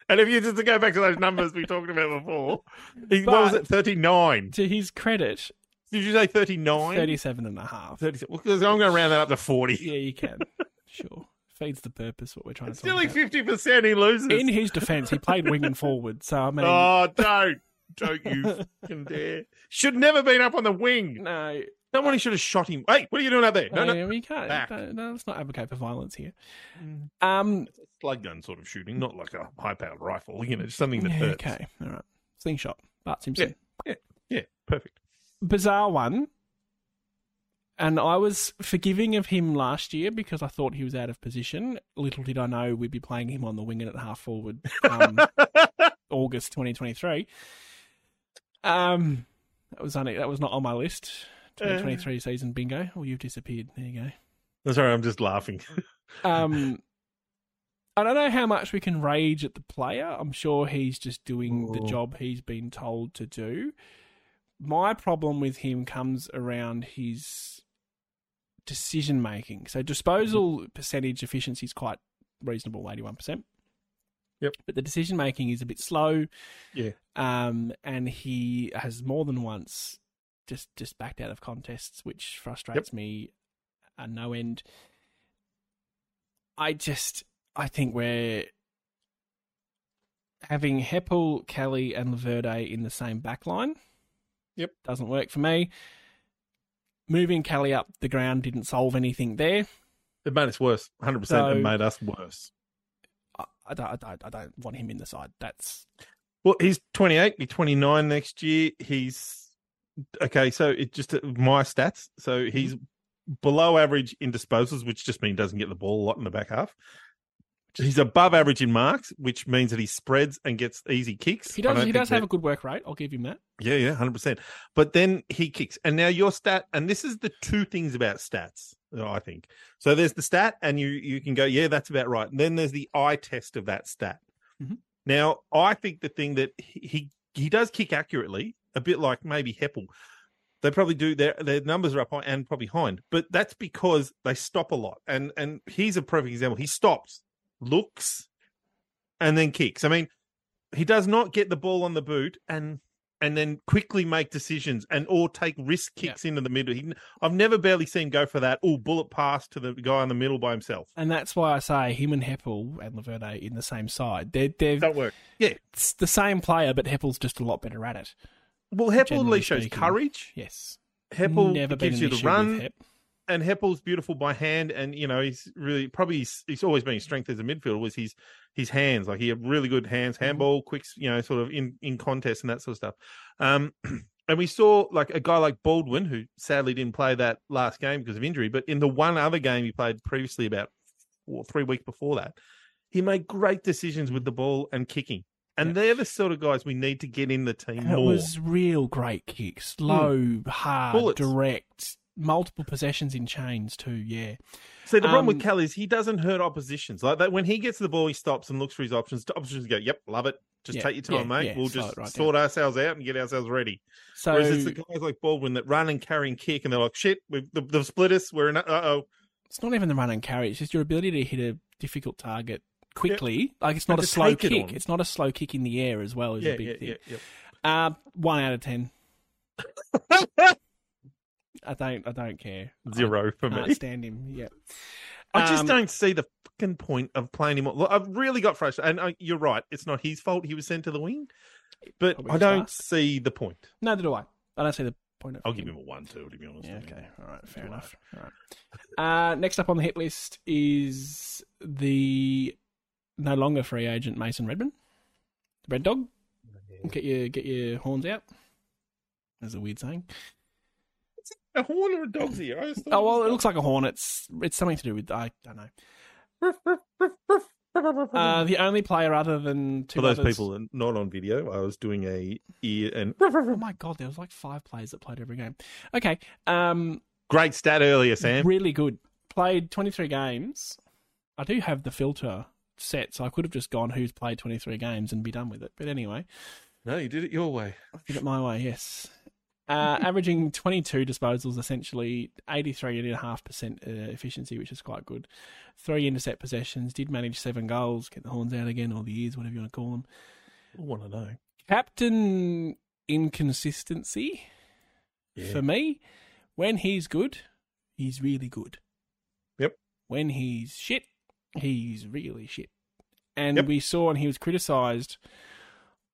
Speaker 2: and if you just to go back to those numbers we talked about before, he- what was
Speaker 1: But-
Speaker 2: it? 39.
Speaker 1: To his credit,
Speaker 2: Did you say 39?
Speaker 1: 37.5.
Speaker 2: 37. Well, 'cause I'm going to round that up to 40.
Speaker 1: Yeah, you can. sure. Feeds the purpose what we're trying
Speaker 2: It's
Speaker 1: to
Speaker 2: still
Speaker 1: talk
Speaker 2: like
Speaker 1: about.
Speaker 2: 50% he loses.
Speaker 1: *laughs* In his defense, he played wing and forward, so I mean,
Speaker 2: oh,
Speaker 1: *laughs*
Speaker 2: don't. Don't you fucking dare. Should never have been up on the wing.
Speaker 1: no,
Speaker 2: Someone should have shot him. Hey, what are you doing up there? No, no.
Speaker 1: no, we can't.
Speaker 2: back.
Speaker 1: No, no, let's not advocate for violence here. Um,
Speaker 2: Slug gun sort of shooting, not like a high powered rifle, you know, just something that
Speaker 1: yeah,
Speaker 2: hurts.
Speaker 1: okay, all right. Slingshot, Bart Simpson.
Speaker 2: Yeah, perfect.
Speaker 1: bizarre one. And I was forgiving of him last year because I thought he was out of position. Little did I know we'd be playing him on the wing and at half forward
Speaker 2: *laughs*
Speaker 1: um, August 2023. Um, that was on it. That was not on my list. 2023 season bingo. Well, you've disappeared. There you go.
Speaker 2: I'm Uh, sorry, I'm just laughing.
Speaker 1: Um, I don't know how much we can rage at the player. I'm sure he's just doing the
Speaker 2: Ooh.
Speaker 1: job he's been told to do. My problem with him comes around his decision making. So
Speaker 2: Mm-hmm.
Speaker 1: disposal percentage efficiency is quite reasonable, eighty one percent.
Speaker 2: Yep.
Speaker 1: But the decision making is a bit slow.
Speaker 2: Yeah.
Speaker 1: Um, and he has more than once just just backed out of contests, which frustrates me a no end. I just I think we're having Heppel, Kelly, and Laverde in the same backline.
Speaker 2: Yep.
Speaker 1: Doesn't work for me. Moving Kelly up the ground didn't solve anything there.
Speaker 2: It made us worse. 100% it
Speaker 1: So-
Speaker 2: made us worse.
Speaker 1: I, I, don't, I, don't, I don't want him in the side. That's
Speaker 2: Well, he's 28, be 29 next year. He's okay. So it just my stats. So he's below average in disposals, which just means he doesn't get the ball a lot in the back half. He's above average in marks, which means that he spreads and gets easy kicks.
Speaker 1: he
Speaker 2: I
Speaker 1: does.
Speaker 2: don't
Speaker 1: He
Speaker 2: think
Speaker 1: does
Speaker 2: that-
Speaker 1: have a good work rate. I'll give him that.
Speaker 2: Yeah, yeah, hundred percent. But then he kicks, and now your stat, and this is the two things about stats, that I think. So there's the stat, and you you can go, yeah, that's about right. And then there's the eye test of that stat.
Speaker 1: Mhm.
Speaker 2: Now I think the thing that he he does kick accurately, a bit like maybe Heppel. They probably do their their numbers are up high and probably hind, but that's because they stop a lot. And and he's a perfect example. He stops, looks, and then kicks. I mean, he does not get the ball on the boot and and then quickly make decisions and or take risk
Speaker 1: Yeah.
Speaker 2: kicks into the middle. He, I've never barely seen him go for that oh bullet pass to the guy in the middle by himself.
Speaker 1: And that's why I say him and Heppel and Laverde in the same side. They're they're
Speaker 2: Don't work.
Speaker 1: it's the same player, but Heppel's just a lot better at it.
Speaker 2: Well, Heppel at
Speaker 1: Generally
Speaker 2: least shows
Speaker 1: speaking.
Speaker 2: courage.
Speaker 1: Yes,
Speaker 2: Heppel
Speaker 1: never been
Speaker 2: gives
Speaker 1: an
Speaker 2: you the
Speaker 1: issue with
Speaker 2: run,
Speaker 1: Hep.
Speaker 2: and Heppel's beautiful by hand. And you know he's really probably he's, he's always been his strength as a midfielder was his his hands. Like he had really good hands,
Speaker 1: Mm-hmm.
Speaker 2: handball, quicks, you know, sort of in in contest and that sort of stuff. Um, *clears throat* and we saw like a guy like Baldwin, who sadly didn't play that last game because of injury, but in the one other game he played previously, about four, three weeks before that, he made great decisions with the ball and kicking. And
Speaker 1: Yeah.
Speaker 2: they're the sort of guys we need to get in the team
Speaker 1: And it
Speaker 2: more. Hmm.
Speaker 1: was real great kicks, low, hard,
Speaker 2: Bullets.
Speaker 1: direct, multiple possessions in chains too. Yeah,
Speaker 2: See, the problem with
Speaker 1: Um,
Speaker 2: Cal is he doesn't hurt oppositions. Like that, when he gets the ball, he stops and looks for his options. The options go, "Yep, love it. Just
Speaker 1: Yeah,
Speaker 2: take your time,
Speaker 1: yeah,
Speaker 2: mate.
Speaker 1: yeah,
Speaker 2: we'll
Speaker 1: slow
Speaker 2: just
Speaker 1: it right
Speaker 2: sort ourselves out and get ourselves ready."
Speaker 1: so
Speaker 2: Whereas it's the guys like Baldwin that run and carry and kick, and they're like, "Shit, we've, they've, they've split us. We're in. Uh oh,
Speaker 1: it's not even the run and carry; it's just your ability to hit a difficult target quickly. Like it's not
Speaker 2: And
Speaker 1: a
Speaker 2: to
Speaker 1: slow
Speaker 2: take it
Speaker 1: kick.
Speaker 2: on.
Speaker 1: it's not a slow kick in the air as well. Is
Speaker 2: yeah,
Speaker 1: a big
Speaker 2: yeah,
Speaker 1: thing.
Speaker 2: yeah, yeah."
Speaker 1: Uh, one out of
Speaker 2: *laughs*
Speaker 1: ten. I don't. I don't care.
Speaker 2: Zero for
Speaker 1: I
Speaker 2: me.
Speaker 1: can't stand him. Yeah.
Speaker 2: I just
Speaker 1: Um,
Speaker 2: don't see the fucking point of playing him. Look, I've really got frustrated, and uh, you're right. It's not his fault. He was sent to the wing, but
Speaker 1: Probably
Speaker 2: I
Speaker 1: just
Speaker 2: don't
Speaker 1: asked.
Speaker 2: see the point.
Speaker 1: Neither do I. I don't see the point of.
Speaker 2: I'll give him a one two to be honest.
Speaker 1: Yeah,
Speaker 2: I think.
Speaker 1: okay. All right. Fair
Speaker 2: Two
Speaker 1: enough. All right. Uh, next up on the hit list is the no longer free agent Mason Redmond, the Red Dog. Get your get your horns out. That's a weird saying.
Speaker 2: A horn or a dog's ear? I just thought
Speaker 1: Oh well, it looks like a horn. It's it's something to do with I don't
Speaker 2: *laughs*
Speaker 1: know. Uh, the only player other than two
Speaker 2: For those
Speaker 1: others-
Speaker 2: people that are not on video, I was doing a ear and
Speaker 1: *laughs*
Speaker 2: *laughs*
Speaker 1: Oh my god, there was like five players that played every game. Okay, um,
Speaker 2: great stat earlier, Sam.
Speaker 1: really good. Played twenty three games. I do have the filter set, so I could have just gone who's played twenty three games and be done with it. But anyway,
Speaker 2: No, you did it your way.
Speaker 1: I did it my way. Yes, uh, averaging twenty two disposals, essentially eighty three and a half percent uh, efficiency, which is quite good. Three intercept possessions, did manage seven goals. Get the horns out again, or the ears, whatever you want to call them.
Speaker 2: I want to know.
Speaker 1: Captain inconsistency. for me, when he's good, he's really good.
Speaker 2: Yep.
Speaker 1: When he's shit, he's really shit. And
Speaker 2: Yep.
Speaker 1: we saw, and he was criticised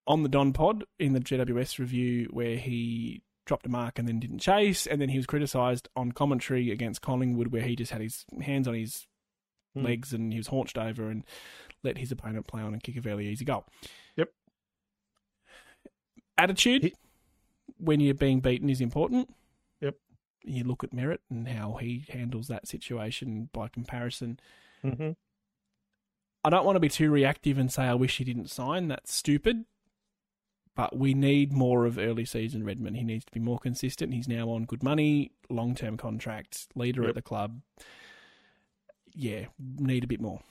Speaker 1: on the Don Pod in the GWS review where he dropped a mark and then didn't chase, and then he was criticised on commentary against Collingwood where he just had his hands on his
Speaker 2: Hmm.
Speaker 1: legs and he was haunched over and let his opponent play on and kick a fairly easy goal.
Speaker 2: Yep.
Speaker 1: Attitude
Speaker 2: He-
Speaker 1: when you're being beaten is important.
Speaker 2: Yep.
Speaker 1: You look at Merritt and how he handles that situation by comparison.
Speaker 2: Mhm.
Speaker 1: I don't want to be too reactive and say I wish he didn't sign. That's stupid. But we need more of early season Redmond. He needs to be more consistent. He's now on good money, long term contract, leader
Speaker 2: Yep.
Speaker 1: at the club. Yeah, need a bit more.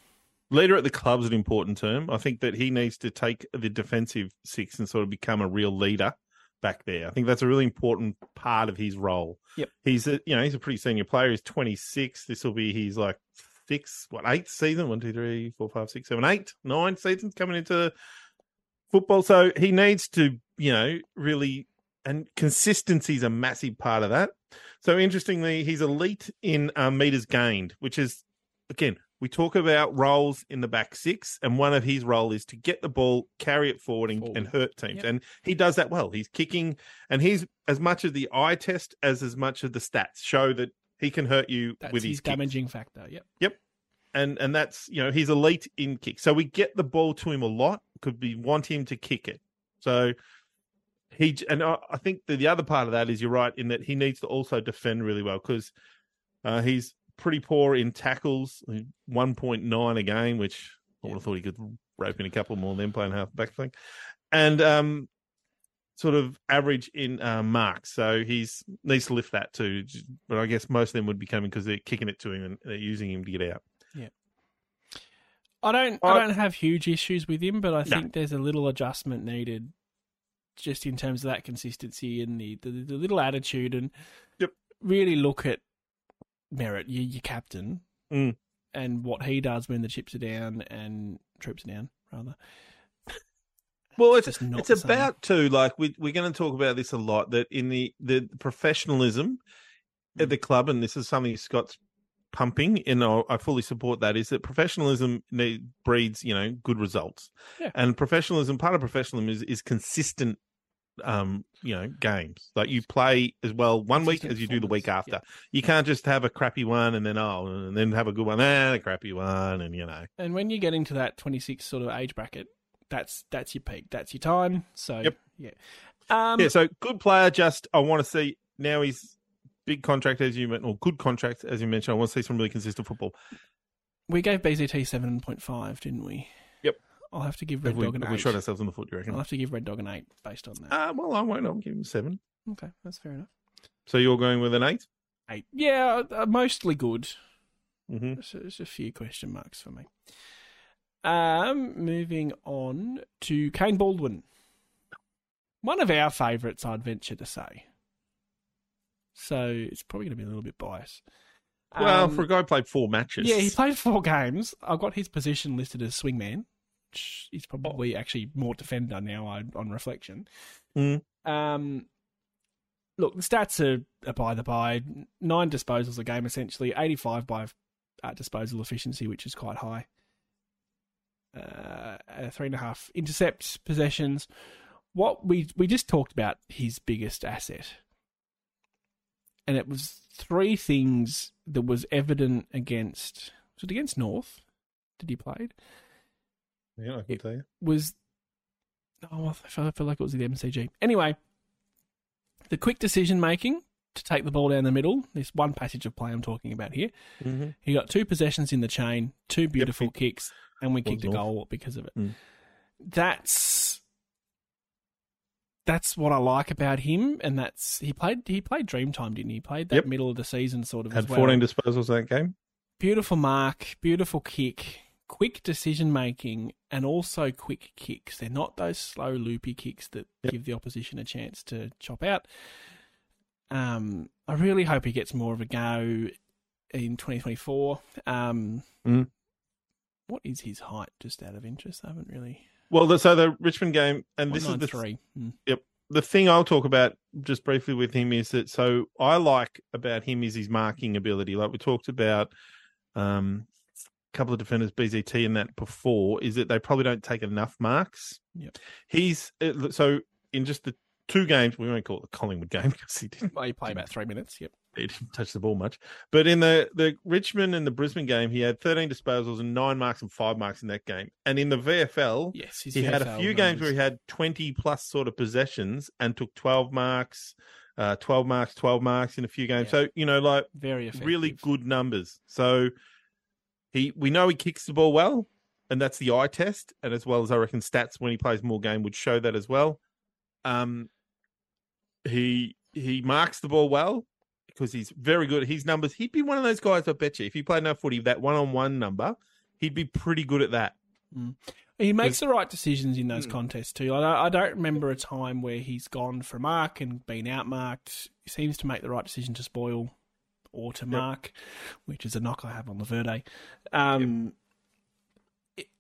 Speaker 2: Leader at the club's an important term. I think that he needs to take the defensive six and sort of become a real leader back there. I think that's a really important part of his role.
Speaker 1: Yep.
Speaker 2: He's a you know, he's a pretty senior player. He's twenty six. This will be his like six, what, eighth season? One, two, three, four, five, six, seven, eight, nine seasons coming into football. So he needs to, you know, really and consistency is a massive part uh, of that. So interestingly, he's elite in um, meters gained, which is again We talk about roles in the back six, and one of his role is to get the ball, carry it forward, and,
Speaker 1: Forward.
Speaker 2: and hurt teams.
Speaker 1: Yep.
Speaker 2: And he does that well. He's kicking, and he's as much of the eye test as as much of the stats show that he can hurt you
Speaker 1: That's
Speaker 2: with
Speaker 1: his,
Speaker 2: his kick.
Speaker 1: damaging factor. Yep.
Speaker 2: And and that's you know he's elite in kick. So we get the ball to him a lot. Could we want him to kick it? So he j- and I, I think that the other part of that is you're right in that he needs to also defend really well because uh, he's pretty poor in tackles, one point nine a game, which I would have thought he could rope in a couple more than playing half back thing, and um, sort of average in uh, marks. So he's needs to lift that too. j- But I guess most of them would be coming because they're kicking it to him and they're using him to get out.
Speaker 1: I don't
Speaker 2: Uh,
Speaker 1: I don't have huge issues with him, but I
Speaker 2: No.
Speaker 1: think there's a little adjustment needed just in terms of that consistency and the the, the little attitude and
Speaker 2: Yep.
Speaker 1: really look at Merritt, your, your captain,
Speaker 2: Mm.
Speaker 1: and what he does when the chips are down and troops are down rather.
Speaker 2: Well, it's
Speaker 1: Just not
Speaker 2: it's
Speaker 1: the same.
Speaker 2: about too like we, we're going to talk about this a lot that in the the professionalism
Speaker 1: Mm.
Speaker 2: at the club, and this is something Scott's pumping, and I, I fully support that. Is that professionalism need, breeds you know good results,
Speaker 1: Yeah.
Speaker 2: and professionalism part of professionalism is is consistent um you know games like you play as well one week
Speaker 1: Consistent
Speaker 2: as you do the week
Speaker 1: performance,
Speaker 2: after
Speaker 1: yeah.
Speaker 2: you can't just have a crappy one and then oh and then have a good one and a crappy one and you know
Speaker 1: And when you're getting to that 26 sort of age bracket, that's that's your peak, that's your time. So
Speaker 2: Yep.
Speaker 1: yeah. Um,
Speaker 2: yeah, so good player. Just I want to see now he's big contract as you meant, or good contract as you mentioned. I want to see some really consistent football.
Speaker 1: we gave BZT 7.5, didn't we?
Speaker 2: Yep.
Speaker 1: I'll have to give Red
Speaker 2: Have we,
Speaker 1: Dog an
Speaker 2: have
Speaker 1: 8.
Speaker 2: we shot ourselves in the foot? Do you
Speaker 1: I'll
Speaker 2: reckon?
Speaker 1: have to give Red Dog an 8 based on that.
Speaker 2: Uh, well, I won't. I'll give him seven.
Speaker 1: Okay, that's fair enough.
Speaker 2: So you're going with an 8
Speaker 1: Eight. Yeah, uh, mostly good.
Speaker 2: Mm-hmm.
Speaker 1: There's there's a few question marks for me. Um, moving on to Kane Baldwin, one of our favourites, I'd venture to say. So it's probably going to be a little bit biased.
Speaker 2: Well,
Speaker 1: Um,
Speaker 2: for a guy who played four matches,
Speaker 1: yeah, he played four games. I've got his position listed as swingman, which is probably
Speaker 2: Oh.
Speaker 1: actually more defender now I- on reflection.
Speaker 2: Mm.
Speaker 1: Um, look, the stats are, are by the by. Nine disposals a game, essentially. 85 by uh, disposal efficiency, which is quite high. Uh, uh, three and a half intercepts, possessions. What we we just talked about his biggest asset, and it was three things that was evident against. Was it against North? Did he played?
Speaker 2: Yeah, I can tell you.
Speaker 1: was oh, I felt, I felt like it was the MCG. Anyway, the quick decision making to take the ball down the middle. This one passage of play I'm talking about here.
Speaker 2: Mm-hmm.
Speaker 1: He got two possessions in the chain, two beautiful kicks, and we kicked a
Speaker 2: Well,
Speaker 1: goal because of it.
Speaker 2: Mm.
Speaker 1: That's that's what I like about him, and that's he played he played Dream Time, didn't he? He played that
Speaker 2: Yep.
Speaker 1: middle of the season sort of
Speaker 2: Had
Speaker 1: as well.
Speaker 2: 14 disposals that game.
Speaker 1: Beautiful mark, beautiful kick, quick decision making, and also quick kicks. They're not those slow, loopy kicks that
Speaker 2: Yep.
Speaker 1: give the opposition a chance to chop out. Um, I really hope he gets more of a go in 2024. Um,
Speaker 2: Mm.
Speaker 1: What is his height, just out of interest? I haven't really.
Speaker 2: Well, the, so the Richmond game, and this is the
Speaker 1: 193. Mm.
Speaker 2: the thing I'll talk about just briefly with him is that so I like about him is his marking ability. Like we talked about um a couple of defenders BZT and that before is that they probably don't take enough marks.
Speaker 1: Yep.
Speaker 2: He's uh, so in just the two games we won't call it the Collingwood game *laughs* because he didn't
Speaker 1: Well, he played about three minutes. Yep.
Speaker 2: he didn't touch the ball much. But in the, the Richmond and the Brisbane game, he had 13 disposals and nine marks and five marks in that game. And in the VFL,
Speaker 1: Yes. his
Speaker 2: he had a
Speaker 1: VFL
Speaker 2: few
Speaker 1: numbers.
Speaker 2: games where he had 20 plus sort of possessions and took 12 marks uh 12 marks 12 marks in a few games
Speaker 1: Yeah.
Speaker 2: so you know like
Speaker 1: very effective.
Speaker 2: really good numbers so he we know he kicks the ball well and that's the eye test and as well as i reckon stats when he plays more game would show that as well um he he marks the ball well because he's very good at his numbers he'd be one of those guys i bet you if he played no footy that one-on-one number he'd be pretty good at that
Speaker 1: He makes the right decisions in those
Speaker 2: Mm.
Speaker 1: contests too. I don't, I don't remember a time where he's gone for mark and been outmarked. He seems to make the right decision to spoil or to mark, which is a knock I have on Laverde. Um,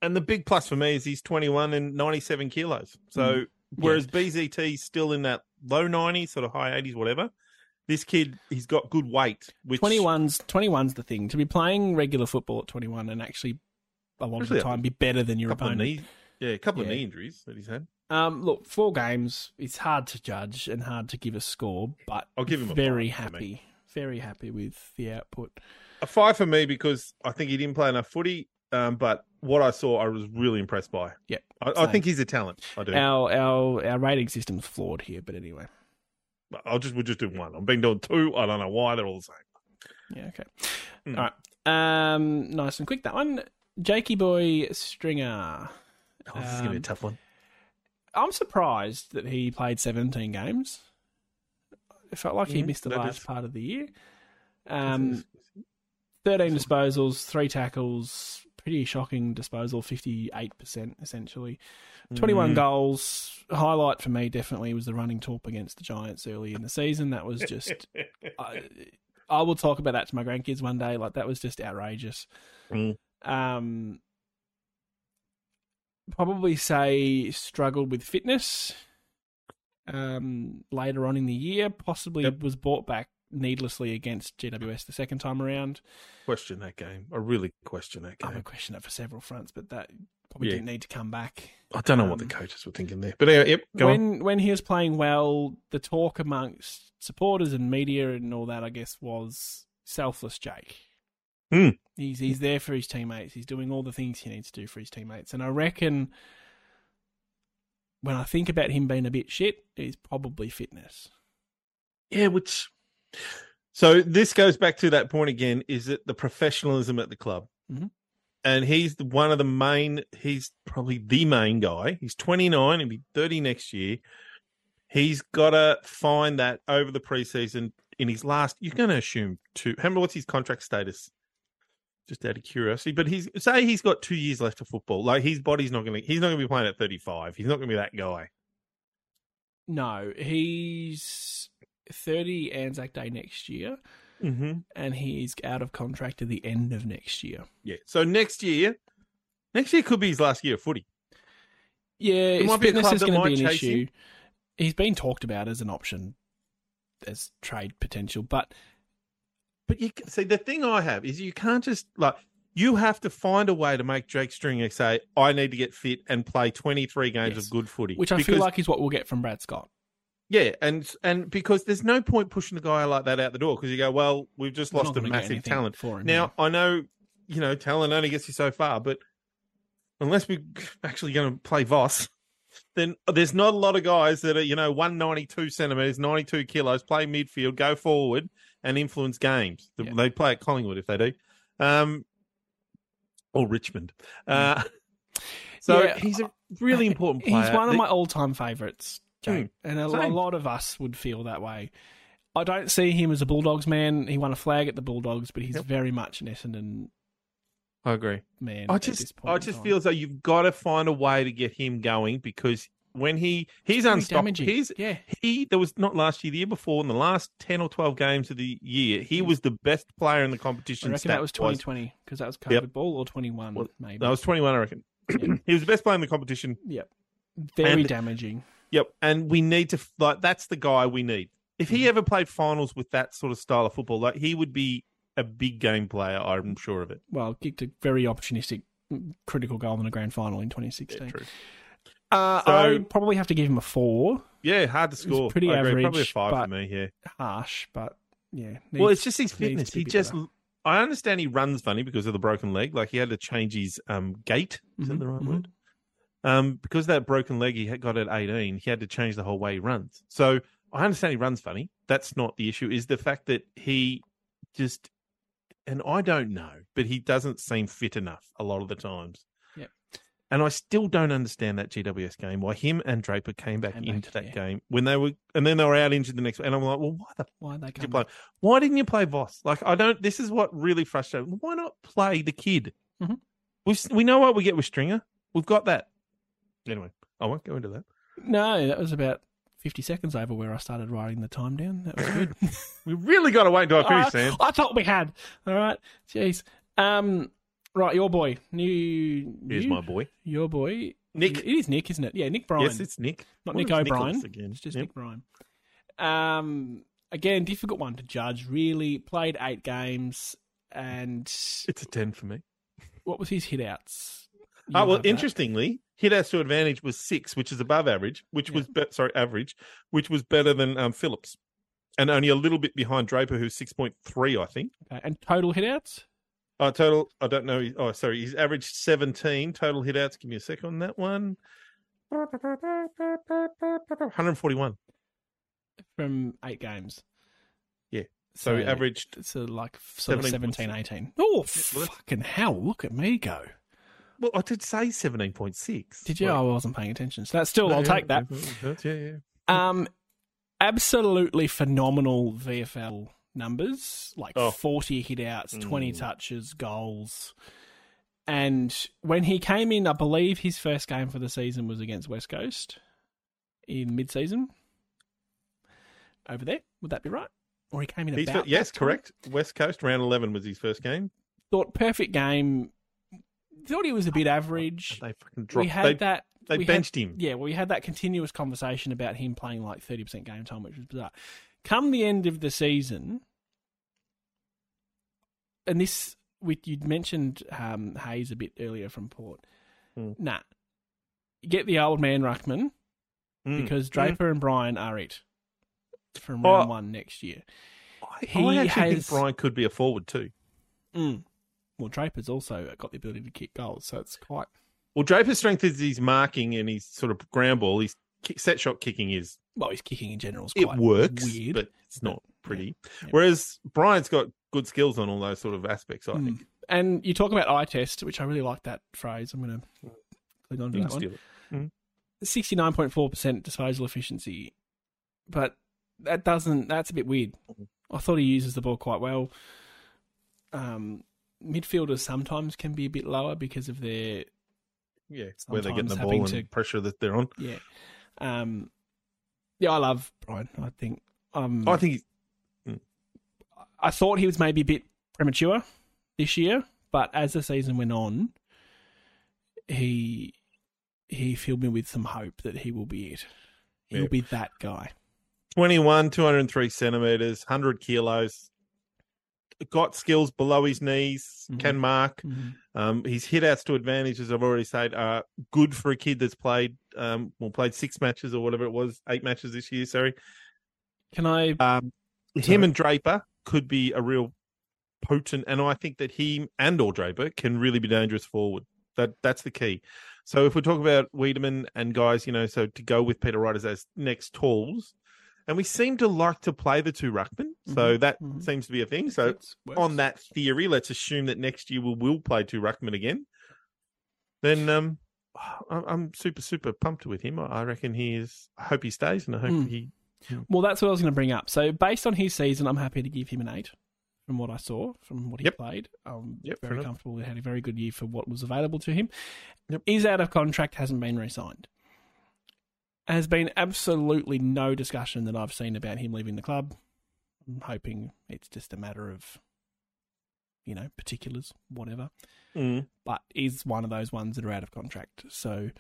Speaker 2: and the big plus for me is he's 21 and 97
Speaker 1: Mm.
Speaker 2: kilos. So whereas BZT's still in that low 90s, sort of high 80s, whatever, This kid, he's got good weight. Which
Speaker 1: 21's 21's the thing to be playing regular football at 21 and actually a lot
Speaker 2: Actually,
Speaker 1: of the time be better than your
Speaker 2: couple of
Speaker 1: opponent.
Speaker 2: knee, yeah, a couple
Speaker 1: Yeah.
Speaker 2: of knee injuries that he's had.
Speaker 1: Um, look, four games. It's hard to judge and hard to give a score, but
Speaker 2: I'll give him a
Speaker 1: very
Speaker 2: five for me.
Speaker 1: happy, very happy with the output.
Speaker 2: A five for me because I think he didn't play enough footy. Um, but what I saw, I was really impressed by.
Speaker 1: Yep,
Speaker 2: I, I
Speaker 1: same.
Speaker 2: think he's a talent. I do.
Speaker 1: Our our our rating system's flawed here, but anyway.
Speaker 2: I'll just we'll just do one. I've been doing two. I don't know why they're all the same.
Speaker 1: Yeah. Okay.
Speaker 2: Hmm.
Speaker 1: All right. Um, nice and quick that one. Jakey boy Stringer.
Speaker 2: Oh, this is gonna be a
Speaker 1: Um,
Speaker 2: tough one.
Speaker 1: I'm surprised that he played 17 games. It felt like he
Speaker 2: Mhm,
Speaker 1: missed the
Speaker 2: that
Speaker 1: last
Speaker 2: is-
Speaker 1: part of the year. Um, 13 disposals, three tackles, pretty shocking disposal, 58% essentially.
Speaker 2: Hmm.
Speaker 1: 21
Speaker 2: Mm.
Speaker 1: goals. Highlight for me definitely was the running torp against the Giants early in the season. That
Speaker 2: *laughs*
Speaker 1: was just, I, I will talk about that to my grandkids one day. Like, that was just outrageous.
Speaker 2: Mm.
Speaker 1: Um, probably say struggled with fitness um, later on in the year, possibly
Speaker 2: Yep.
Speaker 1: was brought back needlessly against GWS the second time around.
Speaker 2: question that game. I really question that
Speaker 1: I would
Speaker 2: game.
Speaker 1: question that for several fronts, but that probably
Speaker 2: Yeah.
Speaker 1: didn't need to come back.
Speaker 2: I don't know what the
Speaker 1: um,
Speaker 2: coaches were thinking there. But anyway, yep, go on.
Speaker 1: when when he was playing well, the talk amongst supporters and media and all that, I guess, was selfless Jake.
Speaker 2: Hmm.
Speaker 1: He's he's there for his teammates. He's doing all the things he needs to do for his teammates, and I reckon when I think about him being a bit shit, it's probably fitness.
Speaker 2: Yeah, which. So this goes back to that point again: is that the professionalism at the club,
Speaker 1: Mhm.
Speaker 2: and he's the- one of the main. He's probably the main guy. He's twenty nine. He'll be thirty next year. He's got to find that over the preseason in his last. You're going to assume two. How what's his contract status? Just out of curiosity, but he's say he's got two years left of football. Like his body's not going to. He's not going to be playing at thirty five. He's not going to be that guy.
Speaker 1: No, he's thirty Anzac Day next year,
Speaker 2: Mm-hmm.
Speaker 1: and he's out of contract at the end of next year.
Speaker 2: Yeah. So next year, next year could be his last year of footy.
Speaker 1: Yeah, his
Speaker 2: might be a
Speaker 1: fitness
Speaker 2: club
Speaker 1: is
Speaker 2: that
Speaker 1: going to
Speaker 2: might
Speaker 1: be an
Speaker 2: chase him.
Speaker 1: issue. He's been talked about as an option, as trade potential, but
Speaker 2: But you see, the thing I have is you can't just like you have to find a way to make Jake Stringer say, "I need to get fit and play twenty three games
Speaker 1: Yes.
Speaker 2: of good footy,"
Speaker 1: which I
Speaker 2: because,
Speaker 1: feel like is what we'll get from Brad Scott.
Speaker 2: yeah, and and because there's no point pushing a guy like that out the door because you go, "Well, we've just
Speaker 1: We're not
Speaker 2: lost a
Speaker 1: gonna get
Speaker 2: massive
Speaker 1: anything
Speaker 2: talent."
Speaker 1: for him.
Speaker 2: Now I know you know talent only gets you so far, but unless we're actually going to play Voss, then there's not a lot of guys that are you know 192 centimeters, 92 kilos, play midfield, go forward, and influence games. The-
Speaker 1: Yeah.
Speaker 2: They play at Collingwood if they do, um, or Richmond.
Speaker 1: *laughs*
Speaker 2: Uh, so
Speaker 1: Hmm. Yeah,
Speaker 2: he's a really important player.
Speaker 1: he's one of
Speaker 2: The-
Speaker 1: my all-time favourites, Jake, and a, a
Speaker 2: Same.
Speaker 1: lot of us would feel that way. I don't see him as a Bulldogs man. He won a flag at the Bulldogs, but he's
Speaker 2: Yep.
Speaker 1: very much an Essendon
Speaker 2: I agree.
Speaker 1: man.
Speaker 2: I
Speaker 1: at
Speaker 2: just,
Speaker 1: this point
Speaker 2: I
Speaker 1: in
Speaker 2: just
Speaker 1: time.
Speaker 2: feel as though you've got to find a way to get him going because when he he's
Speaker 1: Pretty
Speaker 2: unstoppable,
Speaker 1: damaging.
Speaker 2: he's
Speaker 1: yeah,
Speaker 2: he there was not last year the year before in the last 10 or 12 games of the year he was the best player in the
Speaker 1: Hmm. I
Speaker 2: competition
Speaker 1: reckon that was
Speaker 2: stat-wise.
Speaker 1: 2020 because that was COVID
Speaker 2: Yep.
Speaker 1: ball or 21
Speaker 2: Well,
Speaker 1: maybe.
Speaker 2: that was 21 i reckon
Speaker 1: Yeah.
Speaker 2: *clears throat* he was the best player in the competition
Speaker 1: yep, very
Speaker 2: And-
Speaker 1: damaging.
Speaker 2: yep and we need to like that's the guy we need if
Speaker 1: Hmm.
Speaker 2: he ever played finals with that sort of style of football like he would be a big game player i'm sure of it
Speaker 1: well, kicked a very opportunistic critical goal in the grand final in
Speaker 2: yeah,
Speaker 1: 2016.
Speaker 2: true. Um,
Speaker 1: uh,
Speaker 2: So-
Speaker 1: I would probably have to give him a four.
Speaker 2: yeah hard to score
Speaker 1: pretty
Speaker 2: I agree. probably a
Speaker 1: average,
Speaker 2: five
Speaker 1: but-
Speaker 2: for me yeah
Speaker 1: Harsh, but yeah.
Speaker 2: well
Speaker 1: needs-
Speaker 2: it's just
Speaker 1: needs
Speaker 2: his
Speaker 1: to
Speaker 2: fitness
Speaker 1: be
Speaker 2: he just
Speaker 1: better.
Speaker 2: i understand he runs funny because of the broken leg like he had to change his um gait is that
Speaker 1: Mhm,
Speaker 2: the right
Speaker 1: mhm.
Speaker 2: word um, because of that broken leg he had got at 18, he had to change the whole way he runs. So I understand he runs funny. That's not the issue. Is the fact that he just, and I don't know, but he doesn't seem fit enough a lot of the times.
Speaker 1: Yep.
Speaker 2: And I still don't understand that GWS game. Why him and Draper came back
Speaker 1: Came back,
Speaker 2: into that
Speaker 1: yeah.
Speaker 2: game when they were, and then they were out injured the next. And I'm like, well, why the
Speaker 1: Why they
Speaker 2: did you
Speaker 1: come
Speaker 2: play? Why didn't you play Voss? Like, I don't. This is what really frustrated. me. Why not play the kid?
Speaker 1: Mhm.
Speaker 2: We s- we know what we get with Stringer. We've got that. Anyway, I won't go into that.
Speaker 1: No, that was about 50 seconds over where I started writing the time down. That was
Speaker 2: *laughs*
Speaker 1: good.
Speaker 2: We really got to wait until I finish,
Speaker 1: Uh,
Speaker 2: Sam.
Speaker 1: I thought we had. All right. Jeez. Um, right, your boy. New.
Speaker 2: Here's
Speaker 1: new-
Speaker 2: my boy,
Speaker 1: Your boy.
Speaker 2: Nick.
Speaker 1: It is Nick, isn't it? Yeah, Nick Bryan.
Speaker 2: Yes, it's Nick.
Speaker 1: Not
Speaker 2: What
Speaker 1: Nick
Speaker 2: is Nicholas
Speaker 1: O'Brien.
Speaker 2: again.
Speaker 1: It's just
Speaker 2: Yep.
Speaker 1: Nick Bryan. Um, again, difficult one to judge. Really played eight games, and
Speaker 2: It's a 10 for me.
Speaker 1: what was his hitouts?
Speaker 2: Ah,
Speaker 1: You
Speaker 2: well,
Speaker 1: have that.
Speaker 2: interestingly, hit outs to advantage was six, which is above average, which was be- sorry average, which was better than um, Phillips, and only a little bit behind Draper, who's six point three, I think.
Speaker 1: Okay, Uh, And total hitouts.
Speaker 2: Uh, total, I don't know. Oh, sorry, he's averaged seventeen total hit outs. Give me a second on that one. One hundred forty-one.
Speaker 1: from eight games.
Speaker 2: Yeah. So he averaged.
Speaker 1: So like sort of
Speaker 2: 17.6.
Speaker 1: 17, 18. Oh,
Speaker 2: well, that's-
Speaker 1: fucking hell. Look at me go.
Speaker 2: Well, I did say seventeen point six. Mm-hmm,
Speaker 1: Did you? Oh, I wasn't paying attention. So that's still, I'll take that.
Speaker 2: Yeah, yeah.
Speaker 1: Um, absolutely phenomenal VFL numbers, like
Speaker 2: Oh.
Speaker 1: 40 hit outs, 20
Speaker 2: Mm.
Speaker 1: touches, goals. And when he came in, I believe his first game for the season was against West Coast in mid-season. Over there, would that be right? Or he came in
Speaker 2: He's
Speaker 1: about
Speaker 2: fir- yes,
Speaker 1: that time?
Speaker 2: correct. West Coast round eleven was his first game.
Speaker 1: Thought perfect game. Thought he was a bit average.
Speaker 2: They fucking dropped.
Speaker 1: We had
Speaker 2: they,
Speaker 1: that.
Speaker 2: they
Speaker 1: we had-
Speaker 2: benched him.
Speaker 1: Yeah, we had that continuous conversation about him playing like 30% game time, which was bizarre. Come the end of the season, and this, we, you'd mentioned um, Hayes a bit earlier from Port.
Speaker 2: Hmm.
Speaker 1: Nah. Get the old man Ruckman
Speaker 2: Mm.
Speaker 1: because Draper and Brian are it from round
Speaker 2: Oh.
Speaker 1: one next year.
Speaker 2: I,
Speaker 1: he
Speaker 2: I actually
Speaker 1: has-
Speaker 2: think Brian could be a forward too.
Speaker 1: Mm. Well, Draper's also got the ability to kick goals, so it's quite.
Speaker 2: Well, Draper's strength is his marking and his sort of ground ball. His kick, set shot kicking is
Speaker 1: Well, his kicking in general is
Speaker 2: it
Speaker 1: quite
Speaker 2: works,
Speaker 1: weird.
Speaker 2: but it's not pretty.
Speaker 1: yeah.
Speaker 2: Whereas Brian's got good skills on all those sort of aspects. I
Speaker 1: Mm.
Speaker 2: think.
Speaker 1: And you talk about eye test, which I really like that phrase. I'm going to click on to
Speaker 2: You
Speaker 1: that
Speaker 2: can
Speaker 1: one.
Speaker 2: steal it.
Speaker 1: 69.4% disposal efficiency. But that doesn't, that's a bit weird. I thought he uses the ball quite well. Um, midfielders sometimes can be a bit lower because of their,
Speaker 2: Yeah, where they're getting
Speaker 1: Sometimes
Speaker 2: the
Speaker 1: having
Speaker 2: ball and
Speaker 1: to-
Speaker 2: pressure that they're on.
Speaker 1: yeah. Um, yeah, I love Brian. I think, um,
Speaker 2: I think he's,
Speaker 1: I thought he was maybe a bit premature this year, but as the season went on, he he filled me with some hope that he will be it. He'll
Speaker 2: Yeah.
Speaker 1: be that guy.
Speaker 2: 21, 203 centimeters, 100 kilos. Got skills below his knees,
Speaker 1: Mhm.
Speaker 2: can mark. Um, his hit outs to advantage, as I've already said, are good for a kid that's played um well played six matches or whatever it was, eight matches this year, sorry.
Speaker 1: Can I?
Speaker 2: Um
Speaker 1: Sorry.
Speaker 2: him and Draper could be a real potent and I think that he and or Draper can really be dangerous forward. That that's the key. So if we talk about Wiedemann and guys, you know, so to go with Peter Wright as those next tools, and we seem to like to play the two ruckmen, so that
Speaker 1: mhm.
Speaker 2: seems to be a thing. So on that theory, let's assume that next year we will play two ruckman again. Then um, *sighs* I- I'm super super pumped with him. I I reckon he is. I hope he stays, and I hope
Speaker 1: Mm.
Speaker 2: he.
Speaker 1: Well, that's what I was going to bring up. So based on his season, I'm happy to give him an eight. From what I saw, from what he
Speaker 2: Yep.
Speaker 1: played, um,
Speaker 2: Yep, fair
Speaker 1: very
Speaker 2: enough.
Speaker 1: comfortable. He had a very good year for what was available to him.
Speaker 2: Yep.
Speaker 1: Is out of contract, hasn't been re-signed. has been absolutely no discussion that I've seen about him leaving the club. I'm hoping it's just a matter of, you know, particulars, whatever.
Speaker 2: Mm.
Speaker 1: But is one of those ones that are out of contract, so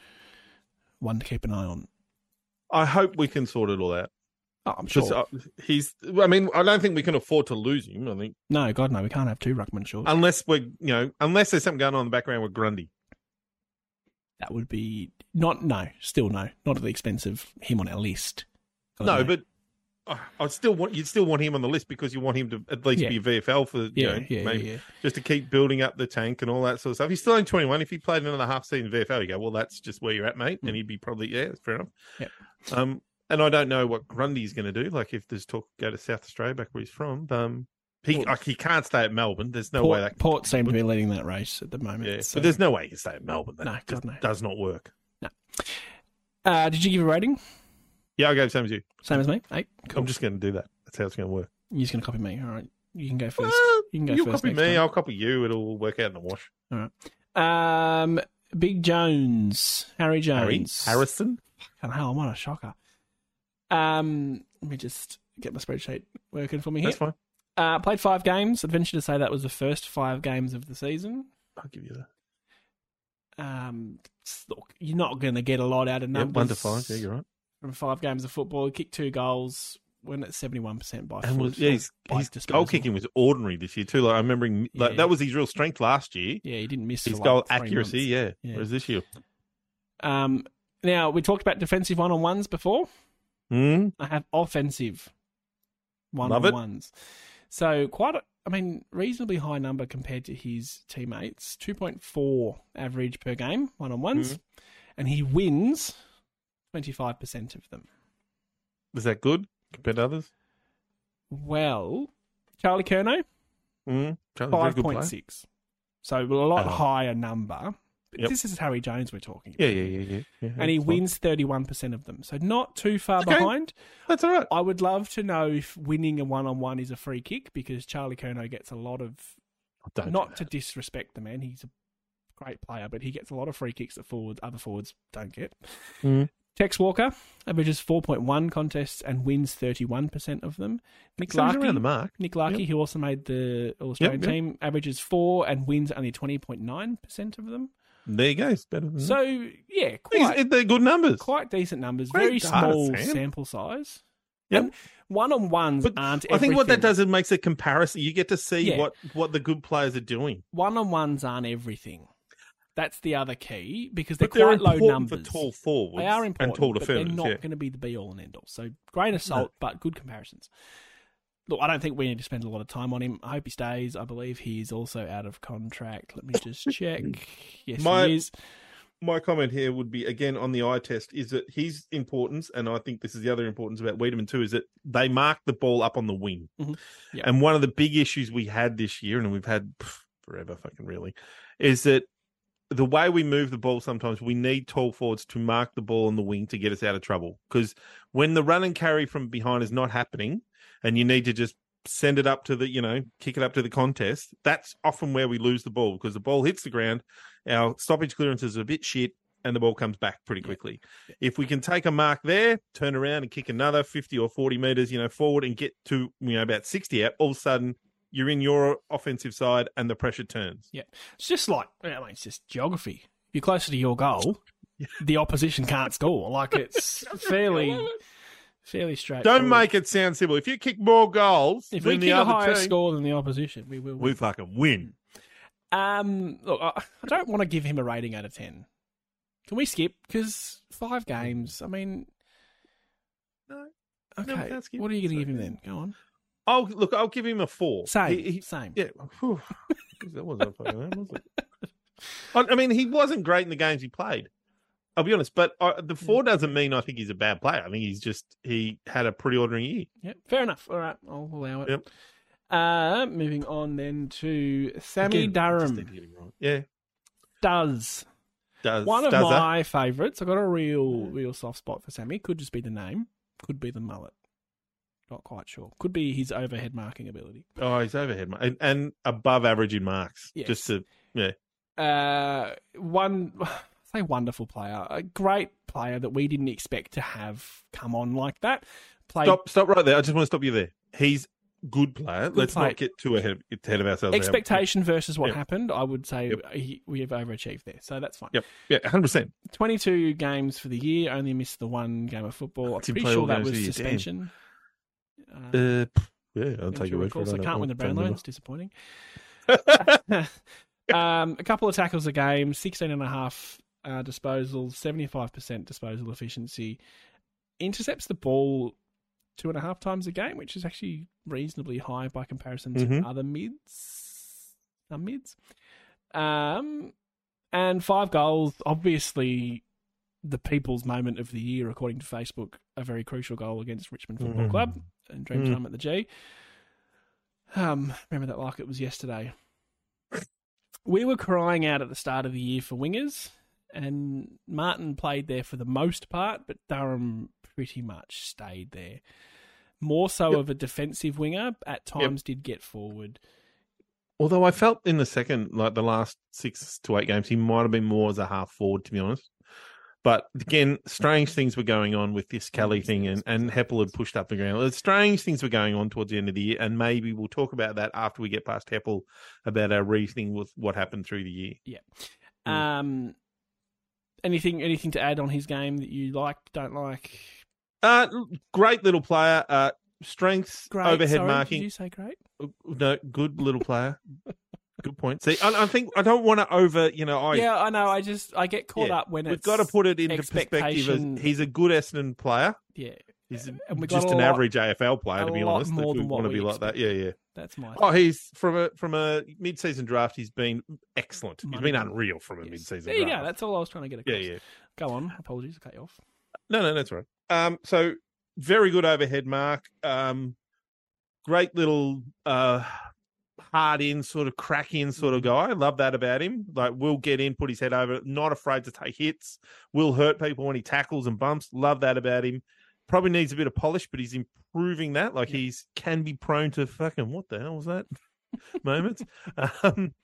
Speaker 1: one to keep an eye on.
Speaker 2: I hope we can sort it all out.
Speaker 1: Oh, I'm sure.
Speaker 2: Because he's. I mean, I don't think we can afford to lose him. I think
Speaker 1: no, God, no, we can't have two ruckman short.
Speaker 2: unless we're you know unless there's something going on in the background with Grundy.
Speaker 1: that would be not no, still no, not at the expense of him on our list. God,
Speaker 2: no, but. I- I still want you'd still want him on the list because you want him to at least
Speaker 1: Yeah.
Speaker 2: be a VFL for you
Speaker 1: yeah,
Speaker 2: know,
Speaker 1: yeah,
Speaker 2: maybe
Speaker 1: yeah, yeah.
Speaker 2: just to keep building up the tank and all that sort of stuff. He's still only 21. If he played another half season VFL, you go, well, that's just where you're at, mate. And he'd be probably, yeah, that's fair enough.
Speaker 1: Mm. Yep.
Speaker 2: Um, and I don't know what Grundy's going to do. Like, if there's talk, go to South Australia, back where he's from. Um, he,
Speaker 1: Well-
Speaker 2: like, he can't stay at Melbourne. There's no way
Speaker 1: Port,
Speaker 2: that.
Speaker 1: Port seem to be leading that race at the moment.
Speaker 2: yeah,
Speaker 1: so-
Speaker 2: but there's no way he can stay at Melbourne. That
Speaker 1: No, uh, God,
Speaker 2: just
Speaker 1: no.
Speaker 2: does not work.
Speaker 1: uh, did you give a rating?
Speaker 2: Yeah, I go the same as you.
Speaker 1: Same as me. Eight. Cool.
Speaker 2: I'm just going to do that. That's how it's going to work.
Speaker 1: You're just going to copy me. All right. You can go first.
Speaker 2: Ah,
Speaker 1: you can go
Speaker 2: You'll
Speaker 1: first
Speaker 2: copy
Speaker 1: next
Speaker 2: me.
Speaker 1: time.
Speaker 2: I'll copy you. It'll work out in the wash.
Speaker 1: Um, Big Jones. Harry Jones.
Speaker 2: Harry Harrison.
Speaker 1: Fucking hell, what a shocker. Um, let me just get my spreadsheet working for me here.
Speaker 2: That's fine.
Speaker 1: Uh, played five games. I'd venture to say that was the first five games of the season.
Speaker 2: I'll give you that.
Speaker 1: Um, look, you're not going to get a lot out of
Speaker 2: Yeah,
Speaker 1: numbers.
Speaker 2: one to five. Yeah, you're right.
Speaker 1: From five games of football, kicked two goals, went at seventy one percent by
Speaker 2: And
Speaker 1: foot
Speaker 2: was, yeah,
Speaker 1: on
Speaker 2: his,
Speaker 1: by
Speaker 2: his
Speaker 1: disposal.
Speaker 2: goal kicking was ordinary this year too. Like I remember, him- like,
Speaker 1: Yeah.
Speaker 2: that was his real strength last year.
Speaker 1: Yeah, he didn't miss
Speaker 2: His
Speaker 1: for, like,
Speaker 2: goal
Speaker 1: three
Speaker 2: accuracy,
Speaker 1: months.
Speaker 2: yeah.
Speaker 1: Yeah.
Speaker 2: Whereas this year,
Speaker 1: Um, now we talked about defensive one on ones before.
Speaker 2: Hmm?
Speaker 1: I have offensive one
Speaker 2: Love
Speaker 1: on
Speaker 2: it.
Speaker 1: ones. So quite, a, I mean, reasonably high number compared to his teammates. Two point four average per game one on ones,
Speaker 2: Mm-hmm.
Speaker 1: and he wins twenty five percent of them.
Speaker 2: was that good compared to others?
Speaker 1: Well, Charlie Kerno
Speaker 2: Mm.
Speaker 1: five point six, so a lot
Speaker 2: Oh.
Speaker 1: higher number. But
Speaker 2: Yep.
Speaker 1: This is Harry Jones we're talking.
Speaker 2: Yeah,
Speaker 1: about.
Speaker 2: yeah, yeah, yeah. yeah
Speaker 1: And he
Speaker 2: that's fine.
Speaker 1: wins thirty one percent of them, so not too far
Speaker 2: Okay.
Speaker 1: behind.
Speaker 2: That's all right.
Speaker 1: I would love to know if winning a one on one is a free kick because Charlie Kerno gets a lot of
Speaker 2: Don't
Speaker 1: not to disrespect the man, he's a great player, but he gets a lot of free kicks that forwards other forwards don't get.
Speaker 2: Mm.
Speaker 1: Tex Walker averages four point one contests and wins thirty one percent of them. Nick
Speaker 2: So he's around the
Speaker 1: Larky,
Speaker 2: mark.
Speaker 1: Nick Larky,
Speaker 2: Yep.
Speaker 1: who also made the All Australian
Speaker 2: Yep, yep.
Speaker 1: team, averages four and wins only twenty point nine percent of them.
Speaker 2: There you go. It's better than that.
Speaker 1: So yeah,
Speaker 2: He's-
Speaker 1: quite
Speaker 2: they're good numbers.
Speaker 1: quite decent numbers,
Speaker 2: Great
Speaker 1: very
Speaker 2: data,
Speaker 1: small
Speaker 2: Sam.
Speaker 1: sample size.
Speaker 2: Yep.
Speaker 1: One on ones
Speaker 2: But
Speaker 1: aren't.
Speaker 2: I think what that
Speaker 1: everything.
Speaker 2: does it makes a comparison. You get to see
Speaker 1: Yeah.
Speaker 2: what what the good players are doing.
Speaker 1: one on ones aren't everything. That's the other key because they're
Speaker 2: But they're
Speaker 1: quite low
Speaker 2: important
Speaker 1: numbers.
Speaker 2: for tall forwards.
Speaker 1: they are important,
Speaker 2: and tall
Speaker 1: but they're
Speaker 2: defenders.
Speaker 1: not
Speaker 2: yeah.
Speaker 1: going to be the be all and end all. So grain of salt, but good comparisons. Look, I don't think we need to spend a lot of time on him. I hope he stays. I believe he's also out of contract. Let me
Speaker 2: *laughs*
Speaker 1: just check. Yes,
Speaker 2: My-
Speaker 1: he is.
Speaker 2: My comment here would be again on the eye test is that his importance, and I think this is the other importance about Wiedemann too, is that they mark the ball up on the wing.
Speaker 1: Mhm. Yeah.
Speaker 2: And one of the big issues we had this year, and we've had pff, forever, fucking really, is that the way we move the ball sometimes we need tall forwards to mark the ball on the wing to get us out of trouble because when the run and carry from behind is not happening and you need to just send it up to the you know kick it up to the contest that's often where we lose the ball because the ball hits the ground our stoppage clearances are a bit shit and the ball comes back pretty
Speaker 1: Yeah.
Speaker 2: quickly if we can take a mark there turn around and kick another 50 or 40 meters you know forward and get to you know about 60 out all of a sudden you're in your offensive side and the pressure turns
Speaker 1: It's just like I mean, it's just geography. If you're closer to your goal, the opposition can't score. Like
Speaker 2: *laughs*
Speaker 1: it's fairly, fairly straight.
Speaker 2: Don't make it sound simple. If you kick more goals
Speaker 1: If
Speaker 2: than
Speaker 1: we
Speaker 2: the
Speaker 1: kick a
Speaker 2: other
Speaker 1: higher
Speaker 2: team,
Speaker 1: score than the opposition, we will. win.
Speaker 2: we fucking win.
Speaker 1: Um, look, I, I don't want to give him a rating out of ten. Can we skip? Because five games. I mean,
Speaker 2: No. No, we
Speaker 1: Okay,
Speaker 2: can't skip.
Speaker 1: what are you going to give him
Speaker 2: Sorry.
Speaker 1: then? Go on.
Speaker 2: I'll look. I'll give him a four.
Speaker 1: Same,
Speaker 2: He- he-
Speaker 1: same.
Speaker 2: yeah. Whew. that wasn't a fucking man, was it? *laughs* I, I mean, he wasn't great in the games he played. I'll be honest, but uh, the
Speaker 1: Hmm.
Speaker 2: four doesn't mean I think he's a bad player. I think he's just he had a pretty ordinary year.
Speaker 1: Yep, fair enough. All right, I'll allow it.
Speaker 2: Yep.
Speaker 1: Uh, moving on then to Sammy
Speaker 2: Again, just need to
Speaker 1: Durham
Speaker 2: get him right. Yeah,
Speaker 1: does
Speaker 2: does
Speaker 1: one of
Speaker 2: does that.
Speaker 1: my favourites. I've got a real, real soft spot for Sammy. Could just be the name. Could be the mullet. Not quite sure. Could be his overhead marking ability.
Speaker 2: Oh, he's overhead mar- and, and above average in marks.
Speaker 1: Yes.
Speaker 2: Just to
Speaker 1: uh, one *laughs* say wonderful player, a great player that we didn't expect to have come on like that. Played
Speaker 2: Stop! Stop right there. I just want to stop you there. He's good player.
Speaker 1: Good
Speaker 2: Let's
Speaker 1: player.
Speaker 2: not get too ahead of, ahead of ourselves.
Speaker 1: expectation versus what
Speaker 2: Yep.
Speaker 1: happened. I would say
Speaker 2: Yep.
Speaker 1: he, we have overachieved there, so that's fine.
Speaker 2: Yep. Yeah, hundred percent.
Speaker 1: 22 games for the year, only missed the one game of football. I'm
Speaker 2: Didn't
Speaker 1: pretty
Speaker 2: play
Speaker 1: sure
Speaker 2: all
Speaker 1: that was
Speaker 2: games of the year, damn.
Speaker 1: suspension. Uh,
Speaker 2: Yeah, I'll
Speaker 1: I'm
Speaker 2: take
Speaker 1: sure
Speaker 2: your
Speaker 1: we
Speaker 2: word for
Speaker 1: call,
Speaker 2: it.
Speaker 1: so
Speaker 2: I
Speaker 1: can't
Speaker 2: don't-
Speaker 1: win the
Speaker 2: don't
Speaker 1: Brownlow.
Speaker 2: remember.
Speaker 1: It's disappointing.
Speaker 2: *laughs*
Speaker 1: um, a couple of tackles a game, 16 and a half uh, disposals, 75% disposal efficiency. Intercepts the ball two and a half times a game, which is actually reasonably high by comparison to
Speaker 2: Mhm.
Speaker 1: other mids. Some mids. Um, and five goals. Obviously, the people's moment of the year, according to Facebook, a very crucial goal against Richmond Football
Speaker 2: Mhm.
Speaker 1: Club and
Speaker 2: Mm.
Speaker 1: Dreamtime at the G. Um, remember that like it was yesterday. We were crying out at the start of the year for wingers, and Martin played there for the most part, but Durham pretty much stayed there. More so
Speaker 2: Yep.
Speaker 1: of a defensive winger, at times did get forward.
Speaker 2: Although I felt in the second, like the last six to eight games, he might have been more as a half forward, to be honest. But again, strange things were going on with this Kelly thing, and, and Heppel had pushed up the ground. Strange things were going on towards the end of the year, and maybe we'll talk about that after we get past Heppel about our reasoning with what happened through the year. Mm.
Speaker 1: Um, anything, anything to add on his game that you liked, don't like?
Speaker 2: Uh, great little player. Uh, strengths,
Speaker 1: Great.
Speaker 2: overhead
Speaker 1: sorry,
Speaker 2: marking.
Speaker 1: Did you say great?
Speaker 2: No, good
Speaker 1: *laughs*
Speaker 2: little player. good point. See, I, I think I don't want to over. You know, I
Speaker 1: yeah, I know. I just I get caught
Speaker 2: Yeah.
Speaker 1: up when
Speaker 2: we've
Speaker 1: it's
Speaker 2: got to put it into perspective.
Speaker 1: expectation-
Speaker 2: As he's a good Essendon player.
Speaker 1: yeah.
Speaker 2: He's a-
Speaker 1: And we've got
Speaker 2: just
Speaker 1: a
Speaker 2: an
Speaker 1: lot-
Speaker 2: average AFL player,
Speaker 1: a
Speaker 2: to be
Speaker 1: lot
Speaker 2: honest.
Speaker 1: more
Speaker 2: if we
Speaker 1: than what
Speaker 2: want to
Speaker 1: we
Speaker 2: be like that, yeah, yeah.
Speaker 1: That's my
Speaker 2: Oh, he's from a from a mid-season draft. He's been excellent. He's been
Speaker 1: Moneyball.
Speaker 2: unreal from a
Speaker 1: yes.
Speaker 2: mid-season.
Speaker 1: There you
Speaker 2: draft.
Speaker 1: go. That's all I was trying to get
Speaker 2: yeah,
Speaker 1: across.
Speaker 2: yeah.
Speaker 1: Go on. Apologies. Cut you off.
Speaker 2: No, no, that's right. Um, so very good overhead mark. Um, great little uh hard in sort of crack in sort of guy. I love that about him. Like will get in, put his head over, not afraid to take hits, will hurt people when he tackles and bumps. Love that about him. Probably needs a bit of polish, but he's improving that. Like
Speaker 1: Yeah.
Speaker 2: he's can be prone to fucking what the hell was that *laughs* moments. Um,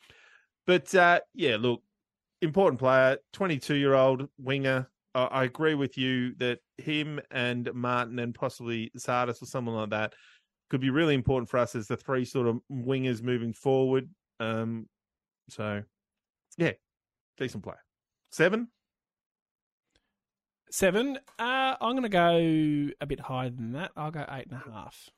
Speaker 2: but uh, yeah, look, important player, 22 year old winger. I, I agree with you that him and Martin and possibly Sardis or someone like that could be really important for us as the three sort of wingers moving forward. Um, so, yeah, decent player. Seven?
Speaker 1: Seven. Uh, I'm going to go a bit higher than that. I'll go eight and a half.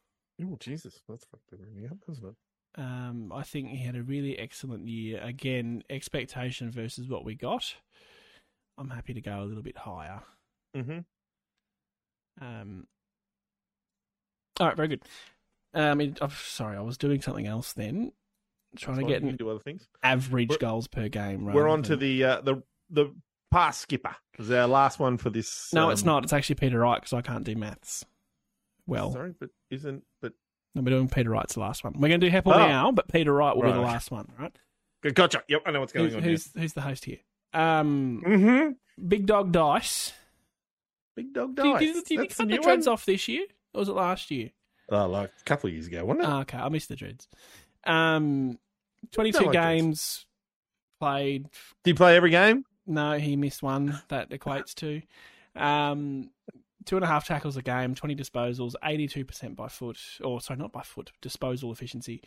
Speaker 2: Oh, Jesus. That's fucking ringing up, isn't it?
Speaker 1: Um, I think he had a really excellent year. Again, expectation versus what we got. I'm happy to go a little bit higher.
Speaker 2: Mm-hmm.
Speaker 1: Um, all right, very good. Um, it, I'm sorry, I was doing something else then, trying to get
Speaker 2: you can
Speaker 1: an
Speaker 2: do other things.
Speaker 1: average
Speaker 2: We're-
Speaker 1: goals per game.
Speaker 2: We're
Speaker 1: rather
Speaker 2: on to
Speaker 1: than-
Speaker 2: the, uh, the, the pass skipper. Is our last one for this.
Speaker 1: No, it's
Speaker 2: um,
Speaker 1: not. It's actually Peter Wright because I can't do maths. Well,
Speaker 2: Sorry, but isn't but
Speaker 1: no, we're doing Peter Wright's the last one. We're going to do Heppel
Speaker 2: Oh.
Speaker 1: now, but Peter Wright will be the
Speaker 2: Right.
Speaker 1: last one. Right?
Speaker 2: gotcha. Yep, I know what's going
Speaker 1: Who's
Speaker 2: on.
Speaker 1: who's, who's the host here? Um,
Speaker 2: here. Mm-hmm.
Speaker 1: Big Dog Dice.
Speaker 2: Big dog
Speaker 1: Did,
Speaker 2: dice.
Speaker 1: did, did he
Speaker 2: That's
Speaker 1: cut
Speaker 2: a
Speaker 1: the
Speaker 2: new
Speaker 1: dreads
Speaker 2: one.
Speaker 1: off this year? Or was it last year?
Speaker 2: Oh, like a couple of years ago, wasn't it?
Speaker 1: Ah, okay, I missed the dreads. Um, twenty-two
Speaker 2: No, I did.
Speaker 1: games played.
Speaker 2: Did he play every game?
Speaker 1: No, he missed one. That equates to um, two and a half tackles a game, twenty disposals, eighty-two percent by foot, or sorry, not by foot, disposal efficiency,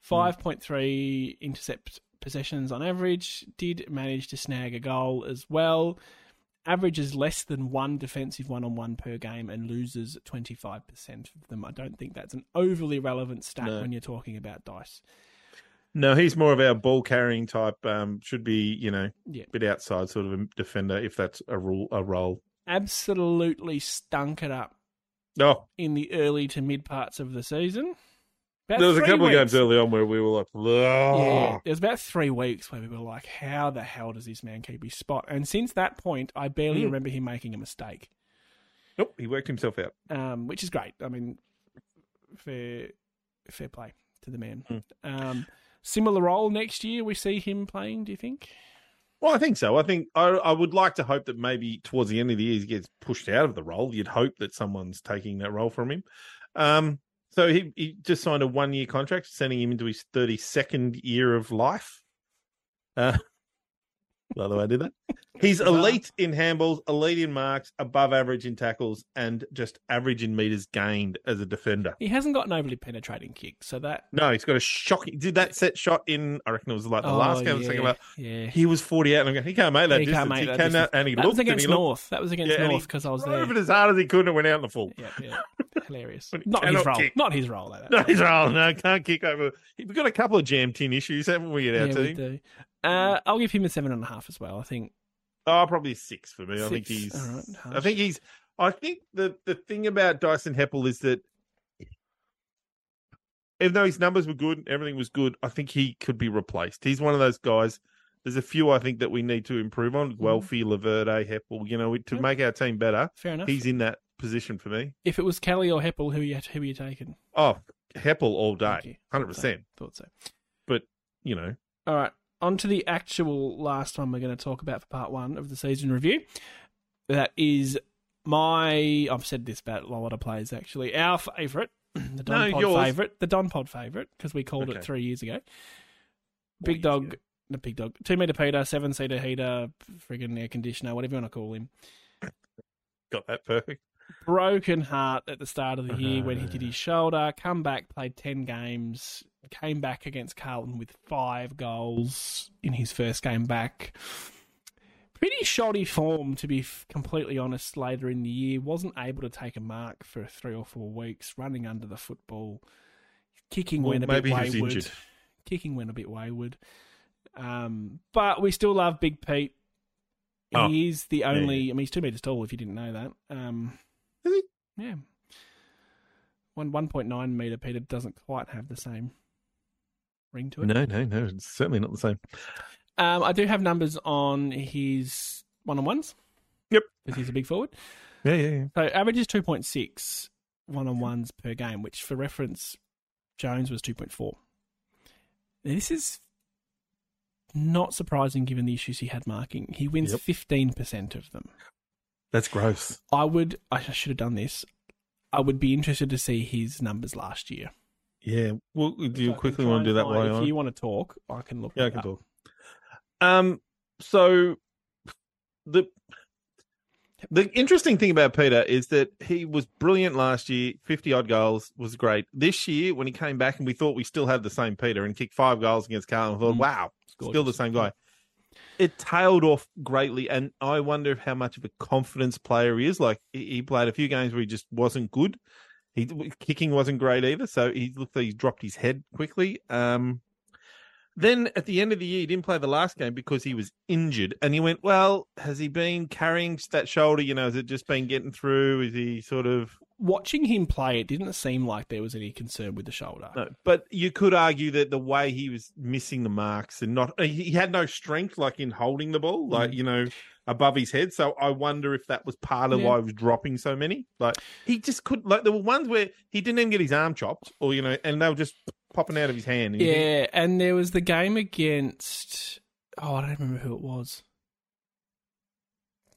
Speaker 1: five point three intercept possessions on average. Did manage to snag a goal as well. Averages less than one defensive one on one per game and loses 25% of them. I don't think that's an overly relevant stat
Speaker 2: No.
Speaker 1: when you're talking about dice.
Speaker 2: No, he's more of our ball carrying type. Um, should be you know
Speaker 1: Yeah.
Speaker 2: bit outside sort of a defender if that's a rule a role.
Speaker 1: Absolutely stunk it up
Speaker 2: Oh,
Speaker 1: in the early to mid parts of the season. About
Speaker 2: there was a
Speaker 1: three
Speaker 2: couple of games
Speaker 1: weeks-
Speaker 2: early on where we were like,
Speaker 1: Yeah,
Speaker 2: oh.
Speaker 1: there was about three weeks where we were like, "How the hell does this man keep his spot?" And since that point, I barely
Speaker 2: Mm.
Speaker 1: remember him making a mistake,
Speaker 2: nope, he worked himself out.
Speaker 1: um, which is great. I mean, fair, fair play to the man.
Speaker 2: Mm.
Speaker 1: Um, similar role next year, we see him playing. Do you think?
Speaker 2: Well, I think so. I think I, I would like to hope that maybe towards the end of the year he gets pushed out of the role. You'd hope that someone's taking that role from him. Um, so he, he just signed a one year contract, sending him into his 32nd year of life. Uh, *laughs* by the way, I did that. He's
Speaker 1: Bizarre.
Speaker 2: elite in handballs, elite in marks, above average in tackles, and just average in meters gained as a defender.
Speaker 1: He hasn't got an overly penetrating kick, so that
Speaker 2: No, he's got a shocking. Did that set shot in? I reckon it was like the
Speaker 1: Oh,
Speaker 2: last game. Yeah. Second,
Speaker 1: yeah,
Speaker 2: half.
Speaker 1: yeah.
Speaker 2: he was 40 out, and I'm going, he can't make that
Speaker 1: He
Speaker 2: distance.
Speaker 1: can't make
Speaker 2: he
Speaker 1: that
Speaker 2: cannot.
Speaker 1: distance.
Speaker 2: And he
Speaker 1: That
Speaker 2: looked
Speaker 1: was against
Speaker 2: and he looked,
Speaker 1: North. That was against
Speaker 2: Yeah, and he
Speaker 1: North because I was there.
Speaker 2: drove it as hard as he could and went out in the full.
Speaker 1: Yeah, yeah. hilarious.
Speaker 2: But he
Speaker 1: Not his
Speaker 2: cannot
Speaker 1: role.
Speaker 2: kick.
Speaker 1: Not his role. Though,
Speaker 2: *laughs* No, he's oh, no, can't kick over. We've got a couple of jam tin issues, haven't we, in our
Speaker 1: yeah, we
Speaker 2: team?
Speaker 1: do. Uh, I'll give him a seven and a half as well. I think.
Speaker 2: Oh, probably six for me. I think
Speaker 1: Six.
Speaker 2: he's.
Speaker 1: All right, harsh.
Speaker 2: I think he's. I think the the thing about Dyson Heppel is that even though his numbers were good and everything was good, I think he could be replaced. He's one of those guys. There's a few I think that we need to improve on. Welfie, Laverde, Heppel. You know, to
Speaker 1: Yep.
Speaker 2: make our team better,
Speaker 1: Fair enough.
Speaker 2: he's in that position for me.
Speaker 1: If it was Kelly or Heppel, who you who you taking?
Speaker 2: Oh, Heppel all
Speaker 1: Thank you.
Speaker 2: day, hundred percent.
Speaker 1: Thought so.
Speaker 2: You know,
Speaker 1: All right. On to the actual last one we're going to talk about for part one of the season review. That is my. I've said this about a lot of plays actually. Our favourite, *clears throat* the Don
Speaker 2: No,
Speaker 1: Pod
Speaker 2: yours.
Speaker 1: favourite, the Don Pod favourite because we called
Speaker 2: Okay.
Speaker 1: it three years ago.
Speaker 2: Four
Speaker 1: Big
Speaker 2: years
Speaker 1: dog,
Speaker 2: ago.
Speaker 1: the big dog, two meter Peter, seven seater heater, friggin' air conditioner, whatever you want to call him.
Speaker 2: got that perfect.
Speaker 1: broken heart at the start of
Speaker 2: Uh-huh,
Speaker 1: the year when he did his shoulder, come back, played 10 games, came back against Carlton with five goals in his first game back. pretty shoddy form, to be f- completely honest, later in the year. Wasn't able to take a mark for three or four weeks, running under the football. Kicking
Speaker 2: Well,
Speaker 1: went a
Speaker 2: maybe
Speaker 1: bit
Speaker 2: he was
Speaker 1: wayward.
Speaker 2: injured.
Speaker 1: Kicking went a bit wayward. Um, but we still love Big Pete.
Speaker 2: Oh.
Speaker 1: He is the
Speaker 2: yeah,
Speaker 1: only. I mean, he's two meters tall. If you didn't know that, um,
Speaker 2: Is he?
Speaker 1: Yeah, one one point nine meter Peter doesn't quite have the same ring to it.
Speaker 2: No, no, no. It's certainly not the same.
Speaker 1: Um, I do have numbers on his one on ones.
Speaker 2: Yep.
Speaker 1: Because he's a big forward.
Speaker 2: Yeah, yeah, yeah.
Speaker 1: So average is 2.6 one on ones per game, which for reference, Jones was 2.4. Now, This is not surprising given the issues he had marking. He wins
Speaker 2: Yep.
Speaker 1: 15% of them.
Speaker 2: That's gross.
Speaker 1: I would, I should have done this. I would be interested to see his numbers last year.
Speaker 2: Yeah. Well, do
Speaker 1: So I
Speaker 2: you
Speaker 1: can
Speaker 2: quickly
Speaker 1: try
Speaker 2: want to do
Speaker 1: and
Speaker 2: that
Speaker 1: find-
Speaker 2: while
Speaker 1: If
Speaker 2: you're on?
Speaker 1: you want to talk, I can look.
Speaker 2: Yeah, I
Speaker 1: it
Speaker 2: can
Speaker 1: up.
Speaker 2: talk. Um, so the the interesting thing about Peter is that he was brilliant last year, fifty odd goals was great. This year, when he came back, and we thought we still had the same Peter, and kicked five goals against Carlton, I thought,
Speaker 1: Mm.
Speaker 2: wow,
Speaker 1: It's gorgeous.
Speaker 2: still the same guy. It tailed off greatly, and I wonder how much of a confidence player he is. Like he he played a few games where he just wasn't good. He kicking wasn't great either, so he looked like he dropped his head quickly. Um, then at the end of the year, he didn't play the last game because he was injured, and he went, "Well, has he been carrying that shoulder? You know, has it just been getting through? Is he sort of
Speaker 1: Watching him play, it didn't seem like there was any concern with the shoulder.
Speaker 2: No, but you could argue that the way he was missing the marks and not he he had no strength like in holding the ball, like
Speaker 1: Mm.
Speaker 2: you know, above his head. So I wonder if that was part of
Speaker 1: Yeah.
Speaker 2: why he was dropping so many. Like he just could like there were ones where he didn't even get his arm chopped, or you know, and they were just popping out of his hand. And you think,
Speaker 1: Yeah, and there was the game against. Oh, I don't remember who it was.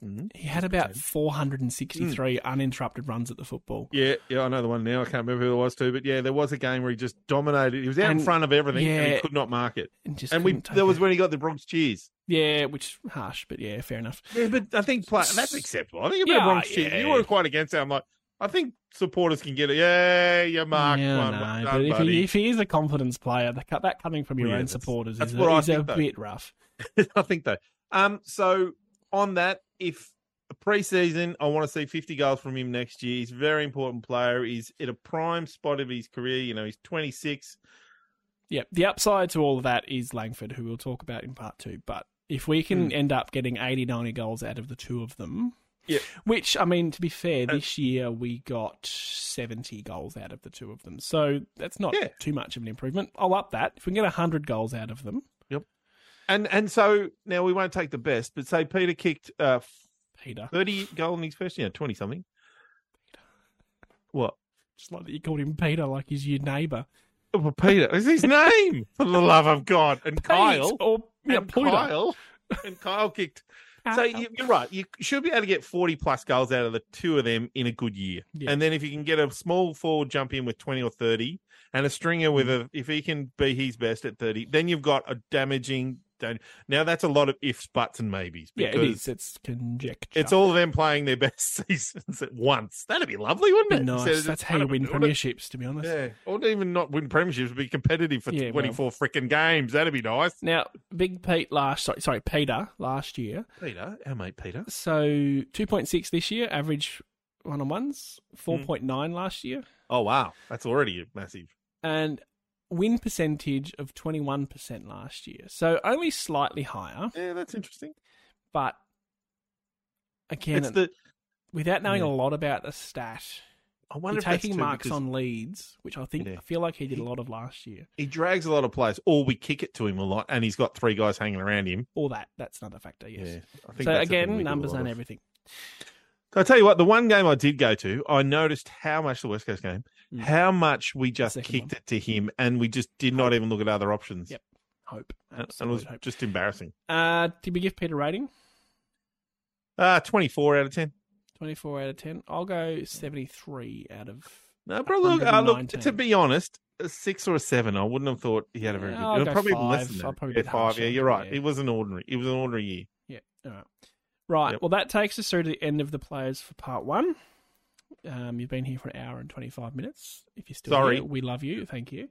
Speaker 2: "Mhm."
Speaker 1: He had about 463 uninterrupted runs at the football.
Speaker 2: Mm. Yeah, yeah, I know the one now. I can't remember who it was too, but yeah, there was a game where he just dominated. He was out in
Speaker 1: And-
Speaker 2: front of everything, and he
Speaker 1: yeah.
Speaker 2: could not mark it.
Speaker 1: And, just
Speaker 2: And we
Speaker 1: couldn't take
Speaker 2: there was
Speaker 1: it.
Speaker 2: when he got the Bronx cheers.
Speaker 1: Yeah, which harsh, but yeah, fair enough.
Speaker 2: Yeah, but I think pla
Speaker 1: *laughs*
Speaker 2: that's acceptable. I think about
Speaker 1: Yeah,
Speaker 2: Bronx cheer. You
Speaker 1: yeah.
Speaker 2: were quite against it. I'm like, I think supporters can get it. Yeah, you mark
Speaker 1: Yeah,
Speaker 2: one.
Speaker 1: no,
Speaker 2: well
Speaker 1: but
Speaker 2: done,
Speaker 1: if
Speaker 2: buddy.
Speaker 1: he, if he is a confidence player, the, cut- that coming from your
Speaker 2: Yeah,
Speaker 1: own
Speaker 2: that's-
Speaker 1: supporters
Speaker 2: that's
Speaker 1: is,
Speaker 2: what
Speaker 1: a,
Speaker 2: I
Speaker 1: is a
Speaker 2: think, though.
Speaker 1: bit rough.
Speaker 2: *laughs* I think though. Um, so on that, if preseason, I want to see 50 goals from him next year. He's a very important player. He's at a prime spot of his career. You know, he's 26.
Speaker 1: Yeah, the upside to all of that is Langford, who we'll talk about in part two. But if we can
Speaker 2: Hmm.
Speaker 1: end up getting 80, 90 goals out of the two of them,
Speaker 2: Yeah.
Speaker 1: which, I mean, to be fair,
Speaker 2: Uh,
Speaker 1: this year we got 70 goals out of the two of them. So that's not
Speaker 2: Yeah.
Speaker 1: too much of an improvement. I'll up that. If we can get 100 goals out of them,
Speaker 2: And and so now we won't take the best, but say Peter kicked uh,
Speaker 1: Peter,
Speaker 2: 30 goal in his first, you know, 20 something. What?
Speaker 1: just like that you called him Peter, like he's your neighbour.
Speaker 2: Well, Oh, Peter is his name, for the love of God. And Kyle.
Speaker 1: Pete Or, yeah, Ah,
Speaker 2: and
Speaker 1: Peter.
Speaker 2: Kyle and Kyle kicked. So you, you're right. You should be able to get 40 plus goals out of the two of them in a good year.
Speaker 1: Yeah.
Speaker 2: And then if you can get a small forward jump in with 20 or 30 and a stringer with a, if he can be his best at 30, then you've got a damaging. dan- Now that's a lot of ifs, buts, and maybes.
Speaker 1: yeah, it
Speaker 2: because
Speaker 1: is. It's conjecture.
Speaker 2: It's all of them playing their best *laughs* seasons at once. That'd be lovely, wouldn't
Speaker 1: Be
Speaker 2: it? Instead of
Speaker 1: nice.
Speaker 2: just
Speaker 1: That's how you
Speaker 2: one of *laughs*
Speaker 1: win
Speaker 2: them doing it.
Speaker 1: premierships, to be honest.
Speaker 2: Yeah, or even not win premierships, but be competitive for
Speaker 1: Yeah, well.
Speaker 2: 24 frickin' games. That'd be nice.
Speaker 1: Now, Big Pete last sorry, sorry Peter last year.
Speaker 2: Peter, our mate Peter.
Speaker 1: So two point six this year, average one on ones.
Speaker 2: Hmm.
Speaker 1: Four point nine last year,
Speaker 2: Oh wow, that's already massive.
Speaker 1: and win percentage of twenty one percent last year. So only slightly higher,
Speaker 2: Yeah, that's interesting.
Speaker 1: but again,
Speaker 2: it's the
Speaker 1: without knowing
Speaker 2: yeah.
Speaker 1: a lot about the stat,
Speaker 2: I
Speaker 1: you're
Speaker 2: wonder if that's
Speaker 1: taking
Speaker 2: too,
Speaker 1: marks
Speaker 2: because
Speaker 1: on leads, which I think
Speaker 2: Yeah.
Speaker 1: I feel like he did a lot of last year.
Speaker 2: He drags a lot of players, or we kick it to him a lot, and he's got three guys hanging around him.
Speaker 1: All that that's another factor. Yes. So
Speaker 2: I that's the thing we
Speaker 1: again,
Speaker 2: do a
Speaker 1: numbers
Speaker 2: lot
Speaker 1: and
Speaker 2: of.
Speaker 1: everything.
Speaker 2: I tell you what, the one game I did go to, I noticed how much the West Coast game,
Speaker 1: Mm.
Speaker 2: how much we just
Speaker 1: second
Speaker 2: kicked
Speaker 1: one.
Speaker 2: it to him, and we just did not even look at other options.
Speaker 1: Yep. Hope.
Speaker 2: And, and it
Speaker 1: Absolute
Speaker 2: was
Speaker 1: hope.
Speaker 2: just embarrassing.
Speaker 1: Uh, did we give Peter rating?
Speaker 2: Uh, 24 out of 10.
Speaker 1: 24 out of 10. I'll go 73 out of.
Speaker 2: No, but look, uh, look,
Speaker 1: 119.
Speaker 2: to be honest, a six or a seven, I wouldn't have thought he had a very
Speaker 1: Yeah,
Speaker 2: good
Speaker 1: I'll go
Speaker 2: Probably even less
Speaker 1: five.
Speaker 2: than that.
Speaker 1: I'll probably
Speaker 2: yeah,
Speaker 1: be
Speaker 2: five.
Speaker 1: harsher,
Speaker 2: Yeah, you're right.
Speaker 1: yeah.
Speaker 2: It was an ordinary. It was an ordinary year.
Speaker 1: Yeah. All right. Right.
Speaker 2: Yep.
Speaker 1: Well, that takes us through to the end of the players for part one. Um, you've been here for an hour and 25 minutes. If you're still
Speaker 2: Sorry.
Speaker 1: here, we love you. Thank you.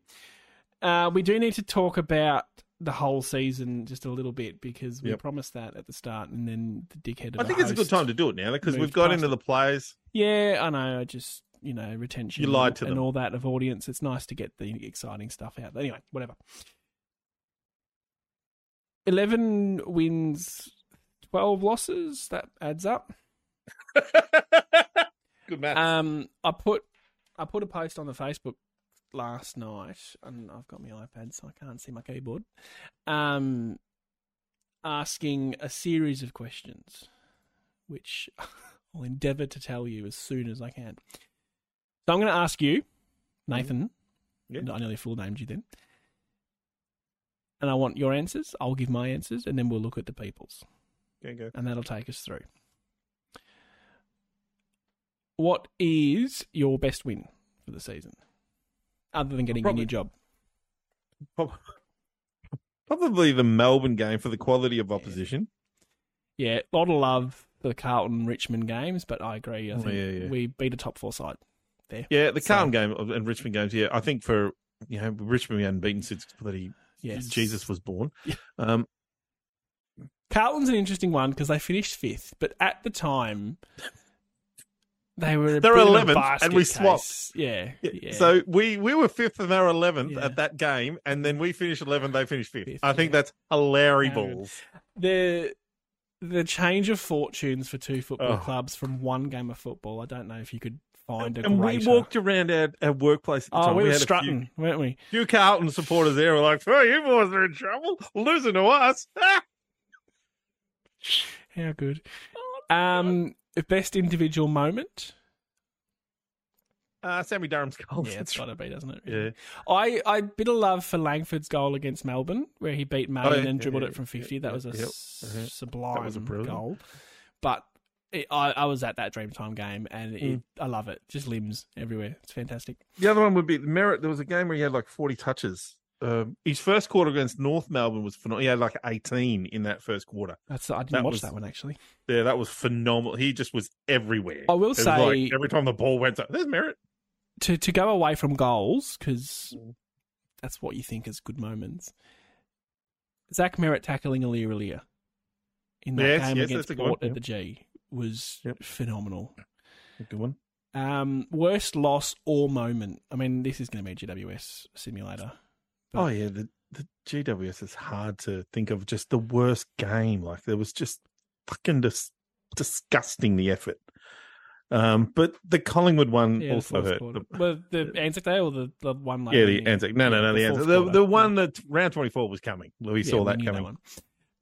Speaker 1: Uh, we do need to talk about the whole season just a little bit because we
Speaker 2: Yep.
Speaker 1: promised that at the start, and then the dickhead. Of
Speaker 2: I think it's a good time to do it now because we've
Speaker 1: moved
Speaker 2: got
Speaker 1: past
Speaker 2: into
Speaker 1: it.
Speaker 2: the *laughs* players.
Speaker 1: Yeah, I know. I just you know retention.
Speaker 2: You lied to
Speaker 1: and
Speaker 2: them.
Speaker 1: all that of audience. It's nice to get the exciting stuff out. Anyway, whatever. Eleven wins, twelve losses. That adds up.
Speaker 2: good math.
Speaker 1: Um, I put I put a post on the Facebook last night, and I've got my iPad, so I can't see my keyboard. Um, asking a series of questions, which *laughs* I'll endeavour to tell you as soon as I can. So I'm going to ask you, Nathan.
Speaker 2: Yeah.
Speaker 1: I nearly full named you then. And I want your answers. I'll give my answers, and then we'll look at the people's
Speaker 2: Okay, go.
Speaker 1: and that'll take us through. What is your best win for the season, other than getting
Speaker 2: Probably-
Speaker 1: a new job?
Speaker 2: Probably the Melbourne game for the quality of opposition.
Speaker 1: Yeah, a lot of love for the Carlton Richmond games, but I agree. I
Speaker 2: Oh,
Speaker 1: think
Speaker 2: yeah, yeah.
Speaker 1: we beat a top four side.
Speaker 2: Yeah, the
Speaker 1: So-
Speaker 2: Carlton game and Richmond games. Yeah, I think for you know Richmond we hadn't beaten since bloody
Speaker 1: Yes,
Speaker 2: Jesus was born.
Speaker 1: Yeah.
Speaker 2: Um,
Speaker 1: Carlton's an interesting one because they finished fifth, but at the time they were a
Speaker 2: They were
Speaker 1: bit of a
Speaker 2: 11th,
Speaker 1: basket
Speaker 2: and we
Speaker 1: case.
Speaker 2: swapped.
Speaker 1: Yeah, yeah.
Speaker 2: So we we were fifth and they were eleventh
Speaker 1: Yeah.
Speaker 2: at that game, and then we finished eleventh. They finished fifth.
Speaker 1: Fifth,
Speaker 2: I think
Speaker 1: yeah.
Speaker 2: that's hilarious
Speaker 1: Hilarious.
Speaker 2: balls.
Speaker 1: the the change of fortunes for two football
Speaker 2: Oh.
Speaker 1: clubs from one game of football. I don't know if you could find a
Speaker 2: And
Speaker 1: greater.
Speaker 2: we walked around our, our workplace. At the
Speaker 1: oh,
Speaker 2: time.
Speaker 1: we, were
Speaker 2: had a few-
Speaker 1: strutting, weren't we?
Speaker 2: Few Carlton supporters there were like, "Oh, you boys are in trouble, losing to us." *laughs* Ah!
Speaker 1: How good.
Speaker 2: Oh,
Speaker 1: Um, best individual moment.
Speaker 2: uh, Sammy Durham's goal.
Speaker 1: Yeah, it's got to be, doesn't it?
Speaker 2: Yeah.
Speaker 1: I I bit of love for Langford's goal against Melbourne, where he beat May
Speaker 2: Oh, yeah,
Speaker 1: and then
Speaker 2: yeah,
Speaker 1: dribbled
Speaker 2: yeah,
Speaker 1: it from fifty.
Speaker 2: yeah,
Speaker 1: that was a
Speaker 2: yeah,
Speaker 1: s-
Speaker 2: uh-huh.
Speaker 1: sublime
Speaker 2: That was a brilliant.
Speaker 1: goal. But it, I I was at that Dreamtime game, and it,
Speaker 2: Mm.
Speaker 1: I love it. Just limbs everywhere. It's fantastic.
Speaker 2: The other one would be Merritt. There was a game where he had like 40 touches. Um, his first quarter against North Melbourne was phenomenal. He had like 18 in that first quarter.
Speaker 1: That's I didn't
Speaker 2: That
Speaker 1: watch
Speaker 2: was-
Speaker 1: that one actually.
Speaker 2: Yeah, that was phenomenal. He just was everywhere.
Speaker 1: I will
Speaker 2: It was
Speaker 1: say-
Speaker 2: like, every time the ball went up, there's Merritt.
Speaker 1: to to go away from goals because
Speaker 2: Mm.
Speaker 1: that's what you think is good moments. Zach Merritt tackling Alir Alir in that
Speaker 2: Yes,
Speaker 1: game
Speaker 2: yes,
Speaker 1: against
Speaker 2: that's a good one,
Speaker 1: Port
Speaker 2: yeah.
Speaker 1: at the G was
Speaker 2: Yep.
Speaker 1: phenomenal.
Speaker 2: good one.
Speaker 1: Um, worst loss or moment? I mean, this is going to be a GWS simulator.
Speaker 2: Oh, yeah. The, the GWS is hard to think of just the worst game. Like, there was just fucking dis- disgusting the effort. Um, but the Collingwood one
Speaker 1: Yeah, the
Speaker 2: Mm, also
Speaker 1: fourth
Speaker 2: hurt.
Speaker 1: quarter.
Speaker 2: The-
Speaker 1: well, the Anzac Day or the, the one later?
Speaker 2: yeah,
Speaker 1: in
Speaker 2: the Anzac. No, no,
Speaker 1: yeah,
Speaker 2: no, the
Speaker 1: the fourth
Speaker 2: Anzac. The,
Speaker 1: quarter.
Speaker 2: the one that round 24 was coming. We
Speaker 1: Yeah,
Speaker 2: saw that
Speaker 1: knew
Speaker 2: coming.
Speaker 1: one.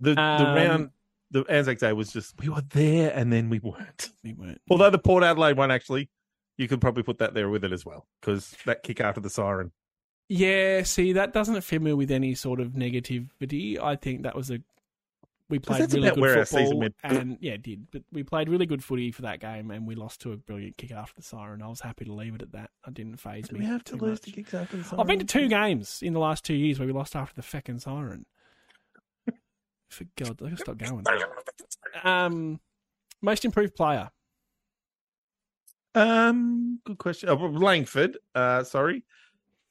Speaker 2: The the
Speaker 1: Um,
Speaker 2: round the Anzac Day was just we were there and then we weren't.
Speaker 1: We weren't.
Speaker 2: Although the Port Adelaide one actually, you could probably put that there with it as well because that kick after the siren.
Speaker 1: Yeah, see, that doesn't fit me with any sort of negativity. I think that was a we
Speaker 2: 'Cause
Speaker 1: played
Speaker 2: that's
Speaker 1: really
Speaker 2: about
Speaker 1: good
Speaker 2: where our
Speaker 1: football,
Speaker 2: season went.
Speaker 1: and yeah, it did. But we played really good footy for that game, and we lost to a brilliant kick after the siren. I was happy to leave it at that. I didn't phase
Speaker 2: Did
Speaker 1: me.
Speaker 2: we have to
Speaker 1: too
Speaker 2: lose
Speaker 1: much.
Speaker 2: the kicks after the siren?
Speaker 1: I've been to two games in the last two years where we lost after the feckin'
Speaker 2: *laughs*
Speaker 1: siren. For God, I gotta stop going. Um, most improved player.
Speaker 2: Um, good question. Uh, Langford, uh, sorry,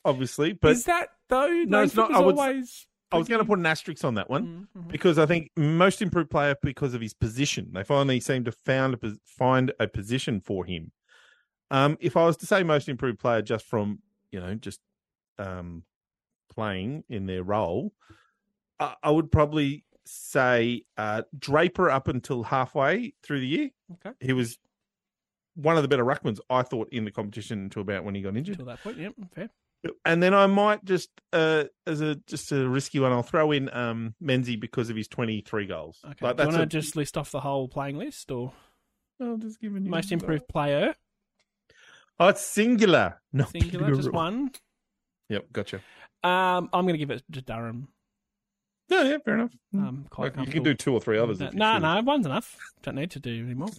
Speaker 2: obviously, but
Speaker 1: is that though?
Speaker 2: No, it's
Speaker 1: Langford
Speaker 2: not.
Speaker 1: was
Speaker 2: I would-
Speaker 1: always.
Speaker 2: I was going to put an asterisk on that one.
Speaker 1: Mm, mhm.
Speaker 2: because I think most improved player because of his position. They finally seem to found a, pos- find a position for him. Um, if I was to say most improved player just from you know just um, playing in their role, I, I would probably say uh, Draper up until halfway through the year.
Speaker 1: Okay.
Speaker 2: He was one of the better ruckmans I thought in the competition until about when he got injured.
Speaker 1: Until that point, yep, fair.
Speaker 2: And then I might just uh as a just a risky one, I'll throw in um Menzi because of his twenty three goals.
Speaker 1: Okay.
Speaker 2: Like
Speaker 1: Do you
Speaker 2: that's
Speaker 1: want to
Speaker 2: a,
Speaker 1: just list off the whole playing list or
Speaker 2: I'll just give him
Speaker 1: most improved player?
Speaker 2: Oh, it's singular. No
Speaker 1: Singular,
Speaker 2: *laughs*
Speaker 1: just one.
Speaker 2: Yep, gotcha.
Speaker 1: Um, I'm going to give it to Durham.
Speaker 2: No, yeah, fair enough. Mm.
Speaker 1: Um, quite
Speaker 2: Like, you can do two or three others. if you
Speaker 1: No,
Speaker 2: choose.
Speaker 1: no, one's enough. Don't need to do any more.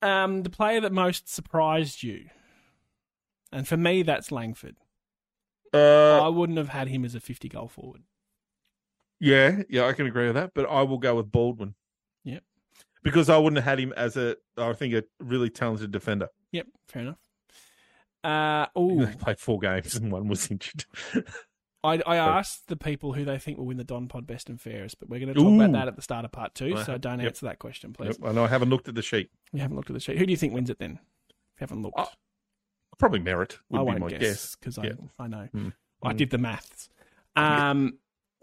Speaker 1: Um, the player that most surprised you, and for me, that's Langford.
Speaker 2: Uh,
Speaker 1: I wouldn't have had him as a 50 goal forward.
Speaker 2: yeah, yeah, I can agree with that. But I will go with Baldwin.
Speaker 1: Yep.
Speaker 2: Because I wouldn't have had him as a, I think, a really talented defender. *laughs*
Speaker 1: Yep, fair enough. Uh,
Speaker 2: He
Speaker 1: oh,
Speaker 2: *laughs* played four games and one was injured.
Speaker 1: I, I asked the people who they think will win the Don Pod Best and Fairest, but we're going to talk
Speaker 2: Ooh.
Speaker 1: about that at the start of part two.
Speaker 2: Well,
Speaker 1: So don't
Speaker 2: yep.
Speaker 1: answer that question, please.
Speaker 2: Yep, I know I haven't looked at the sheet.
Speaker 1: You haven't looked at the sheet. Who do you think wins it then? If you haven't looked,
Speaker 2: I- Probably merit would
Speaker 1: I
Speaker 2: be
Speaker 1: won't
Speaker 2: my guess.
Speaker 1: guess because
Speaker 2: Yeah.
Speaker 1: I I know
Speaker 2: Hmm.
Speaker 1: I
Speaker 2: Hmm.
Speaker 1: did the maths. Um,
Speaker 2: I can't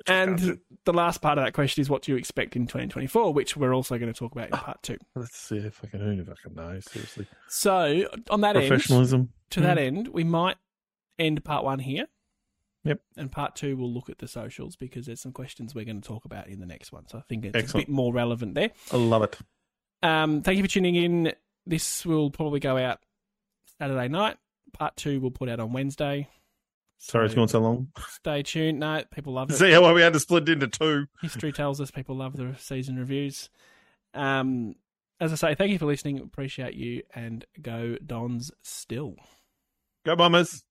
Speaker 1: and
Speaker 2: do.
Speaker 1: the last part of that question is what do you expect in 2024, which we're also going to talk about in
Speaker 2: Ah.
Speaker 1: part two.
Speaker 2: Let's see if I can who the fucking knows. Seriously,
Speaker 1: So on that end,
Speaker 2: professionalism.
Speaker 1: to that end, we might end part one here.
Speaker 2: Yep.
Speaker 1: And part two, we'll look at the socials because there's some questions we're going to talk about in the next one. So I think it's
Speaker 2: Excellent.
Speaker 1: a bit more relevant there.
Speaker 2: I love it.
Speaker 1: Um, thank you for tuning in. This will probably go out Saturday night. Part two we'll put out on Wednesday.
Speaker 2: Sorry, it's gone so long. *laughs*
Speaker 1: Stay tuned. No, people love it.
Speaker 2: See how we had to split it into two.
Speaker 1: History tells us people love the season reviews. Um, as I say, thank you for listening. Appreciate you and go Dons still.
Speaker 2: Go bombers.